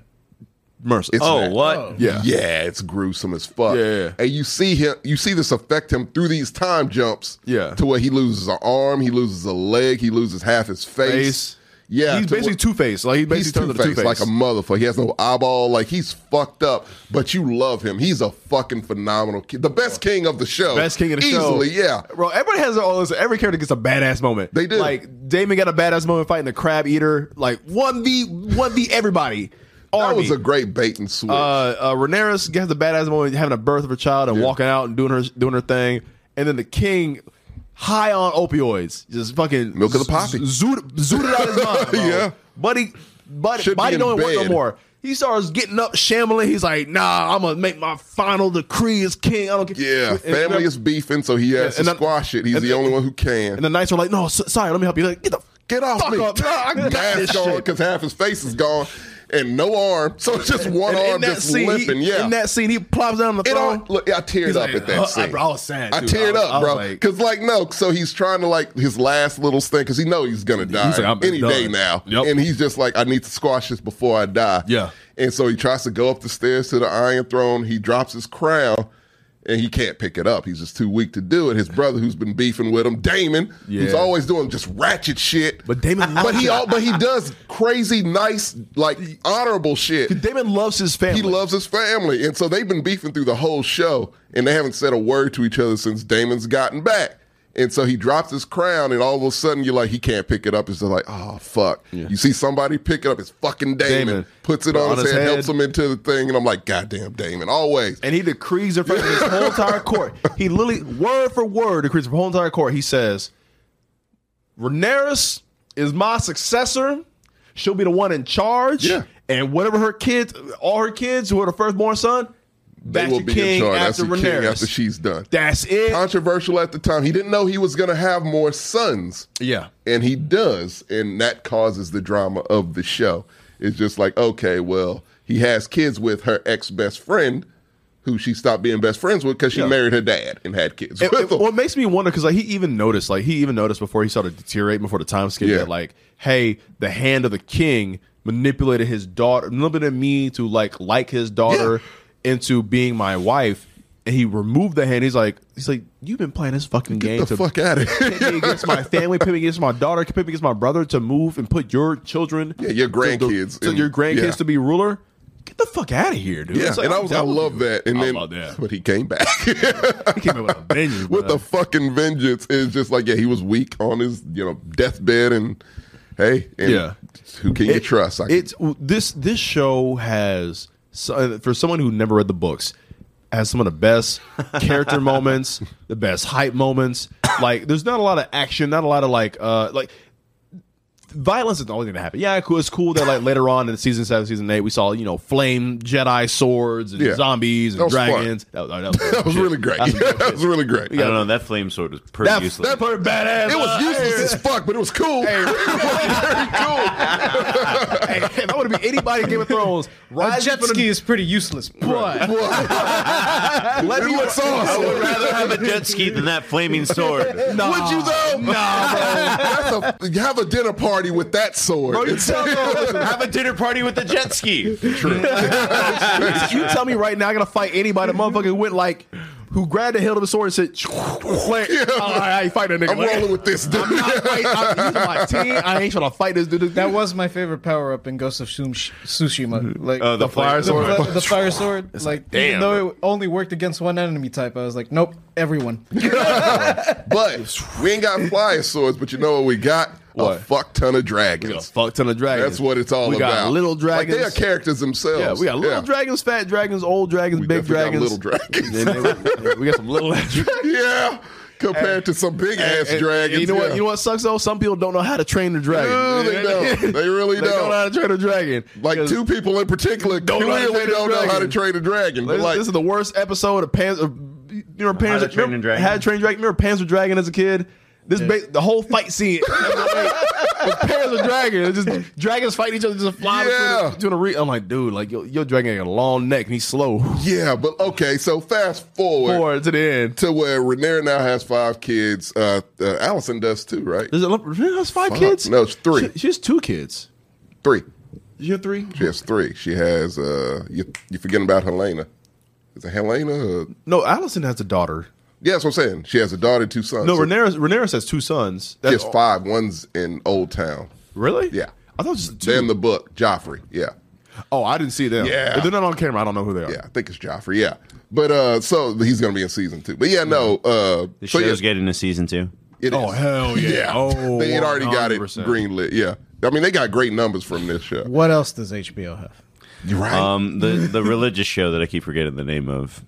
Speaker 1: MRSA.
Speaker 3: It's
Speaker 2: Oh,
Speaker 3: that.
Speaker 2: what?
Speaker 4: Oh.
Speaker 1: yeah.
Speaker 3: yeah, it's gruesome as fuck.
Speaker 1: Yeah, yeah.
Speaker 3: and you see him, you see this affect him through these time jumps.
Speaker 1: Yeah.
Speaker 3: to where he loses an arm, he loses a leg, he loses half his face.
Speaker 1: Face.
Speaker 3: Yeah,
Speaker 1: he's
Speaker 3: to
Speaker 1: basically
Speaker 3: where-
Speaker 1: two faced. Like he
Speaker 3: he's
Speaker 1: basically
Speaker 3: two
Speaker 1: turned into two faced.
Speaker 3: faced like a motherfucker. He has no eyeball. Like he's fucked up, but you love him. He's a fucking phenomenal kid. The best king of the show.
Speaker 1: best king of the show.
Speaker 3: Oh, Easily, yeah.
Speaker 1: bro. Everybody has their own. listen, Every character gets a badass moment.
Speaker 3: They do.
Speaker 1: Like Damon got a badass moment fighting the crab eater. Like one v one v everybody.
Speaker 3: That
Speaker 1: Army.
Speaker 3: was a great bait and switch.
Speaker 1: uh, uh, Rhaenyra gets the badass moment having a birth of her child and walking out and doing her doing her thing, and then the king. High on opioids, just fucking
Speaker 3: Milk of the poppy.
Speaker 1: z- zooted, zooted out his mind. Bro.
Speaker 3: <laughs> Yeah.
Speaker 1: buddy, buddy,
Speaker 3: Should be
Speaker 1: buddy
Speaker 3: in
Speaker 1: don't want no
Speaker 3: bed.
Speaker 1: more. He starts getting up, shambling. He's like, "Nah, I'm gonna make my final decree as king. I don't care."
Speaker 3: yeah,
Speaker 1: And-
Speaker 3: family
Speaker 1: and-
Speaker 3: is beefing, so he has
Speaker 1: and
Speaker 3: to
Speaker 1: then-
Speaker 3: squash it. He's
Speaker 1: and
Speaker 3: the
Speaker 1: then-
Speaker 3: only one who can.
Speaker 1: And the knights are like, no, s- sorry, let me help you. Like, get the
Speaker 3: Get off
Speaker 1: fuck
Speaker 3: me!
Speaker 1: up. No, I got this
Speaker 3: Mask on
Speaker 1: shit.
Speaker 3: because half his face is gone and no arm, so it's just one
Speaker 1: And
Speaker 3: arm just
Speaker 1: scene,
Speaker 3: limping.
Speaker 1: he,
Speaker 3: yeah,
Speaker 1: In that scene, he plops down on the
Speaker 3: It
Speaker 1: throne.
Speaker 3: all, look, I teared
Speaker 1: He's
Speaker 3: up
Speaker 1: like,
Speaker 3: at that
Speaker 1: "Huh,"
Speaker 3: scene.
Speaker 1: bro, I was sad,
Speaker 3: I
Speaker 1: dude.
Speaker 3: teared
Speaker 1: I was- I
Speaker 3: up,
Speaker 1: was
Speaker 3: bro.
Speaker 1: like-
Speaker 3: Because like, no, so he's trying to like his last little thing because he know he's gonna die
Speaker 1: like, "I'm
Speaker 3: any
Speaker 1: done."
Speaker 3: day now,
Speaker 1: Yep.
Speaker 3: and he's just like, I need to squash this before I die.
Speaker 1: Yeah.
Speaker 3: and so he tries to go up the stairs to the Iron Throne. He drops his crown, and he can't pick it up. He's just too weak to do it. His brother, who's been beefing with him, Damon,
Speaker 1: Yeah.
Speaker 3: who's always doing just ratchet shit.
Speaker 1: But Damon
Speaker 3: but
Speaker 1: loves
Speaker 3: he
Speaker 1: it.
Speaker 3: all, but he does crazy, nice, like honorable shit.
Speaker 1: Damon loves his family.
Speaker 3: He loves his family, and so they've been beefing through the whole show, and they haven't said a word to each other since Damon's gotten back. And so he drops his crown, and all of a sudden you're like, he can't pick it up. It's just like, oh fuck! You see somebody pick it up, it's fucking Damon.
Speaker 1: Damon.
Speaker 3: Puts it on, his, head, helps him into the thing, and I'm like, goddamn, Damon, always.
Speaker 1: and he decrees in front of his whole entire court. He literally, word for word, decrees the whole entire court. He says, Rhaenyra's is my successor. She'll be the one in charge.
Speaker 3: Yeah.
Speaker 1: And whatever her kids, all her kids who are the firstborn son,
Speaker 3: They
Speaker 1: that's
Speaker 3: will
Speaker 1: the
Speaker 3: be
Speaker 1: king
Speaker 3: in charge.
Speaker 1: after
Speaker 3: That's the king
Speaker 1: Rhaenyra.
Speaker 3: after she's done.
Speaker 1: That's it.
Speaker 3: Controversial at the time, he didn't know he was gonna have more sons.
Speaker 1: yeah.
Speaker 3: and he does and that causes the drama of the show it's just like okay well he has kids with her ex-best friend who she stopped being best friends with because she
Speaker 1: Yeah.
Speaker 3: married her dad and had kids
Speaker 1: It,
Speaker 3: with
Speaker 1: it,
Speaker 3: him.
Speaker 1: well, it makes me wonder because like he even noticed, like he even noticed before he started deteriorating before the time skip
Speaker 3: Yeah.
Speaker 1: that like, hey, the hand of the king manipulated his daughter, manipulated me to like like his daughter into being my wife, and he removed the hand. He's like, he's like, you've been playing this fucking game
Speaker 3: Get <laughs> the
Speaker 1: to
Speaker 3: fuck out of here
Speaker 1: pit me against
Speaker 3: <laughs>
Speaker 1: my family, pit me against my daughter, pit me against my brother to move and put your children,
Speaker 3: Yeah, your
Speaker 1: to the-
Speaker 3: grandkids
Speaker 1: to
Speaker 3: and-
Speaker 1: your grandkids
Speaker 3: yeah.
Speaker 1: to be ruler. Get the fuck out of here, dude.
Speaker 3: yeah
Speaker 1: It's like,
Speaker 3: and i
Speaker 1: I'm
Speaker 3: was i
Speaker 1: done with
Speaker 3: love
Speaker 1: you.
Speaker 3: that and
Speaker 1: I
Speaker 3: then
Speaker 1: love
Speaker 3: <laughs>
Speaker 1: that.
Speaker 3: but he came back
Speaker 1: <laughs> He came up with a vengeance,
Speaker 3: <laughs>
Speaker 1: bro.
Speaker 3: with the fucking vengeance is just like yeah he was weak on his you know deathbed and hey and
Speaker 1: Yeah.
Speaker 3: who can you
Speaker 1: It-
Speaker 3: trust I
Speaker 1: it's this this show has so- uh, for someone who never read the books has some of the
Speaker 3: <laughs>
Speaker 1: best character moments, the best hype moments. Like there's not a lot of action, not a lot of like uh like violence is the only thing that happened. Yeah, cool. It's cool that
Speaker 3: <laughs>
Speaker 1: like later on in season seven, season eight, we saw you know flame Jedi swords and
Speaker 3: Yeah.
Speaker 1: zombies
Speaker 3: That
Speaker 1: and
Speaker 3: was fun.
Speaker 1: dragons. That was,
Speaker 3: <laughs>
Speaker 1: that was,
Speaker 3: <laughs> that was
Speaker 1: shit.
Speaker 3: really great
Speaker 1: That's some dope
Speaker 3: that
Speaker 1: shit.
Speaker 3: was really great
Speaker 2: I don't know. That flame sword was pretty
Speaker 1: That,
Speaker 2: useless.
Speaker 1: that part badass.
Speaker 3: it was
Speaker 1: Uh,
Speaker 3: useless
Speaker 1: hey.
Speaker 3: as fuck but it was cool <laughs>
Speaker 1: Hey, if I would have been anybody in Game of
Speaker 3: <laughs>
Speaker 1: Thrones,
Speaker 4: A
Speaker 1: rise
Speaker 4: jet
Speaker 1: up in the-
Speaker 4: ski is pretty useless,
Speaker 1: Let
Speaker 4: but
Speaker 1: me <laughs>
Speaker 3: What's
Speaker 2: I
Speaker 3: awesome?
Speaker 2: would
Speaker 3: <laughs>
Speaker 2: rather have a jet ski than that flaming sword.
Speaker 1: Nah.
Speaker 3: Would you though?
Speaker 1: Nah, bro.
Speaker 3: That's a, have a dinner party with that sword.
Speaker 1: Bro, you
Speaker 3: It's-
Speaker 1: tell, bro, listen,
Speaker 2: Have a dinner party with a jet ski.
Speaker 1: you tell me right now, I gotta fight anybody that motherfucking went like who grabbed the hilt of a sword and said, "Claire, oh, all right, I ain't fighting that nigga."
Speaker 3: <laughs> I'm rolling with this dude.
Speaker 1: I'm not fighting. I'm, he's my team. I ain't trying to fight this dude.
Speaker 4: that was my favorite power up in Ghost of Shum- Tsushima. Like
Speaker 2: Oh, the The fire
Speaker 1: flame- sword.
Speaker 4: The, fl- the fire sword. like
Speaker 1: damn.
Speaker 4: even though it only worked against one enemy type, I was like, nope, everyone.
Speaker 3: <laughs>
Speaker 4: <laughs>
Speaker 3: But we ain't got flying swords, but you know what we got? A
Speaker 1: What?
Speaker 3: fuck ton of
Speaker 1: We got a
Speaker 3: dragons.
Speaker 1: fuck ton of dragons.
Speaker 3: That's what it's all
Speaker 1: we
Speaker 3: about.
Speaker 1: We got little dragons.
Speaker 3: Like they are characters themselves.
Speaker 1: Yeah, we got little
Speaker 3: Yeah.
Speaker 1: dragons, fat dragons, old dragons,
Speaker 3: We
Speaker 1: big
Speaker 3: definitely
Speaker 1: dragons.
Speaker 3: Got little dragons.
Speaker 1: And then we, we got some
Speaker 3: <laughs>
Speaker 1: little ass dragons.
Speaker 3: yeah. Compared to some big ass
Speaker 1: And-
Speaker 3: dragons.
Speaker 1: and You know what?
Speaker 3: yeah.
Speaker 1: You know what sucks though? Some people don't know how to train the dragon. <laughs>
Speaker 3: No, they don't. They really
Speaker 1: They don't
Speaker 3: don't.
Speaker 1: know how to train a dragon.
Speaker 3: Like
Speaker 1: 'Cause-
Speaker 3: two people in particular
Speaker 1: Don't know how to
Speaker 3: clearly
Speaker 1: train a
Speaker 3: don't know how to
Speaker 1: dragon.
Speaker 3: train a dragon. But
Speaker 1: This,
Speaker 3: like,
Speaker 1: this is the worst episode of Pans. Of, you remember Pans?
Speaker 2: How to Train
Speaker 1: remember-
Speaker 2: Your Dragon?
Speaker 1: How to Train Your Dragon? Remember Pans with Dragon as a kid? This ba- the whole fight scene. <laughs> with Pans with Dragon. It's just dragons fighting each other, just flying
Speaker 3: Yeah.
Speaker 1: between, the, between the re- I'm like, dude, like your, your dragon got a long neck and he's slow. <laughs>
Speaker 3: yeah, but okay, so fast forward
Speaker 1: Forward to the end.
Speaker 3: to where Rhaenyra now has five kids. Uh, uh, Allison does too, right?
Speaker 1: Does it look- really has five
Speaker 3: Fuck.
Speaker 1: kids?
Speaker 3: No, it's three.
Speaker 1: She, she has two kids.
Speaker 3: Three.
Speaker 1: You have three?
Speaker 3: She has three. She has uh you you forgetting about Helena. Is it Helena? Uh,
Speaker 1: No, Allison has a daughter.
Speaker 3: yeah, that's what I'm saying. She has a daughter, two sons.
Speaker 1: No,
Speaker 3: So
Speaker 1: Rhaenyra, Rhaenyra has two sons.
Speaker 3: she
Speaker 1: That's
Speaker 3: has five. One's in Old Town.
Speaker 1: Really?
Speaker 3: Yeah.
Speaker 1: I thought it was just
Speaker 3: They're in
Speaker 1: two.
Speaker 3: the book. Joffrey. Yeah.
Speaker 1: Oh, I didn't see them.
Speaker 3: Yeah.
Speaker 1: If they're not on camera, I don't know who they are.
Speaker 3: Yeah. I think it's Joffrey. Yeah. But uh so he's gonna be in season two. But yeah, no,
Speaker 1: Mm.
Speaker 3: uh
Speaker 2: The
Speaker 3: so
Speaker 2: show's
Speaker 3: yeah,
Speaker 2: getting a season two.
Speaker 3: it
Speaker 1: Oh, hell
Speaker 3: <laughs>
Speaker 1: yeah. Oh,
Speaker 3: they had already got it
Speaker 1: 100%.
Speaker 3: greenlit. Yeah. I mean they got great numbers from this show.
Speaker 4: What else does HBO have?
Speaker 3: You're right.
Speaker 2: Um, the the religious show that I keep forgetting the name of,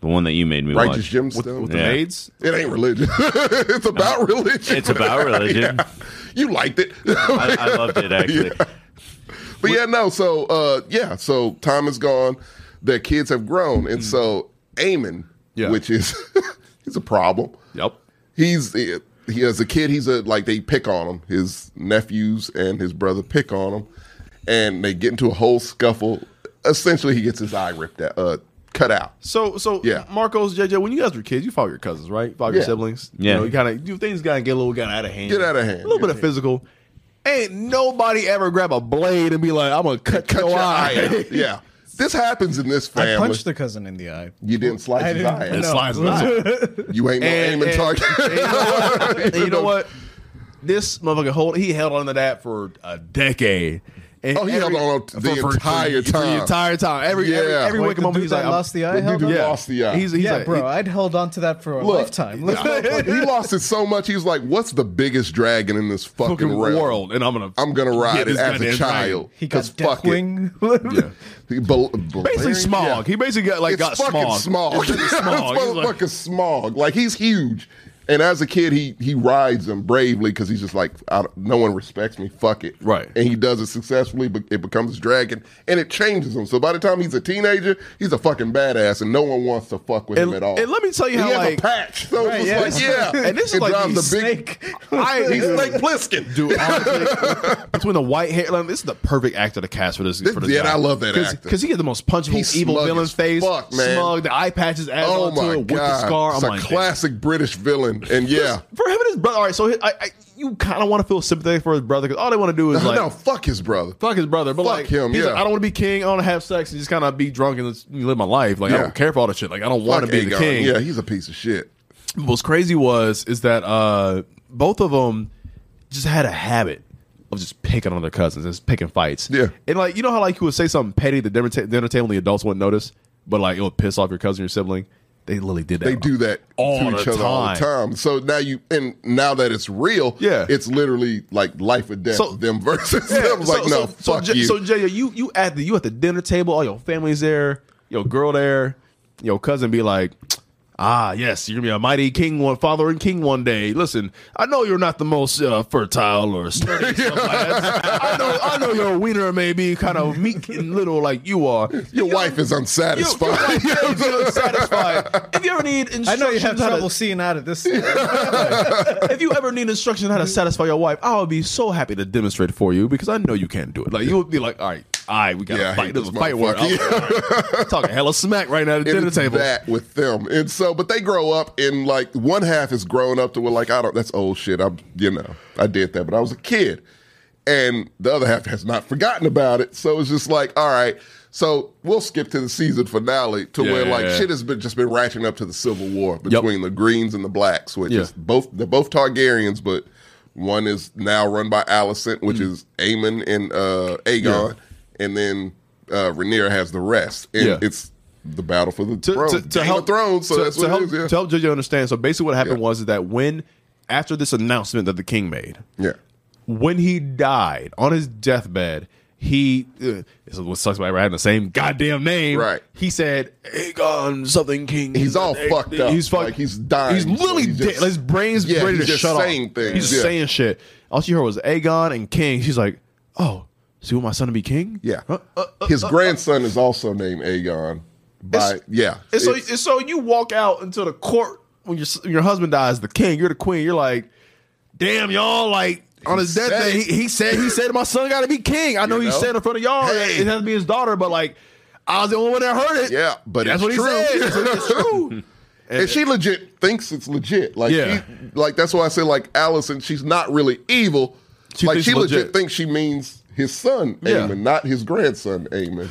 Speaker 2: the one that you made me
Speaker 3: Righteous
Speaker 2: watch.
Speaker 1: With,
Speaker 3: Gemstone.
Speaker 1: with
Speaker 2: Yeah.
Speaker 1: the maids?
Speaker 3: it ain't religion. <laughs> it's about religion.
Speaker 2: It's about
Speaker 3: <laughs>
Speaker 2: religion.
Speaker 3: You liked it. <laughs>
Speaker 2: I, I loved it actually.
Speaker 3: But yeah, no. So uh, yeah, so time is gone. Their kids have grown, and so Eamon,
Speaker 1: Yeah.
Speaker 3: which is <laughs> he's a problem.
Speaker 1: Yep.
Speaker 3: He's he, he as a kid. He's a like they pick on him. His nephews and his brother pick on him, and they get into a whole scuffle. Essentially, he gets his eye ripped out, uh, cut out.
Speaker 1: So, so
Speaker 3: Yeah.
Speaker 1: Marcos, JJ, when you guys were kids, you fought your cousins, right? You fought your
Speaker 3: Yeah.
Speaker 1: siblings.
Speaker 2: Yeah.
Speaker 1: You know, you kind of you things gotta get a little got out of hand.
Speaker 3: Get outta hand.
Speaker 1: A little bit of physical. Ain't nobody ever grab a blade and be like, "I'm gonna cut,
Speaker 3: Cut
Speaker 1: your,
Speaker 3: your
Speaker 1: eye." <laughs>
Speaker 3: eye out. Yeah. This happens in this
Speaker 4: I
Speaker 3: family.
Speaker 4: punched the cousin in the eye.
Speaker 3: You didn't slice
Speaker 4: I
Speaker 3: his
Speaker 4: didn't-
Speaker 3: eye.
Speaker 4: no.
Speaker 3: out.
Speaker 1: <laughs>
Speaker 3: You ain't no aim and target.
Speaker 1: and you know
Speaker 3: <laughs>
Speaker 1: what? And you know what? This motherfucker hold he held on to that for a decade. And
Speaker 3: Oh, he held on to the entire
Speaker 1: for the
Speaker 3: time.
Speaker 1: entire time. Every every,
Speaker 3: Yeah.
Speaker 1: every
Speaker 4: Wait,
Speaker 1: waking
Speaker 4: the
Speaker 1: moment
Speaker 4: dude
Speaker 1: he's
Speaker 4: that
Speaker 1: like,
Speaker 4: lost the eye
Speaker 3: The
Speaker 4: held
Speaker 3: dude
Speaker 4: on?
Speaker 3: who lost the eye.
Speaker 1: He's, he's
Speaker 4: yeah,
Speaker 1: like,
Speaker 4: bro, I'd held on to that for a lifetime. <laughs>
Speaker 3: this motherfucker, he lost it so much. He's like, "What's the biggest dragon in this fucking,
Speaker 1: fucking
Speaker 3: realm?
Speaker 1: world, and I'm gonna
Speaker 3: I'm gonna ride
Speaker 1: get
Speaker 3: it
Speaker 1: this
Speaker 3: as a
Speaker 1: goddamn
Speaker 3: child."
Speaker 4: he
Speaker 3: 'cause
Speaker 4: got Deathwing. <laughs>
Speaker 1: dragon." Yeah.
Speaker 3: He bel-
Speaker 1: Basically,
Speaker 3: Balerion?
Speaker 1: smog.
Speaker 3: Yeah.
Speaker 1: He basically got like
Speaker 3: it's
Speaker 1: got
Speaker 3: fucking
Speaker 1: smog.
Speaker 3: smog.
Speaker 1: It's
Speaker 3: This
Speaker 1: smog. He's like-
Speaker 3: motherfucker's smog. Like he's huge. And as a kid, he he rides them bravely because he's just like, I don't- no one respects me. Fuck it.
Speaker 1: Right.
Speaker 3: And he does it successfully, but it becomes his dragon, and it changes him. So by the time he's a teenager, he's a fucking badass, and no one wants to fuck with
Speaker 1: And-
Speaker 3: him at all.
Speaker 1: and let me tell you
Speaker 3: he
Speaker 1: how,
Speaker 3: has
Speaker 1: like-
Speaker 3: a patch. So
Speaker 4: Right,
Speaker 3: it's just
Speaker 4: yeah.
Speaker 3: like, yeah.
Speaker 1: <laughs> And this is
Speaker 3: It
Speaker 1: like
Speaker 3: drives
Speaker 1: he's
Speaker 3: the big.
Speaker 4: Snake.
Speaker 1: <laughs> I-
Speaker 3: He's like Pliskin.
Speaker 1: Dude, honestly, <laughs> between the white hair, like, this is the perfect actor to cast for this.
Speaker 3: This-
Speaker 1: for this
Speaker 3: yeah,
Speaker 1: guy.
Speaker 3: I love that
Speaker 1: Cause,
Speaker 3: actor.
Speaker 1: because he had the most punchable
Speaker 3: He's
Speaker 1: evil
Speaker 3: smug
Speaker 1: villain
Speaker 3: as
Speaker 1: face.
Speaker 3: fuck, man.
Speaker 1: Smug, the eye patches added
Speaker 3: Oh
Speaker 1: onto
Speaker 3: my
Speaker 1: it
Speaker 3: god!
Speaker 1: with the scar.
Speaker 3: it's
Speaker 1: I'm
Speaker 3: a
Speaker 1: like,
Speaker 3: classic British villain, and yeah.
Speaker 1: damn. for him and his brother. All right, so he- I, I, you kind of want to feel sympathetic for his brother because all they want to do is
Speaker 3: <laughs> No,
Speaker 1: <laughs> like.
Speaker 3: no, fuck his brother.
Speaker 1: Fuck his brother, but
Speaker 3: Fuck
Speaker 1: like
Speaker 3: him,
Speaker 1: he's
Speaker 3: yeah.
Speaker 1: like, I don't want to be king. I want to have sex and just kind of be drunk and just live my life. Like I
Speaker 3: Yeah.
Speaker 1: don't care for all that shit. Like I don't want to
Speaker 3: Fuck
Speaker 1: be the
Speaker 3: Aegon.
Speaker 1: king.
Speaker 3: Yeah, he's a piece of shit.
Speaker 1: what's crazy was is that uh, both of them just had a habit of just picking on their cousins, just picking fights.
Speaker 3: Yeah.
Speaker 1: and like you know how like you would say something petty at the dinner, ta- dinner table and the adults wouldn't notice, but like it would piss off your cousin, your sibling. They literally did that.
Speaker 3: They do that
Speaker 1: all
Speaker 3: to
Speaker 1: the
Speaker 3: each other all the
Speaker 1: time.
Speaker 3: time. So now you and now that it's real,
Speaker 1: Yeah.
Speaker 3: it's literally like life or death.
Speaker 1: So-
Speaker 3: them versus <laughs>
Speaker 1: Yeah,
Speaker 3: them. Like
Speaker 1: so,
Speaker 3: no, fuck
Speaker 1: J-
Speaker 3: you.
Speaker 1: So Jay, you you at the you at the dinner table, all your family's there, your girl there, your cousin be like, ah yes, you're gonna be a mighty king one, father and king one day. Listen, I know you're not the most uh, fertile or sturdy. or something like that. I know I know your wiener may be kind of meek and little like you are.
Speaker 3: your wife is
Speaker 1: You, your
Speaker 3: unsatisfied.
Speaker 1: wife may be unsatisfied. If you ever need instructions,
Speaker 4: I know you have
Speaker 1: how to-
Speaker 4: trouble seeing out of <laughs>
Speaker 1: <laughs>
Speaker 4: this.
Speaker 1: if you ever need instruction on how to satisfy your wife, I would be so happy to demonstrate it for you because I know you can't do it. Like you would be like, all right, all right, we got to
Speaker 3: Yeah, I
Speaker 1: fight.
Speaker 3: hate
Speaker 1: This is a
Speaker 3: this
Speaker 1: fight war.
Speaker 3: motherfucker.
Speaker 1: I'm talking hella smack right now at the
Speaker 3: And
Speaker 1: dinner
Speaker 3: it's
Speaker 1: table.
Speaker 3: that with them, and so but they grow up and like one half is grown up to where like I don't. That's old shit. I'm you know I did that, but I was a kid, and the other half has not forgotten about it. So it's just like all right. So we'll skip to the season finale to
Speaker 1: Yeah,
Speaker 3: where
Speaker 1: yeah,
Speaker 3: like
Speaker 1: yeah.
Speaker 3: shit has been just been ratcheting up to the civil war between the Greens and the Blacks, which
Speaker 1: Yeah.
Speaker 3: is both they're both Targaryens, but one is now run by Alicent, which
Speaker 1: Mm.
Speaker 3: is Aemon and uh, Aegon, and then uh, Rhaenyra has the rest, and
Speaker 1: Yeah.
Speaker 3: it's the battle for the
Speaker 1: to,
Speaker 3: throne.
Speaker 1: to, to
Speaker 3: Game
Speaker 1: help
Speaker 3: of Thrones, so
Speaker 1: to,
Speaker 3: that's
Speaker 1: to
Speaker 3: what
Speaker 1: help,
Speaker 3: it is. Yeah.
Speaker 1: to help JoJo understand. So basically, what happened
Speaker 3: Yeah.
Speaker 1: was that when after this announcement that the king made,
Speaker 3: Yeah.
Speaker 1: when he died on his deathbed, he uh, this is what sucks about having the same goddamn name.
Speaker 3: Right.
Speaker 1: He said, Aegon something king.
Speaker 3: He's all fucked up.
Speaker 1: He's fucked.
Speaker 3: Like, he's dying.
Speaker 1: He's literally
Speaker 3: So he's
Speaker 1: dead.
Speaker 3: just-
Speaker 1: His brain's
Speaker 3: Yeah,
Speaker 1: ready
Speaker 3: he's
Speaker 1: to
Speaker 3: just
Speaker 1: shut
Speaker 3: saying
Speaker 1: off.
Speaker 3: things.
Speaker 1: He's
Speaker 3: Yeah.
Speaker 1: saying shit. All she heard was Aegon and king. She's like, oh, so you want my son to be king?
Speaker 3: Yeah.
Speaker 1: Huh? Uh,
Speaker 3: His grandson is also named Aegon. By,
Speaker 1: It's-
Speaker 3: yeah.
Speaker 1: And so,
Speaker 3: It's-
Speaker 1: and so you walk out into the court when your your husband dies, the king, you're the queen. You're like, damn, y'all, like on his death
Speaker 3: said
Speaker 1: day, he,
Speaker 3: it.
Speaker 1: he said he said my son got to be king. I know, he
Speaker 3: know?
Speaker 1: said in front of y'all,
Speaker 3: Hey.
Speaker 1: it has to be his daughter, but like I was the only one that heard it.
Speaker 3: Yeah, but
Speaker 1: that's
Speaker 3: it's
Speaker 1: what he
Speaker 3: true.
Speaker 1: said. So it's
Speaker 3: <laughs>
Speaker 1: true.
Speaker 3: and she legit thinks it's legit. Like,
Speaker 1: Yeah.
Speaker 3: she, like that's why I say like Allison, she's not really evil.
Speaker 1: She
Speaker 3: like
Speaker 1: thinks
Speaker 3: she legit.
Speaker 1: legit.
Speaker 3: thinks she means his son
Speaker 1: Yeah.
Speaker 3: Aemon, not his grandson Aemon.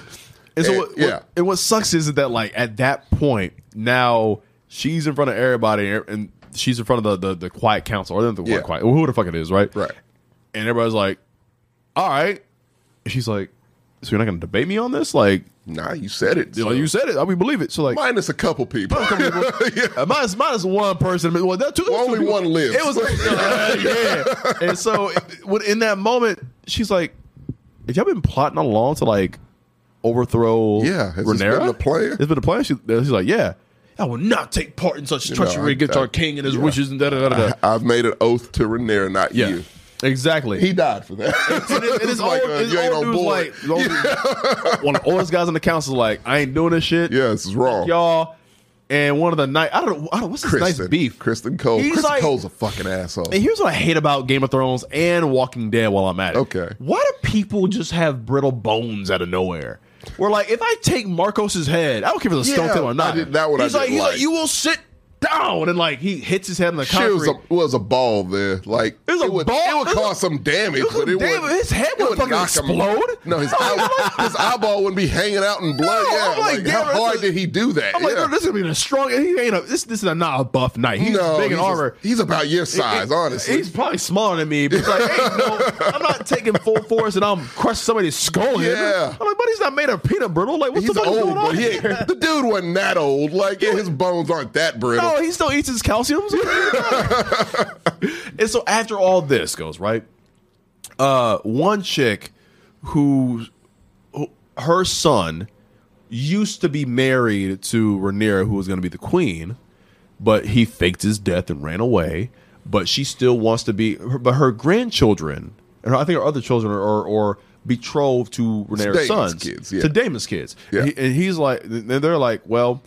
Speaker 1: And so,
Speaker 3: And-
Speaker 1: what, what-
Speaker 3: Eh, yeah,
Speaker 1: and what sucks is that like at that point now she's in front of everybody and she's in front of the the, the quiet council or the
Speaker 3: Yeah.
Speaker 1: quiet who the fuck it is, right?
Speaker 3: Right.
Speaker 1: And everybody's like, "All right," and she's like, "So you're not going to debate me on this? Like,
Speaker 3: nah, you said it.
Speaker 1: you, know,
Speaker 3: so.
Speaker 1: you said it. I mean, believe it." So like.
Speaker 3: minus a couple people.
Speaker 1: Uh, minus, minus one person. Well, that two,
Speaker 3: Well,
Speaker 1: two
Speaker 3: only
Speaker 1: people-
Speaker 3: one lives.
Speaker 1: It was
Speaker 3: <laughs>
Speaker 1: uh, yeah. And so, it- when, in that moment, she's like, "Have y'all been plotting all along to like overthrow?
Speaker 3: Yeah, has this
Speaker 1: Rhaenyra?
Speaker 3: been the plan?
Speaker 1: It's been a plan." She, uh, she's like, "Yeah, I will not take part in such
Speaker 3: You know,
Speaker 1: treachery
Speaker 3: I-
Speaker 1: against
Speaker 3: I-
Speaker 1: our king and his
Speaker 3: <laughs> yeah.
Speaker 1: wishes." And da da da da. da.
Speaker 3: I've made an oath to Rhaenyra, not
Speaker 1: Yeah,
Speaker 3: you.
Speaker 1: exactly.
Speaker 3: He died for that.
Speaker 1: and it- and it's
Speaker 3: It's <laughs> like,
Speaker 1: old,
Speaker 3: uh,
Speaker 1: it's
Speaker 3: you ain't
Speaker 1: old
Speaker 3: on
Speaker 1: dudes
Speaker 3: board.
Speaker 1: like it's old
Speaker 3: <laughs>
Speaker 1: dudes- one of the oldest guys on the council is like I ain't doing this shit.
Speaker 3: yeah, this is wrong.
Speaker 1: y'all. And one of the night I don't know I don't what's this
Speaker 3: Kristen,
Speaker 1: nice beef.
Speaker 3: Kristen Cole.
Speaker 1: He's
Speaker 3: Kristen
Speaker 1: like-
Speaker 3: Cole's a fucking asshole.
Speaker 1: And here's what I hate about Game of Thrones and Walking Dead while I'm at it.
Speaker 3: Okay.
Speaker 1: Why do people just have brittle bones out of nowhere? Where like if I take Marcos's head, I don't care if it's a stone
Speaker 3: Yeah,
Speaker 1: table or not.
Speaker 3: I did- that one I
Speaker 1: he's
Speaker 3: did
Speaker 1: like he's
Speaker 3: like.
Speaker 1: you will sit down, and like he hits his head on the
Speaker 3: Shit, it was,
Speaker 1: concrete.
Speaker 3: a, it was a ball there. Like it,
Speaker 1: was a
Speaker 3: would,
Speaker 1: ball?
Speaker 3: it would
Speaker 1: It was
Speaker 3: cause some damage, but it
Speaker 1: damn,
Speaker 3: would
Speaker 1: his head would fucking explode? <laughs>
Speaker 3: No, his, eye, his eyeball wouldn't be hanging out in blood.
Speaker 1: No,
Speaker 3: yeah,
Speaker 1: I'm like,
Speaker 3: like,
Speaker 1: damn,
Speaker 3: how
Speaker 1: that's
Speaker 3: hard
Speaker 1: a-
Speaker 3: did he do that?
Speaker 1: I'm like,
Speaker 3: yeah.
Speaker 1: no, this is gonna be a strong. He ain't a, this. This is not a buff knight. He's
Speaker 3: No,
Speaker 1: big
Speaker 3: he's
Speaker 1: and
Speaker 3: a-
Speaker 1: armor.
Speaker 3: he's about your size, honestly.
Speaker 1: He's probably smaller than me, but it's like, hey, no, I'm not taking full force and I'm crushing somebody's skull. in.
Speaker 3: Yeah.
Speaker 1: I'm like, but he's not made of peanut brittle. Like, what's
Speaker 3: He's
Speaker 1: the fuck
Speaker 3: old,
Speaker 1: going on?
Speaker 3: but he ain't,
Speaker 1: here?
Speaker 3: the dude wasn't that old. Like, yeah, his bones aren't that brittle.
Speaker 1: No, he still eats his <laughs> calciums. and so after all this goes right, uh, one chick who, who her son used to be married to Rhaenyra, who was going to be the queen, but he faked his death and ran away. But she still wants to be, but her grandchildren and her- I think her other children are, are, are betrothed to Rhaenyra's
Speaker 3: Damon's
Speaker 1: sons,
Speaker 3: kids, yeah.
Speaker 1: to Damon's kids.
Speaker 3: Yeah.
Speaker 1: And, he- and he's like, and they're like, well,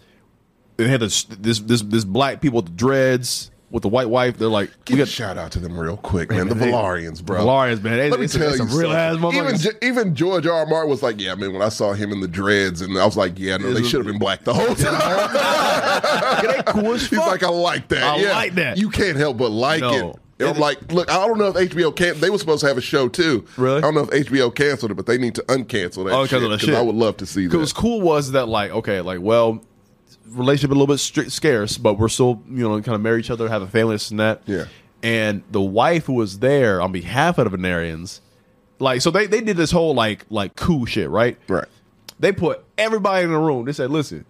Speaker 1: they had this this this, this black people with the dreads with the white wife. They're like,
Speaker 3: Give
Speaker 1: we
Speaker 3: a
Speaker 1: got
Speaker 3: shout out to them real quick, man. The
Speaker 1: man, they-
Speaker 3: Valarians, bro.
Speaker 1: Valarians, man. They-
Speaker 3: Let me
Speaker 1: it's a-
Speaker 3: tell
Speaker 1: it's
Speaker 3: you,
Speaker 1: a real ass
Speaker 3: something.
Speaker 1: motherfucker.
Speaker 3: even Ge- even George R. R. Martin was like, "Yeah, man." When I saw him in the dreads, and I was like, "Yeah, no, they
Speaker 1: It's-
Speaker 3: should have been black the
Speaker 1: <laughs>
Speaker 3: whole time."
Speaker 1: they cool as
Speaker 3: <laughs> He's
Speaker 1: fuck.
Speaker 3: like, "I like that.
Speaker 1: I
Speaker 3: yeah.
Speaker 1: like that.
Speaker 3: You can't help but like
Speaker 1: No.
Speaker 3: it." And I'm like, "Look, I don't know if HBO can. They were supposed to have a show too.
Speaker 1: Really?
Speaker 3: I don't know if HBO canceled it, but they need to uncancel that.
Speaker 1: Oh,
Speaker 3: shit,
Speaker 1: cancel that
Speaker 3: 'cause
Speaker 1: shit.
Speaker 3: I would love to see
Speaker 1: What was
Speaker 3: that.
Speaker 1: cool was that like okay, like well, relationship a little bit stri- scarce, but we're still you know kind of marry each other, have a family, this and that.
Speaker 3: Yeah.
Speaker 1: And the wife who was there on behalf of the Venerians, like so they they did this whole like like cool shit, right?
Speaker 3: <laughs> Right. <laughs>
Speaker 1: They put everybody in the room. They said, listen.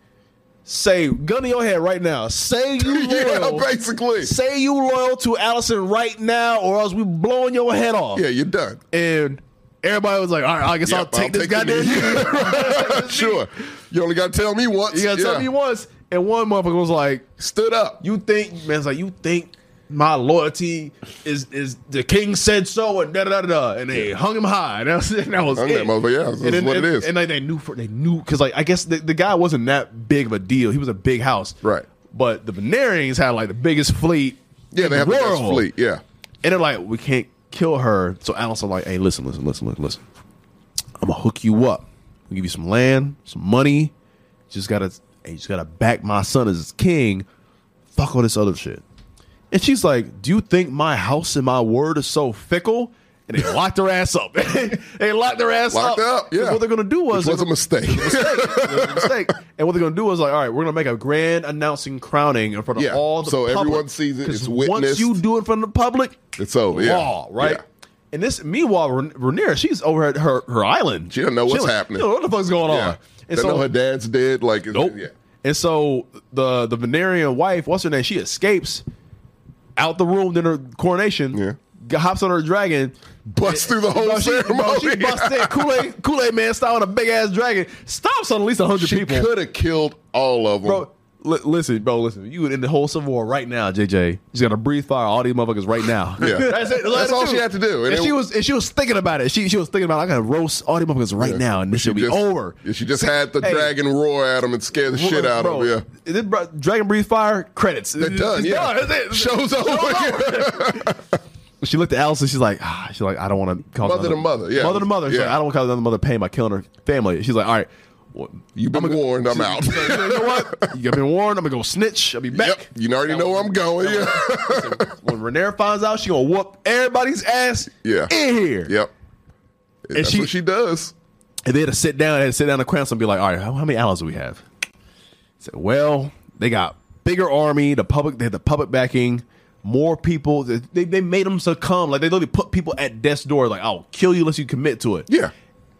Speaker 1: Say gun to your head right now. Say you
Speaker 3: <laughs> yeah,
Speaker 1: loyal.
Speaker 3: basically.
Speaker 1: Say you loyal to Allison right now, or else we blowing your head off.
Speaker 3: Yeah, you're done.
Speaker 1: And everybody was like, "All right, I guess
Speaker 3: Yep,
Speaker 1: I'll take this goddamn."
Speaker 3: <laughs> the- sure. You only got to tell me once.
Speaker 1: You gotta tell
Speaker 3: Yeah.
Speaker 1: me once. And one motherfucker was like,
Speaker 3: Stood up.
Speaker 1: "You think, man? It's like you think my loyalty is is the king said so and da da da da." And they hung him high. <laughs> And that was, and that was
Speaker 3: Hung
Speaker 1: it.
Speaker 3: that motherfucker, yeah, that's
Speaker 1: and then-
Speaker 3: what it
Speaker 1: and-
Speaker 3: is.
Speaker 1: And like they knew for they knew because like I guess the, the guy wasn't that big of a deal. He was a big house,
Speaker 3: Right.
Speaker 1: But the Venerians had like the biggest fleet.
Speaker 3: yeah,
Speaker 1: in
Speaker 3: they have
Speaker 1: the
Speaker 3: the best
Speaker 1: world.
Speaker 3: fleet. Yeah.
Speaker 1: And they're like, we can't kill her. So Allison like, hey, listen, listen, listen, listen, listen. I'm gonna hook you up. I'll give you some land, some money. Just gotta, hey, just gotta back my son as king. Fuck all this other shit. And she's like, do you think my house and my word is so fickle? And they locked her ass up. <laughs> they locked her ass
Speaker 3: Locked
Speaker 1: up.
Speaker 3: up, yeah.
Speaker 1: 'Cause What they're gonna do was
Speaker 3: Which was a mistake.
Speaker 1: <laughs> it was a mistake. And what they're gonna do is like, all right, we're gonna make a grand announcing crowning in front of
Speaker 3: Yeah.
Speaker 1: all the
Speaker 3: So
Speaker 1: public.
Speaker 3: everyone sees it,
Speaker 1: 'Cause
Speaker 3: it's
Speaker 1: Once
Speaker 3: witnessed.
Speaker 1: you do it in front of the public,
Speaker 3: <laughs> It's over. Oh, Yeah.
Speaker 1: law, right?
Speaker 3: Yeah.
Speaker 1: And this, meanwhile, Rha- Rhaenyra, she's over at her, her island.
Speaker 3: She don't know what's
Speaker 1: like,
Speaker 3: happening.
Speaker 1: You know, what the fuck's going
Speaker 3: Yeah.
Speaker 1: on? And
Speaker 3: they know
Speaker 1: so,
Speaker 3: her dad's dead. Like, it's-
Speaker 1: nope.
Speaker 3: yeah.
Speaker 1: And so the the Venerian wife, what's her name? She escapes out the room during her coronation.
Speaker 3: Yeah.
Speaker 1: g- Hops on her dragon.
Speaker 3: Bust through the whole
Speaker 1: Bro, she,
Speaker 3: ceremony.
Speaker 1: bro, she
Speaker 3: <laughs>
Speaker 1: busts in Kool Aid Kool Aid man style on a big ass dragon. Stops on at least hundred
Speaker 3: She
Speaker 1: people.
Speaker 3: could have killed all of them.
Speaker 1: Bro, li- listen, bro, listen. You in the whole civil war right now, JJ. She's gonna breathe fire all these motherfuckers right now. <laughs>
Speaker 3: Yeah.
Speaker 1: that's, it.
Speaker 3: That's all
Speaker 1: it.
Speaker 3: she had to do.
Speaker 1: And,
Speaker 3: And it-
Speaker 1: she was, and she was thinking about it. She, she was thinking about, I gotta roast all these motherfuckers right
Speaker 3: Yeah.
Speaker 1: now, and this should be
Speaker 3: just,
Speaker 1: over.
Speaker 3: yeah, She just had the
Speaker 1: Hey.
Speaker 3: dragon roar at him and scare the shit out of
Speaker 1: bro,
Speaker 3: him. Yeah.
Speaker 1: is it, bro, Dragon breathe fire. Credits.
Speaker 3: They're
Speaker 1: It's-
Speaker 3: done.
Speaker 1: it's
Speaker 3: Yeah.
Speaker 1: done. That's it.
Speaker 3: Show's over.
Speaker 1: She looked at Allison. She's like, ah, she's like, I don't want to cause
Speaker 3: Mother to
Speaker 1: another-
Speaker 3: mother, yeah.
Speaker 1: mother to mother. She's
Speaker 3: Yeah.
Speaker 1: like, I don't want to cause another mother pain by killing her family. She's like, all right, well,
Speaker 3: <laughs> You've been warned. I'm
Speaker 1: <laughs>
Speaker 3: out.
Speaker 1: you know what? You've been warned. I'm gonna go snitch. I'll be back.
Speaker 3: Yep. You already know where I'm going. Yeah.
Speaker 1: when Renera finds out, she gonna whoop everybody's ass
Speaker 3: Yeah.
Speaker 1: in here.
Speaker 3: <laughs> Yep. That's
Speaker 1: she-
Speaker 3: what she does.
Speaker 1: And they had to sit down and sit down the council and be like, all right, how, how many allies do we have? Said, well, they got bigger army, the public, they had the public backing, more people. They, they, they made them succumb. Like they literally put people at death's door, like, I'll kill you unless you commit to it.
Speaker 3: Yeah.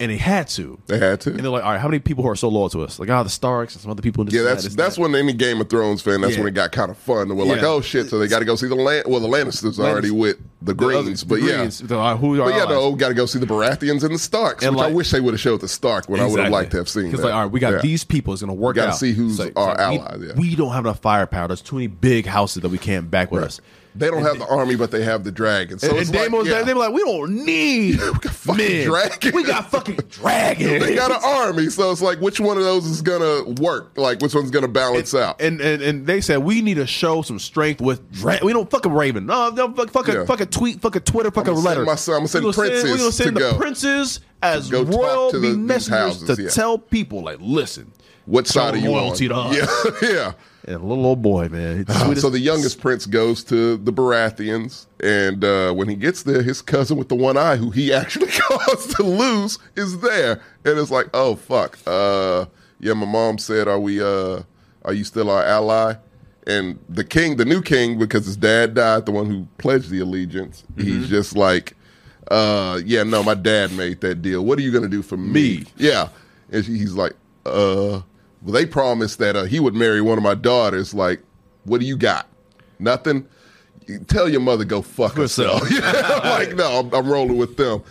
Speaker 1: And they had to.
Speaker 3: They had to.
Speaker 1: And they're like, all right, how many people who are so loyal to us? Like, ah, the Starks and some other people. and this
Speaker 3: Yeah,
Speaker 1: and that,
Speaker 3: that's
Speaker 1: this and
Speaker 3: that's
Speaker 1: that.
Speaker 3: when any Game of Thrones fan. That's
Speaker 1: Yeah.
Speaker 3: when it got kind of fun. We're like,
Speaker 1: Yeah.
Speaker 3: oh shit! So they got to go see the land. Well, the Lannisters are already with the
Speaker 1: The other-
Speaker 3: Greens,
Speaker 1: the
Speaker 3: but
Speaker 1: Greens,
Speaker 3: yeah,
Speaker 1: they're like, who are
Speaker 3: but yeah,
Speaker 1: allies?
Speaker 3: no, got to go see the Baratheons and the Starks.
Speaker 1: And
Speaker 3: which I
Speaker 1: like-
Speaker 3: wish they would have showed the Stark. When I would have liked to have seen.
Speaker 1: Because
Speaker 3: that.
Speaker 1: like, all right, we got
Speaker 3: Yeah.
Speaker 1: these people. It's gonna work
Speaker 3: Gotta
Speaker 1: out.
Speaker 3: see who's
Speaker 1: It's like-
Speaker 3: our
Speaker 1: it's like,
Speaker 3: ally,
Speaker 1: We,
Speaker 3: yeah.
Speaker 1: we don't have enough firepower. There's too many big houses that we can't back with us.
Speaker 3: They don't have the army, but they have the dragon. So
Speaker 1: and
Speaker 3: it's
Speaker 1: and Dame
Speaker 3: like,
Speaker 1: was
Speaker 3: yeah,
Speaker 1: there, they were like, we don't
Speaker 3: <laughs>
Speaker 1: need we got
Speaker 3: fucking dragons.
Speaker 1: We got fucking
Speaker 3: <laughs>
Speaker 1: dragons. <laughs>
Speaker 3: they got an army. So it's like, which one of those is gonna work? Like, which one's gonna balance out?
Speaker 1: and, and and they said we need to show some strength with dra- we don't fucking Raven no no fuck fuck a,
Speaker 3: Yeah.
Speaker 1: fuck a tweet fuck a Twitter fuck
Speaker 3: I'm
Speaker 1: a
Speaker 3: gonna send
Speaker 1: letter
Speaker 3: my son- I'm gonna send
Speaker 1: we gonna
Speaker 3: princes
Speaker 1: we gonna send
Speaker 3: to
Speaker 1: the
Speaker 3: go-
Speaker 1: princes as
Speaker 3: go talk
Speaker 1: royal
Speaker 3: to the-
Speaker 1: be
Speaker 3: these
Speaker 1: messengers
Speaker 3: houses,
Speaker 1: to
Speaker 3: yeah.
Speaker 1: tell people like listen
Speaker 3: what
Speaker 1: show
Speaker 3: side are you on?
Speaker 1: loyalty to us
Speaker 3: <laughs> Yeah, yeah.
Speaker 1: And a little old boy, man. It's sweet as-
Speaker 3: Uh-huh. so the youngest prince goes to the Baratheons, and uh, when he gets there, his cousin with the one eye, who he <laughs> actually caused to lose, is there, and it's like, oh fuck, uh, yeah. My mom said, "Are we? Uh, are you still our ally?" And the king, the new king, because his dad died, the one who pledged the allegiance, he's just like, uh, "Yeah, no, my dad made that deal. What are you gonna do for me?" Yeah, and she- he's like, "Uh." Well, they promised that uh, he would marry one of my daughters. Like, what do you got? Nothing. You tell your mother go fuck herself. <laughs> like, no, I'm, I'm rolling with them.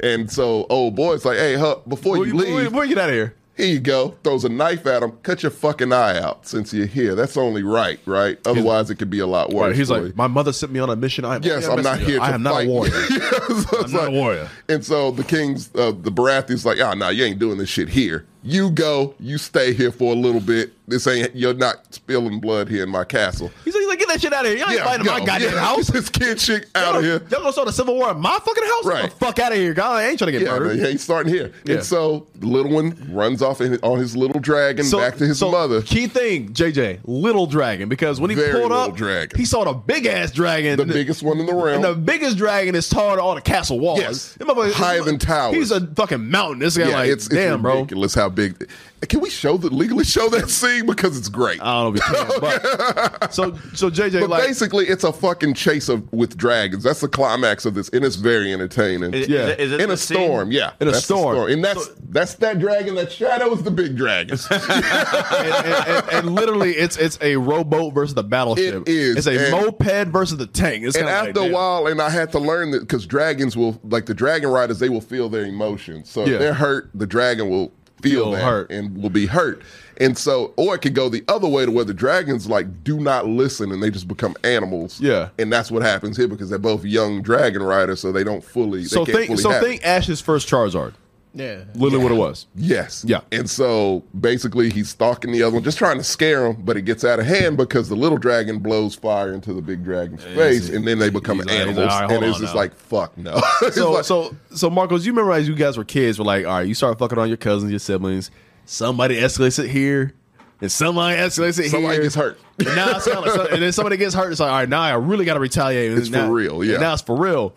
Speaker 3: And so, old boy's like, hey, huh, before you
Speaker 1: Boy,
Speaker 3: leave,
Speaker 1: boy, get out of here.
Speaker 3: here you go. Throws a knife at him. Cut your fucking eye out since you're here. That's only right, right? Otherwise, it could be a lot worse.
Speaker 1: Right, he's
Speaker 3: for
Speaker 1: like,
Speaker 3: you.
Speaker 1: my mother sent me on a mission. I am
Speaker 3: Yes, I'm not here. To
Speaker 1: I am not
Speaker 3: fight.
Speaker 1: a
Speaker 3: <laughs>
Speaker 1: warrior.
Speaker 3: Yeah, so
Speaker 6: not
Speaker 3: it's
Speaker 6: a
Speaker 3: like-
Speaker 6: warrior.
Speaker 3: And so the king's, uh, the Baratheon's like, oh, no, you ain't doing this shit here. You go, you stay here for a little bit. This ain't, you're not spilling blood here in my castle.
Speaker 1: He's like, he's like, get that shit out of here. Y'all ain't fighting in my
Speaker 3: go.
Speaker 1: goddamn
Speaker 3: Yeah, <laughs>
Speaker 1: house.
Speaker 3: This kid chick out
Speaker 1: Y'all,
Speaker 3: of
Speaker 1: y'all
Speaker 3: here.
Speaker 1: gonna start a civil war in my fucking house? Get
Speaker 3: Right.
Speaker 1: the fuck out of here, guy. I ain't trying to get
Speaker 3: Yeah,
Speaker 1: murdered.
Speaker 3: man, yeah, he's starting here.
Speaker 1: Yeah.
Speaker 3: And so the little one runs off in, on his little dragon back to his
Speaker 1: so
Speaker 3: mother.
Speaker 1: Key thing, JJ, little dragon, because when he
Speaker 3: Very
Speaker 1: pulled
Speaker 3: little
Speaker 1: up,
Speaker 3: dragon.
Speaker 1: he saw the big ass dragon,
Speaker 3: The biggest one in the realm.
Speaker 1: and the biggest dragon is taller than all the castle walls.
Speaker 3: Yes.
Speaker 1: That motherfucker-
Speaker 3: Higher than towers.
Speaker 1: He's a fucking mountain. This guy, like, damn, bro.
Speaker 3: ridiculous how big. Can we show the legally show that scene because it's great?
Speaker 1: I don't know if
Speaker 3: <laughs>
Speaker 1: you can, but so so JJ
Speaker 3: but
Speaker 1: like
Speaker 3: basically, it's a fucking chase of with dragons. That's the climax of this, and it's very entertaining.
Speaker 2: Is,
Speaker 1: Yeah.
Speaker 2: is it, is it
Speaker 3: in
Speaker 2: the
Speaker 3: a
Speaker 2: scene?
Speaker 3: storm, yeah,
Speaker 1: In a
Speaker 3: That's the
Speaker 1: storm.
Speaker 3: and that's that's that dragon that shadows the
Speaker 2: <laughs>
Speaker 3: big dragon.
Speaker 1: and, and, and, and literally it's it's a rowboat versus the battleship.
Speaker 3: It is,
Speaker 1: It's a
Speaker 3: and-
Speaker 1: moped versus the tank. It's
Speaker 3: and
Speaker 1: kinda
Speaker 3: after
Speaker 1: like,
Speaker 3: a
Speaker 1: damn.
Speaker 3: while, and I had to learn that because dragons will like the dragon riders, they will feel their emotions. So
Speaker 1: Yeah.
Speaker 3: if they're hurt, the dragon will feel
Speaker 1: Feel
Speaker 3: that
Speaker 1: hurt.
Speaker 3: and will be hurt. And so, or it could go the other way to where the dragons like do not listen and they just become animals.
Speaker 1: Yeah.
Speaker 3: and that's what happens here because they're both young dragon riders, so they don't fully. They
Speaker 1: So
Speaker 3: can't
Speaker 1: think
Speaker 3: fully
Speaker 1: so
Speaker 3: have it.
Speaker 1: think Ash's first Charizard.
Speaker 4: Yeah.
Speaker 1: Literally what it was.
Speaker 3: Yes.
Speaker 1: Yeah.
Speaker 3: And so basically, he's stalking the other one, just trying to scare him, but it gets out of hand because the little dragon blows fire into the big dragon's face, and then they become
Speaker 1: he's like- he's
Speaker 3: animals.
Speaker 1: like, "All right, hold
Speaker 3: and it's
Speaker 1: on
Speaker 3: just
Speaker 1: now."
Speaker 3: like, fuck no. <laughs> It's
Speaker 1: so
Speaker 3: like-
Speaker 1: so so Marcos, you remember as you guys were kids, were like, all right, you start fucking on your cousins, your siblings. Somebody escalates it here, and somebody escalates it
Speaker 3: somebody
Speaker 1: here.
Speaker 3: gets hurt.
Speaker 1: And now it's kinda like, so- and then somebody gets hurt. It's like, all right, now I really got to retaliate. And
Speaker 3: It's
Speaker 1: now-
Speaker 3: for real, yeah.
Speaker 1: and now it's for real.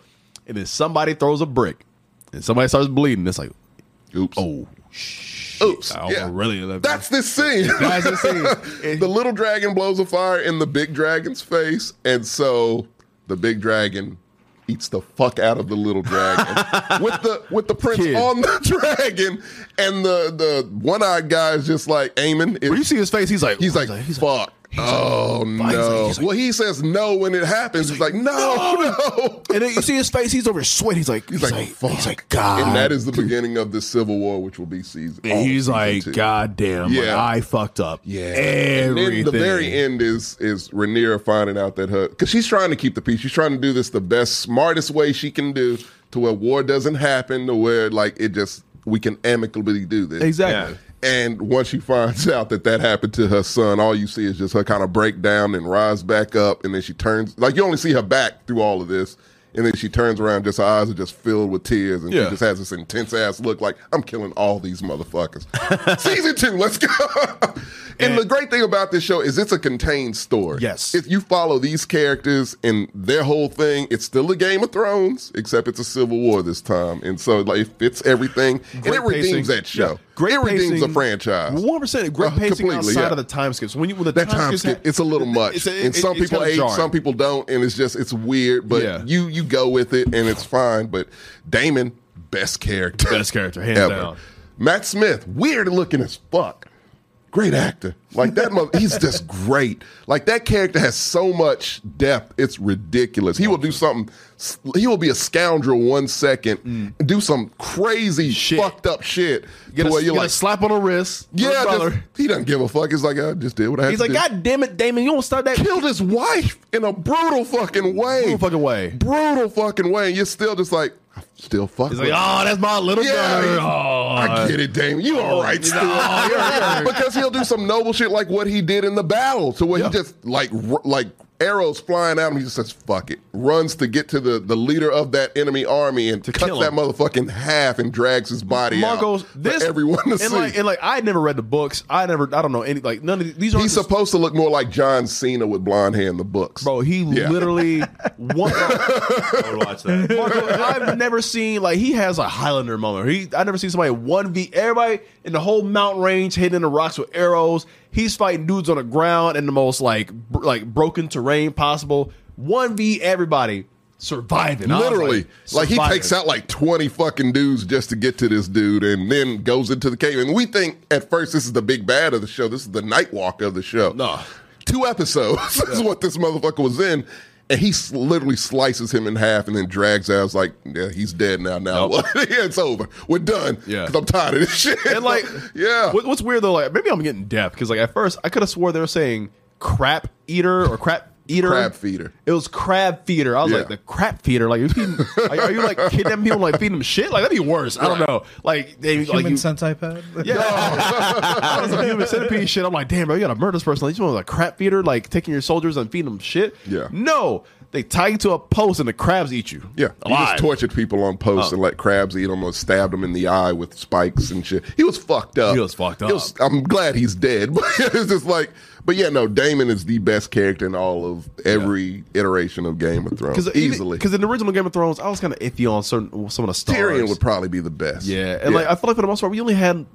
Speaker 1: And then somebody throws a brick, and somebody starts bleeding. It's like,
Speaker 3: Oops.
Speaker 1: oh,
Speaker 3: Oops.
Speaker 1: I don't
Speaker 3: Yeah.
Speaker 1: really love
Speaker 3: That's this
Speaker 1: <laughs>
Speaker 3: scene.
Speaker 1: That's the scene.
Speaker 3: <laughs> the little dragon blows a fire in the big dragon's face, and so the big dragon eats the fuck out of the little dragon
Speaker 1: <laughs>
Speaker 3: with the with the prince
Speaker 1: Kid.
Speaker 3: on the <laughs> dragon, and the the one eyed guy is just like aiming. It-
Speaker 1: When you see his face, he's like,
Speaker 3: he's like, fuck. oh
Speaker 1: like-
Speaker 3: no!
Speaker 1: he's like-
Speaker 3: well, he says no when it happens. He's like, <laughs> no, no.
Speaker 1: and then you see his face. He's over sweat. He's like, he's,
Speaker 3: like,
Speaker 1: like,
Speaker 3: fuck.
Speaker 1: he's like, God.
Speaker 3: And that is the beginning of the civil war, which will be season. all
Speaker 1: Ah, And
Speaker 3: of
Speaker 1: he's
Speaker 3: season
Speaker 1: like,
Speaker 3: two.
Speaker 1: God damn, like,
Speaker 3: Yeah.
Speaker 1: I fucked up. Yeah. Everything.
Speaker 3: And then the very end is is Rhaenyra finding out that her because she's trying to keep the peace. She's trying to do this the best, smartest way she can do to where war doesn't happen, to where like it just we can amicably do this.
Speaker 1: Exactly.
Speaker 3: And once she finds <laughs> out that that happened to her son, all you see is just her kind of break down and rise back up, and then she turns like you only see her back through all of this. And then she turns around, just her eyes are just filled with tears, and
Speaker 1: Yeah.
Speaker 3: she just has this intense ass look like, I'm killing all these motherfuckers. <laughs> Season two, let's go. <laughs> and, the great thing about this show is it's a contained story.
Speaker 1: Yes.
Speaker 3: If you follow these characters and their whole thing, it's still a Game of Thrones, except it's a civil war this time. And so like it fits everything. and it
Speaker 1: Great
Speaker 3: redeems
Speaker 1: pacing.
Speaker 3: that show.
Speaker 1: Yeah. Great
Speaker 3: it redeems
Speaker 1: pacing.
Speaker 3: the franchise.
Speaker 1: One percent great
Speaker 3: Uh,
Speaker 1: pacing
Speaker 3: completely,
Speaker 1: outside
Speaker 3: yeah.
Speaker 1: of the time skips. When you when the
Speaker 3: That time
Speaker 1: skips
Speaker 3: skip,
Speaker 1: hap-
Speaker 3: it's a little much,
Speaker 1: it's a-
Speaker 3: and some
Speaker 1: it's
Speaker 3: people
Speaker 1: kinda
Speaker 3: age,
Speaker 1: jarring.
Speaker 3: some people don't, and it's just it's weird. But
Speaker 1: Yeah.
Speaker 3: you you go with it, and it's fine. But Damon, best character,
Speaker 1: Best character, hands
Speaker 3: ever.
Speaker 1: down.
Speaker 3: Matt Smith, weird looking as fuck. Great actor. Like that mother, he's just great. Like that character has so much depth. It's ridiculous. He will do something he will be a scoundrel one second, do some crazy
Speaker 1: Mm. Shit.
Speaker 3: fucked up shit.
Speaker 1: Get,
Speaker 3: to
Speaker 1: a,
Speaker 3: where
Speaker 1: get a slap on the wrist.
Speaker 3: yeah,
Speaker 1: brother.
Speaker 3: just, he doesn't give a fuck. He's like, I just did what I had
Speaker 1: he's like,
Speaker 3: to do.
Speaker 1: God damn it, Damon, you don't start that.
Speaker 3: killed his wife in a brutal fucking way.
Speaker 1: Brutal fucking way.
Speaker 3: Brutal fucking way. And you're still just like, I still fuck
Speaker 1: He's
Speaker 3: with
Speaker 1: like, oh, that's my little
Speaker 3: Yeah,
Speaker 1: brother.
Speaker 3: he's-
Speaker 1: Oh,
Speaker 3: I get it, Damon. You all right still. <laughs> because he'll do some noble shit like what he did in the battle to where
Speaker 1: Yeah.
Speaker 3: he just like r- like arrows flying out, and he just says, fuck it. Runs to get to the, the leader of that enemy army and cuts
Speaker 1: kill
Speaker 3: that
Speaker 1: him.
Speaker 3: motherfucker in half and drags his body
Speaker 1: Margo's
Speaker 3: out for
Speaker 1: this
Speaker 3: everyone to
Speaker 1: and
Speaker 3: see.
Speaker 1: like and like I had never read the books. I never I don't know any like none of these, these are
Speaker 3: He's supposed to look more like John Cena with blonde hair in the books.
Speaker 1: bro. He
Speaker 3: Yeah. <laughs>
Speaker 1: literally one.
Speaker 2: I would watch that.
Speaker 1: Marco, I've never seen like he has a Highlander moment. He I never seen somebody one v everybody in the whole mountain range hitting the rocks with arrows. He's fighting dudes on the ground in the most like br- like broken terrain possible. One v everybody surviving. I was
Speaker 3: Literally, like, he
Speaker 1: surviving.
Speaker 3: takes out like twenty fucking dudes just to get to this dude, and then goes into the cave. And we think at first this is the big bad of the show. This is the night walk of the show.
Speaker 1: No.
Speaker 3: two episodes <laughs> is what this motherfucker was in, and he s- literally slices him in half and then drags out. It's like yeah, he's dead now. Now what? yeah, <laughs> it's over. We're done.
Speaker 1: Yeah.
Speaker 3: 'Cause I'm tired of this <laughs> shit.
Speaker 1: <laughs> and like
Speaker 3: yeah,
Speaker 1: what- what's weird though like maybe i'm getting deaf because like at first i could have swore they were saying crap eater or crap eater
Speaker 3: Crab feeder.
Speaker 1: it was crab feeder i was
Speaker 3: Yeah.
Speaker 1: like the crap feeder like, you feeding, like are you like kidnapping people like feeding them shit like that'd be worse i don't know like they like
Speaker 4: Human
Speaker 1: you,
Speaker 4: Sentai Pad?
Speaker 1: yeah <laughs> I was like, human centipede shit i'm like damn bro you gotta murder this person like you want a crap feeder like taking your soldiers and feeding them shit
Speaker 3: Yeah.
Speaker 1: no they tie you to a post and the crabs eat you
Speaker 3: Yeah, he
Speaker 1: alive.
Speaker 3: just tortured people on posts and let crabs eat them or stabbed them in the eye with spikes and shit. He was fucked up.
Speaker 1: He was fucked
Speaker 3: He was- I'm glad he's dead, <laughs> but it's just like, but yeah, no, Damon is the best character in all of every iteration of Game of Thrones. Easily,
Speaker 1: because in the original game of thrones i was kind of iffy on certain some of the stars
Speaker 3: Tyrion would probably be the best.
Speaker 1: Yeah, and like I feel like for the most part, we only had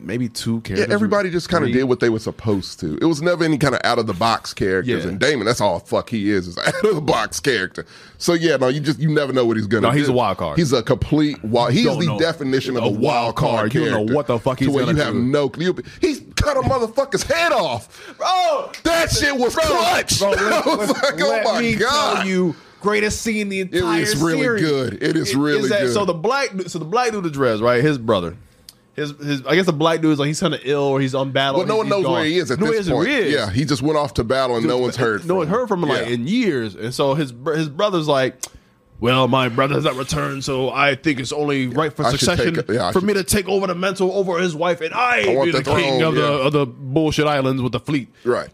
Speaker 1: maybe two
Speaker 3: Yeah,
Speaker 1: characters.
Speaker 3: everybody just kind of
Speaker 1: Three.
Speaker 3: did what they were supposed to. It was never any kind of out of the box characters.
Speaker 1: Yeah.
Speaker 3: And Damon, that's all fuck he is, <laughs> is out of the box character. So yeah, no, you just you never know what he's gonna
Speaker 1: No,
Speaker 3: do.
Speaker 1: he's a wild card.
Speaker 3: He's a complete wild he's
Speaker 1: don't
Speaker 3: the
Speaker 1: know.
Speaker 3: definition of
Speaker 1: A
Speaker 3: a wild
Speaker 1: wild
Speaker 3: card
Speaker 1: card. You don't know
Speaker 3: character
Speaker 1: what the fuck
Speaker 3: to
Speaker 1: he's
Speaker 3: where
Speaker 1: gonna
Speaker 3: you have
Speaker 1: do.
Speaker 3: no clue. He's cut a motherfucker's head off.
Speaker 1: Bro,
Speaker 3: That shit was clutch.
Speaker 1: Oh, <laughs> bro,
Speaker 3: <laughs> I
Speaker 1: let,
Speaker 3: was
Speaker 1: let-
Speaker 3: like, oh
Speaker 1: let
Speaker 3: my
Speaker 1: me
Speaker 3: god.
Speaker 1: tell you, greatest scene in the entire
Speaker 3: is really
Speaker 1: series.
Speaker 3: good. It is really
Speaker 1: that-
Speaker 3: good.
Speaker 1: So the black, du- so the black dude address right, his brother. His, his, I guess the black dude is like he's kind of ill or he's on battle.
Speaker 3: well, no one knows where he is at this point. Yeah, he just went off to battle and no one's heard.
Speaker 1: No one
Speaker 3: from him.
Speaker 1: heard from him like
Speaker 3: Yeah.
Speaker 1: in years, and so his br- his brother's like, "Well, my brother has not returned, so I think it's only right for
Speaker 3: I should
Speaker 1: succession
Speaker 3: take- yeah, I
Speaker 1: for
Speaker 3: should-
Speaker 1: me to take over the mantle over his wife, and I,
Speaker 3: I want
Speaker 1: be
Speaker 3: the
Speaker 1: the, king
Speaker 3: throne,
Speaker 1: of the
Speaker 3: yeah.
Speaker 1: of the bullshit islands with the fleet."
Speaker 3: Right.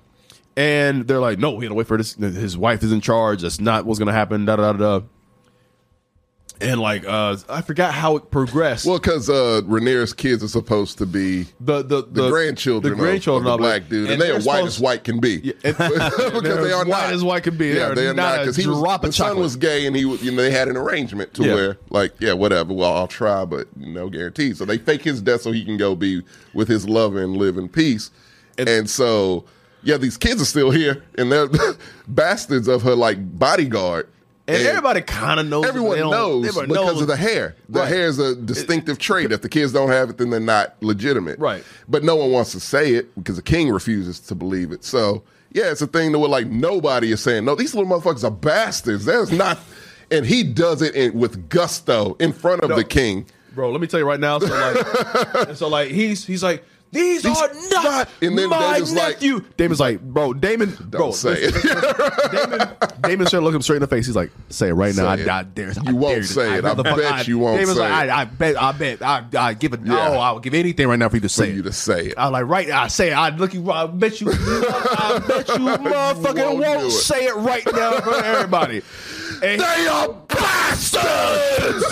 Speaker 1: And they're like, "No, we gotta wait for this. His wife is in charge. That's not what's gonna happen." Da da da. da. And like, uh, I forgot how it progressed.
Speaker 3: Well, because uh, Rhaenyra's kids are supposed to be
Speaker 1: the the
Speaker 3: the, grandchildren,
Speaker 1: the grandchildren of,
Speaker 3: of, of the black dude, and, they are
Speaker 1: they're
Speaker 3: white
Speaker 1: supposed-
Speaker 3: as white can be. <laughs>
Speaker 1: <laughs> and-
Speaker 3: because they
Speaker 1: they're
Speaker 3: are
Speaker 1: as white
Speaker 3: not.
Speaker 1: as white can be. They are not a
Speaker 3: he was,
Speaker 1: drop of
Speaker 3: the son
Speaker 1: chocolate.
Speaker 3: was gay, and he was- you know they had an arrangement to
Speaker 1: Yeah.
Speaker 3: where like yeah whatever. Well, I'll try, but no guarantee. So they fake his death so he can go be with his lover and live in peace. And, so yeah, these kids are still here, and they're <laughs> bastards of her like bodyguard.
Speaker 1: And, everybody kind of knows.
Speaker 3: Everyone
Speaker 1: they don't-
Speaker 3: knows
Speaker 1: everybody
Speaker 3: because
Speaker 1: knows.
Speaker 3: of the hair. The
Speaker 1: Right.
Speaker 3: hair is a distinctive trait. If the kids don't have it, then they're not legitimate.
Speaker 1: Right.
Speaker 3: But no one wants to say it because the king refuses to believe it. So yeah, it's a thing that where like nobody is saying no. These little motherfuckers are bastards. There's not, and he does it in, with gusto in front of the king.
Speaker 1: Bro, let me tell you right now. So
Speaker 3: <laughs>
Speaker 1: like, and so like he's he's like these,
Speaker 3: These
Speaker 1: are not,
Speaker 3: not- and then
Speaker 1: my
Speaker 3: Damon's like-
Speaker 1: nephew. Damon's like, bro, Damon, bro,
Speaker 3: Don't say
Speaker 1: listen,
Speaker 3: it. <laughs>
Speaker 1: Damon, Damon should look him straight in the face. He's like, say it right now. I,
Speaker 3: Say it.
Speaker 1: I dare I
Speaker 3: You won't
Speaker 1: dare
Speaker 3: say it. I
Speaker 1: never-
Speaker 3: bet you won't
Speaker 1: Damon's
Speaker 3: say
Speaker 1: like,
Speaker 3: it.
Speaker 1: I, I bet, I bet, I, I give it.
Speaker 3: Yeah.
Speaker 1: Oh, I'll give anything right now for you to say
Speaker 3: you
Speaker 1: it.
Speaker 3: to say it.
Speaker 1: I like right now. I say it. I look you. I bet you. I bet
Speaker 3: <laughs>
Speaker 1: you, motherfucker,
Speaker 3: won't
Speaker 1: won't,
Speaker 3: do it.
Speaker 1: say it right now for everybody. And
Speaker 3: They are bastards.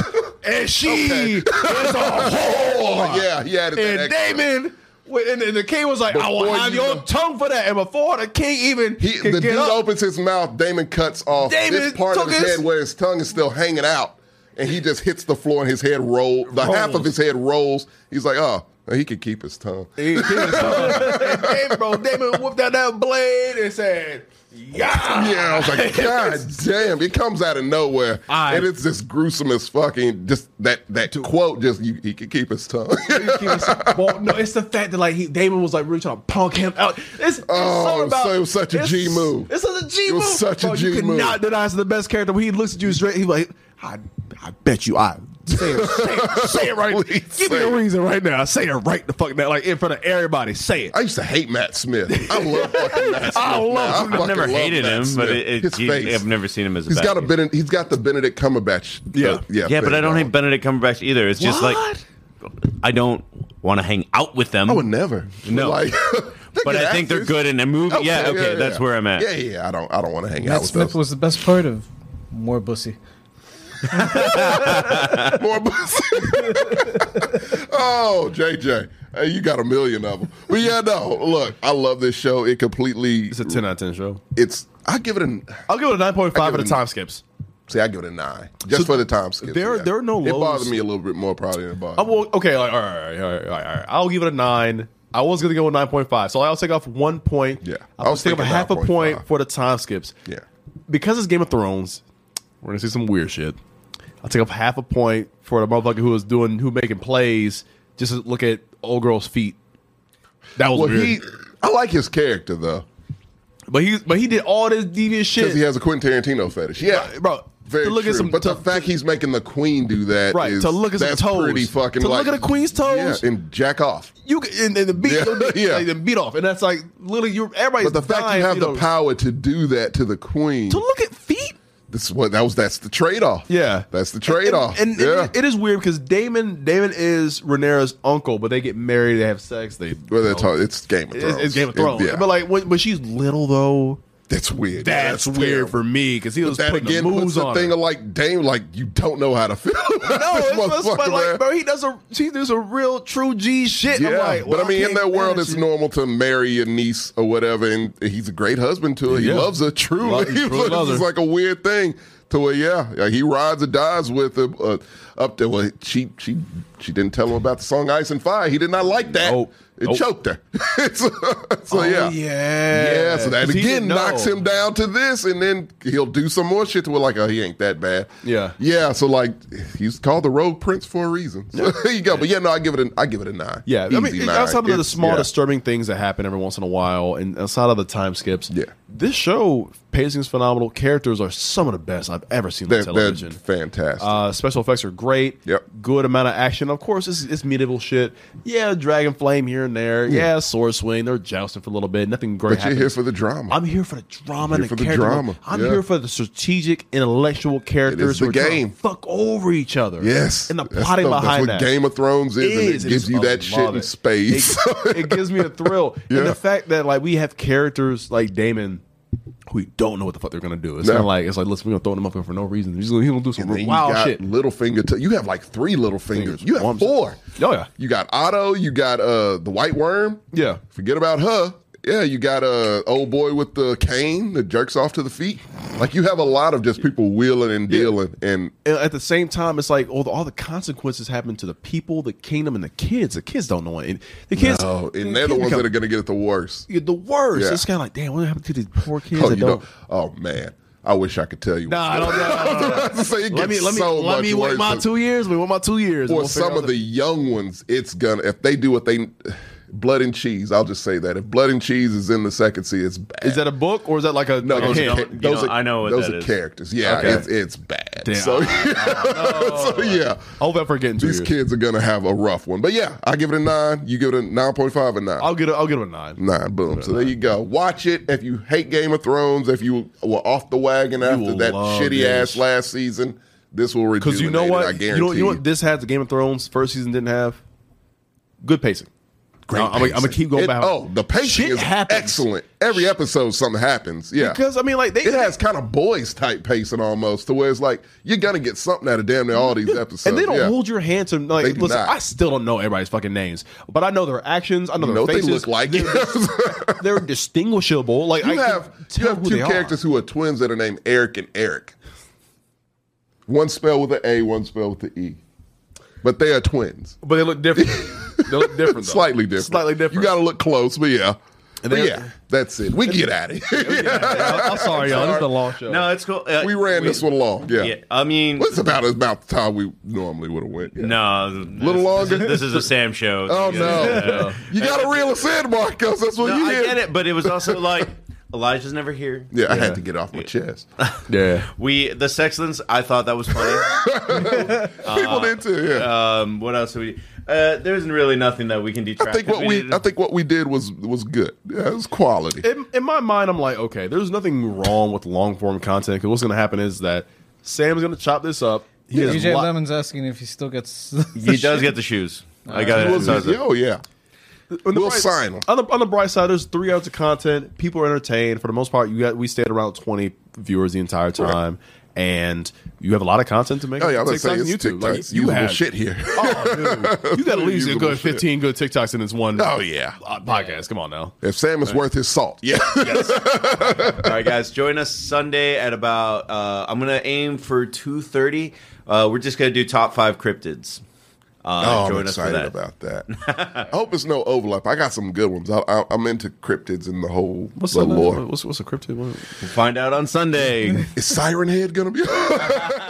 Speaker 1: and she is a
Speaker 3: <laughs> Oh,
Speaker 1: whore.
Speaker 3: yeah, he added that
Speaker 1: And
Speaker 3: extra.
Speaker 1: Damon, went- and, and the king was like, "I will
Speaker 3: Before
Speaker 1: have
Speaker 3: you
Speaker 1: your
Speaker 3: know-
Speaker 1: tongue for that." And before the king even
Speaker 3: He,
Speaker 1: could
Speaker 3: the
Speaker 1: get
Speaker 3: dude
Speaker 1: up,
Speaker 3: opens his mouth. Damon cuts off
Speaker 1: Damon
Speaker 3: this part of
Speaker 1: took
Speaker 3: his,
Speaker 1: his-
Speaker 3: head where his tongue is still hanging out, and he just hits the floor and his head roll. The half of
Speaker 1: Rolls.
Speaker 3: his head rolls. He's like, oh, he could keep his tongue.
Speaker 1: he, he was <laughs> and Damon, bro, Damon whipped out that blade and said, "Yeah,
Speaker 3: Yeah, I
Speaker 1: <laughs>
Speaker 3: was like, God damn! It comes out of nowhere,
Speaker 1: I-
Speaker 3: and it's just gruesome as fucking. Just that that quote, just you, he could keep his tongue. <laughs>
Speaker 1: He was- well, no, it's the fact that like he, Damon was like really trying to punk him out. It's, it's
Speaker 3: Oh,
Speaker 1: something about,
Speaker 3: so it was such a
Speaker 1: it's-
Speaker 3: G move.
Speaker 1: It's such a G
Speaker 3: It was
Speaker 1: move.
Speaker 3: such a
Speaker 1: Bro,
Speaker 3: G
Speaker 1: You
Speaker 3: move.
Speaker 1: cannot deny it's the best character. When he looks at you straight, he's like, I, I bet you I say it, say it, say it right.
Speaker 3: Please
Speaker 1: Give me
Speaker 3: say
Speaker 1: a
Speaker 3: it.
Speaker 1: reason right now. Say it right the fuck now, like in front of everybody. Say it.
Speaker 3: I used to hate Matt Smith. I love fucking Matt Smith.
Speaker 1: I love
Speaker 3: now.
Speaker 1: him. I've
Speaker 3: fucking
Speaker 2: I've never
Speaker 3: love
Speaker 2: hated
Speaker 3: Matt
Speaker 2: him,
Speaker 3: Smith.
Speaker 2: but it,
Speaker 3: his
Speaker 2: it, he-
Speaker 3: face.
Speaker 2: I've never seen him as a
Speaker 3: He's
Speaker 2: bad
Speaker 3: got a
Speaker 2: guy.
Speaker 3: Benedict, he's got the Benedict Cumberbatch.
Speaker 1: Yeah.
Speaker 3: yeah,
Speaker 2: Yeah, but
Speaker 3: thing
Speaker 2: I don't
Speaker 3: going.
Speaker 2: hate Benedict Cumberbatch either. It's just like
Speaker 1: What?
Speaker 2: I don't. want to hang out with them.
Speaker 3: I would never.
Speaker 2: No.
Speaker 3: <laughs>
Speaker 1: <laughs>
Speaker 3: Like,
Speaker 2: but I think they're good in a movie. yeah, okay, that's where I'm at.
Speaker 3: Yeah, yeah. I don't. I don't want to hang
Speaker 4: Matt
Speaker 3: out with
Speaker 4: Smith
Speaker 3: those.
Speaker 4: was the best part of more bussy.
Speaker 3: More pussy. <laughs> oh, JJ, hey, you got a million of them. But yeah, no. Look, I love this show. It completely.
Speaker 1: It's a ten out of ten show.
Speaker 3: It's. I give it an.
Speaker 1: I'll give it a nine point
Speaker 3: I
Speaker 1: five
Speaker 3: give
Speaker 1: for the
Speaker 3: it a-
Speaker 1: time skips.
Speaker 3: See, I give it a nine just
Speaker 1: So
Speaker 3: for the time skip.
Speaker 1: there- there are no
Speaker 3: It
Speaker 1: lows.
Speaker 3: bothered me a little bit more probably than it bothered.
Speaker 1: I will, okay, like, all, right, all, right, all right, all right, all right. I'll give it a nine. I was gonna go with nine point five, so I'll take off one point.
Speaker 3: Yeah. I
Speaker 1: I'll
Speaker 3: was
Speaker 1: take off
Speaker 3: thinking
Speaker 1: half a point
Speaker 3: 9.5.
Speaker 1: for the time skips.
Speaker 3: yeah.
Speaker 1: because it's Game of Thrones, we're gonna see some weird shit. I'll take up half a point for the motherfucker who was doing who making plays just to look at old girl's feet. That was
Speaker 3: Well,
Speaker 1: weird.
Speaker 3: he. I like his character though,
Speaker 1: but he but he did all this devious shit,
Speaker 3: because he has a Quentin Tarantino fetish. Yeah,
Speaker 1: bro.
Speaker 3: Very
Speaker 1: to look
Speaker 3: true.
Speaker 1: at some
Speaker 3: but the
Speaker 1: to-
Speaker 3: fact he's making the queen do that,
Speaker 1: Right,
Speaker 3: is-
Speaker 1: to look at some
Speaker 3: that's
Speaker 1: toes.
Speaker 3: pretty fucking.
Speaker 1: To look
Speaker 3: like-
Speaker 1: at a queen's toes.
Speaker 3: yeah, and jack off.
Speaker 1: you can- and, and the beat,
Speaker 3: Yeah,
Speaker 1: yeah, beat,
Speaker 3: <laughs> yeah.
Speaker 1: like, the beat off, and that's like literally you. Everybody's
Speaker 3: But the fact
Speaker 1: dying,
Speaker 3: you have
Speaker 1: know,
Speaker 3: the power to do that to the queen,
Speaker 1: to look at feet.
Speaker 3: this is what that was. That's the trade off.
Speaker 1: Yeah,
Speaker 3: that's the trade off.
Speaker 1: And, and
Speaker 3: yeah.
Speaker 1: it is weird because Damon Damon is Rhaenyra's uncle, but they get married, they have sex, they
Speaker 3: well, that's how- it's Game of Thrones.
Speaker 1: It's, it's Game of Thrones.
Speaker 3: It- yeah.
Speaker 1: But like when, when she's little though,
Speaker 3: that's weird.
Speaker 1: that's, weird
Speaker 3: terrible.
Speaker 1: for me because he was
Speaker 3: that
Speaker 1: putting
Speaker 3: again
Speaker 1: the
Speaker 3: puts
Speaker 1: moves
Speaker 3: the
Speaker 1: on.
Speaker 3: thing
Speaker 1: her.
Speaker 3: of like, damn, like you don't know how to feel.
Speaker 1: <laughs>
Speaker 3: About
Speaker 1: no,
Speaker 3: <laughs> this
Speaker 1: it's it's-
Speaker 3: motherfucker,
Speaker 1: but
Speaker 3: man.
Speaker 1: like, bro, he does a he does a real true G shit. and
Speaker 3: Yeah,
Speaker 1: I'm like, well,
Speaker 3: but I mean, in
Speaker 1: can't
Speaker 3: that world,
Speaker 1: stand
Speaker 3: it's
Speaker 1: shit.
Speaker 3: normal to marry your niece or whatever, and he's a great husband to her. He
Speaker 1: Yeah.
Speaker 3: loves her truly.
Speaker 1: Lo- he
Speaker 3: <laughs> It's
Speaker 1: truly loves
Speaker 3: just
Speaker 1: her.
Speaker 3: like a weird thing to where, yeah, like, he rides or dies with her uh, up there. Well, she she she didn't tell him about the song "Ice and Fire." He did not like that.
Speaker 1: Nope.
Speaker 3: It
Speaker 1: Nope.
Speaker 3: choked her. <laughs> so
Speaker 4: Oh,
Speaker 3: yeah.
Speaker 4: yeah.
Speaker 3: Yeah, so that
Speaker 1: 'Cause he
Speaker 3: again
Speaker 1: didn't know.
Speaker 3: knocks him down to this, and then he'll do some more shit to where like, oh, he ain't that bad.
Speaker 1: Yeah.
Speaker 3: yeah. So like, he's called the Rogue Prince for a reason. <laughs> So there you go. But yeah, no, I give it an, I give it a nine.
Speaker 1: Yeah, I mean,
Speaker 3: Easy
Speaker 1: it-
Speaker 3: nine.
Speaker 1: outside of the
Speaker 3: It's-
Speaker 1: small
Speaker 3: yeah.
Speaker 1: disturbing things that happen every once in a while, and outside of the time skips,
Speaker 3: Yeah.
Speaker 1: this show pacing is phenomenal. Characters are some of the best I've ever seen
Speaker 3: They're,
Speaker 1: on
Speaker 3: they're
Speaker 1: television.
Speaker 3: fantastic.
Speaker 1: Uh, special effects are great.
Speaker 3: Yep.
Speaker 1: Good amount of action. Of course, it's, it's medieval shit. Yeah, dragon flame here and there. Yeah, sword swing. They're jousting for a little bit. Nothing great.
Speaker 3: but you're here
Speaker 1: happens.
Speaker 3: for the drama.
Speaker 1: I'm here for the drama and the
Speaker 3: Here for the
Speaker 1: character.
Speaker 3: drama,
Speaker 1: I'm
Speaker 3: yeah.
Speaker 1: here for the strategic, intellectual characters
Speaker 3: the
Speaker 1: who are trying to
Speaker 3: game.
Speaker 1: fuck over each other.
Speaker 3: yes,
Speaker 1: and the
Speaker 3: That's
Speaker 1: plotting
Speaker 3: the-
Speaker 1: behind
Speaker 3: that's
Speaker 1: that.
Speaker 3: what Game of Thrones is, and
Speaker 1: is.
Speaker 3: it gives
Speaker 1: is-
Speaker 3: you
Speaker 1: I
Speaker 3: that shit
Speaker 1: love
Speaker 3: in
Speaker 1: it.
Speaker 3: <laughs> space.
Speaker 1: It, it gives me a
Speaker 3: <laughs>
Speaker 1: thrill.
Speaker 3: Yeah.
Speaker 1: And the fact that like we have characters like Damon who you don't know what the fuck they're gonna do. It's
Speaker 3: No.
Speaker 1: kind of like it's like listen, we're gonna throw them up here for no reason. He's gonna, he's gonna do some
Speaker 3: And then you
Speaker 1: wild
Speaker 3: got
Speaker 1: shit.
Speaker 3: little finger. To, you have like three little fingers.
Speaker 1: Fingers.
Speaker 3: You have
Speaker 1: Arms.
Speaker 3: four.
Speaker 1: Oh yeah.
Speaker 3: You got Otto. You got uh the White Worm.
Speaker 1: Yeah.
Speaker 3: Forget about her. Yeah, you got a old boy with the cane that jerks off to the feet. Like you have a lot of just people wheeling and dealing, and
Speaker 1: And at the same time, it's like all the, all the consequences happen to the people, the kingdom, and the kids. The kids don't know it. The kids,
Speaker 3: oh, and they're the
Speaker 1: kids
Speaker 3: ones that
Speaker 1: become
Speaker 3: are going to get it the worst.
Speaker 1: the worst.
Speaker 3: Yeah.
Speaker 1: It's kind of like, damn, what happened to these poor kids?
Speaker 3: Oh,
Speaker 1: that
Speaker 3: you
Speaker 1: don't.
Speaker 3: know, oh man, I wish I could tell you.
Speaker 1: Nah, I don't know. I don't know.
Speaker 3: <laughs> I was gonna say, it
Speaker 1: let me
Speaker 3: gets
Speaker 1: let me
Speaker 3: so
Speaker 1: let me
Speaker 3: much
Speaker 1: wait
Speaker 3: worse
Speaker 1: my
Speaker 3: than-
Speaker 1: two years. We want my two years. and
Speaker 3: For
Speaker 1: we'll figure
Speaker 3: some
Speaker 1: out
Speaker 3: of the young ones, it's gonna if they do what they <sighs> blood and cheese. I'll just say that if blood and cheese is in the second season, it's bad.
Speaker 1: Is that a book or is that like a
Speaker 3: No,
Speaker 1: like a
Speaker 3: those,
Speaker 2: you
Speaker 1: hint?
Speaker 3: are,
Speaker 2: know-
Speaker 3: ca-
Speaker 2: you
Speaker 3: those
Speaker 2: know,
Speaker 3: are-
Speaker 2: I know what
Speaker 3: those
Speaker 2: that
Speaker 3: are
Speaker 2: is.
Speaker 3: characters. Yeah,
Speaker 1: Okay.
Speaker 3: it's, it's bad.
Speaker 1: Damn. Oh,
Speaker 3: So, <laughs> so, yeah,
Speaker 1: I hope I forget in two
Speaker 3: these
Speaker 1: years.
Speaker 3: kids are gonna have a rough one. But yeah, I give it a nine. You give it a nine point five or 9
Speaker 1: I'll get a, I'll get him a nine.
Speaker 3: nine. Boom. So there you go. Watch it if you hate Game of Thrones. If you were off the wagon after
Speaker 1: will
Speaker 3: that
Speaker 1: love
Speaker 3: shitty
Speaker 1: this.
Speaker 3: ass last season, this will rejuvenate.
Speaker 1: Because you know
Speaker 3: it,
Speaker 1: what?
Speaker 3: I guarantee
Speaker 1: you know, you know what this had the Game of Thrones first season didn't have? Good pacing. Great. I'm gonna- I'm gonna keep going
Speaker 3: It-
Speaker 1: back.
Speaker 3: oh, the pacing
Speaker 1: Shit
Speaker 3: is
Speaker 1: happens.
Speaker 3: excellent. Every episode, something happens. Yeah,
Speaker 1: Because I mean, like they
Speaker 3: it has kind of boys type pacing almost, to where it's like you're gonna get something out of damn near all these episodes.
Speaker 1: and they don't
Speaker 3: yeah.
Speaker 1: hold your hand to like.
Speaker 3: They do
Speaker 1: listen,
Speaker 3: not.
Speaker 1: I still don't know everybody's fucking names, but I know their actions. I know their
Speaker 3: You know what they
Speaker 1: faces.
Speaker 3: look like. <laughs>
Speaker 1: They're, they're distinguishable. Like
Speaker 3: You
Speaker 1: I can
Speaker 3: have you
Speaker 1: tell
Speaker 3: have
Speaker 1: who
Speaker 3: two
Speaker 1: they
Speaker 3: characters
Speaker 1: Are.
Speaker 3: who are twins that are named Eric and Eric. One spell with an A, one spell with the E, but they are twins.
Speaker 1: But they look
Speaker 3: <laughs>
Speaker 1: different. they look different. Though.
Speaker 3: Slightly different.
Speaker 1: Slightly different.
Speaker 3: You got to look close, but yeah.
Speaker 1: And
Speaker 3: but
Speaker 1: they-
Speaker 3: yeah, that's it. We get at it.
Speaker 1: <laughs>
Speaker 3: <laughs>
Speaker 1: I'm sorry, y'all. This is a long show.
Speaker 2: No, it's cool. Uh,
Speaker 3: we ran this one along. Yeah.
Speaker 2: Yeah, I mean,
Speaker 3: Well, it's about about the time we normally would have went. yeah.
Speaker 2: no,
Speaker 3: Little longer?
Speaker 2: This, is a Sam show.
Speaker 3: <laughs> Oh no. you got to reel us in, Marcos. That's what
Speaker 2: No,
Speaker 3: you
Speaker 2: I
Speaker 3: did.
Speaker 2: get it, but it was also
Speaker 3: <laughs>
Speaker 2: like Elijah's never here.
Speaker 3: Yeah, I had to get it off
Speaker 2: <laughs>
Speaker 3: my chest. <laughs>
Speaker 1: yeah.
Speaker 2: We the Sexlands. I thought that was
Speaker 3: <laughs>
Speaker 2: funny.
Speaker 3: People did too. Yeah.
Speaker 2: um, what else do we? Uh, there's really nothing that we can detract.
Speaker 3: I think what we, I think what we did was was good. Yeah, it was quality.
Speaker 1: in, in my mind, I'm like, okay, there's nothing wrong with long form content because what's going to happen is that Sam's going to chop this up. He has
Speaker 4: DJ
Speaker 1: lo- <laughs>
Speaker 4: Lemon's asking if he still gets.
Speaker 2: he does get the shoes.
Speaker 3: Uh,
Speaker 2: I got
Speaker 3: We'll
Speaker 2: it. So I was
Speaker 3: be-
Speaker 2: like,
Speaker 3: oh yeah.
Speaker 1: On the
Speaker 3: We'll
Speaker 1: bright-
Speaker 3: sign 'em.
Speaker 1: On the, on the bright side, there's three hours of content. People are entertained for the most part. You got we stayed around 20 viewers the entire time, and you have a lot of content to make.
Speaker 3: Oh yeah, I
Speaker 1: on
Speaker 3: was
Speaker 1: TikTok
Speaker 3: gonna
Speaker 1: and
Speaker 3: say it's
Speaker 1: YouTube.
Speaker 3: TikTok.
Speaker 1: Like,
Speaker 3: It's
Speaker 1: you
Speaker 3: usable
Speaker 1: have
Speaker 3: shit here. <laughs>
Speaker 1: Oh, dude. you got at least a
Speaker 3: Usable
Speaker 1: good
Speaker 3: shit.
Speaker 1: 15 good TikToks in this one.
Speaker 3: Oh, yeah.
Speaker 1: uh, podcast. Come on now.
Speaker 3: If Sam is worth his salt,
Speaker 2: <laughs>
Speaker 3: yeah.
Speaker 2: All right, guys, join us Sunday at about. Uh, I'm gonna aim for two thirty. Uh, we're just gonna do top five cryptids. Uh,
Speaker 3: Oh,
Speaker 2: join
Speaker 3: I'm
Speaker 2: us for
Speaker 3: excited
Speaker 2: that.
Speaker 3: about that.
Speaker 2: <laughs>
Speaker 3: I hope it's no overlap. I got some good ones. I, I, I'm into cryptids and the whole
Speaker 1: What's
Speaker 3: the
Speaker 1: the
Speaker 3: lore.
Speaker 1: What's what's a cryptid? What-
Speaker 3: <laughs>
Speaker 2: Find out on Sunday.
Speaker 3: Is Siren Head gonna be? <laughs>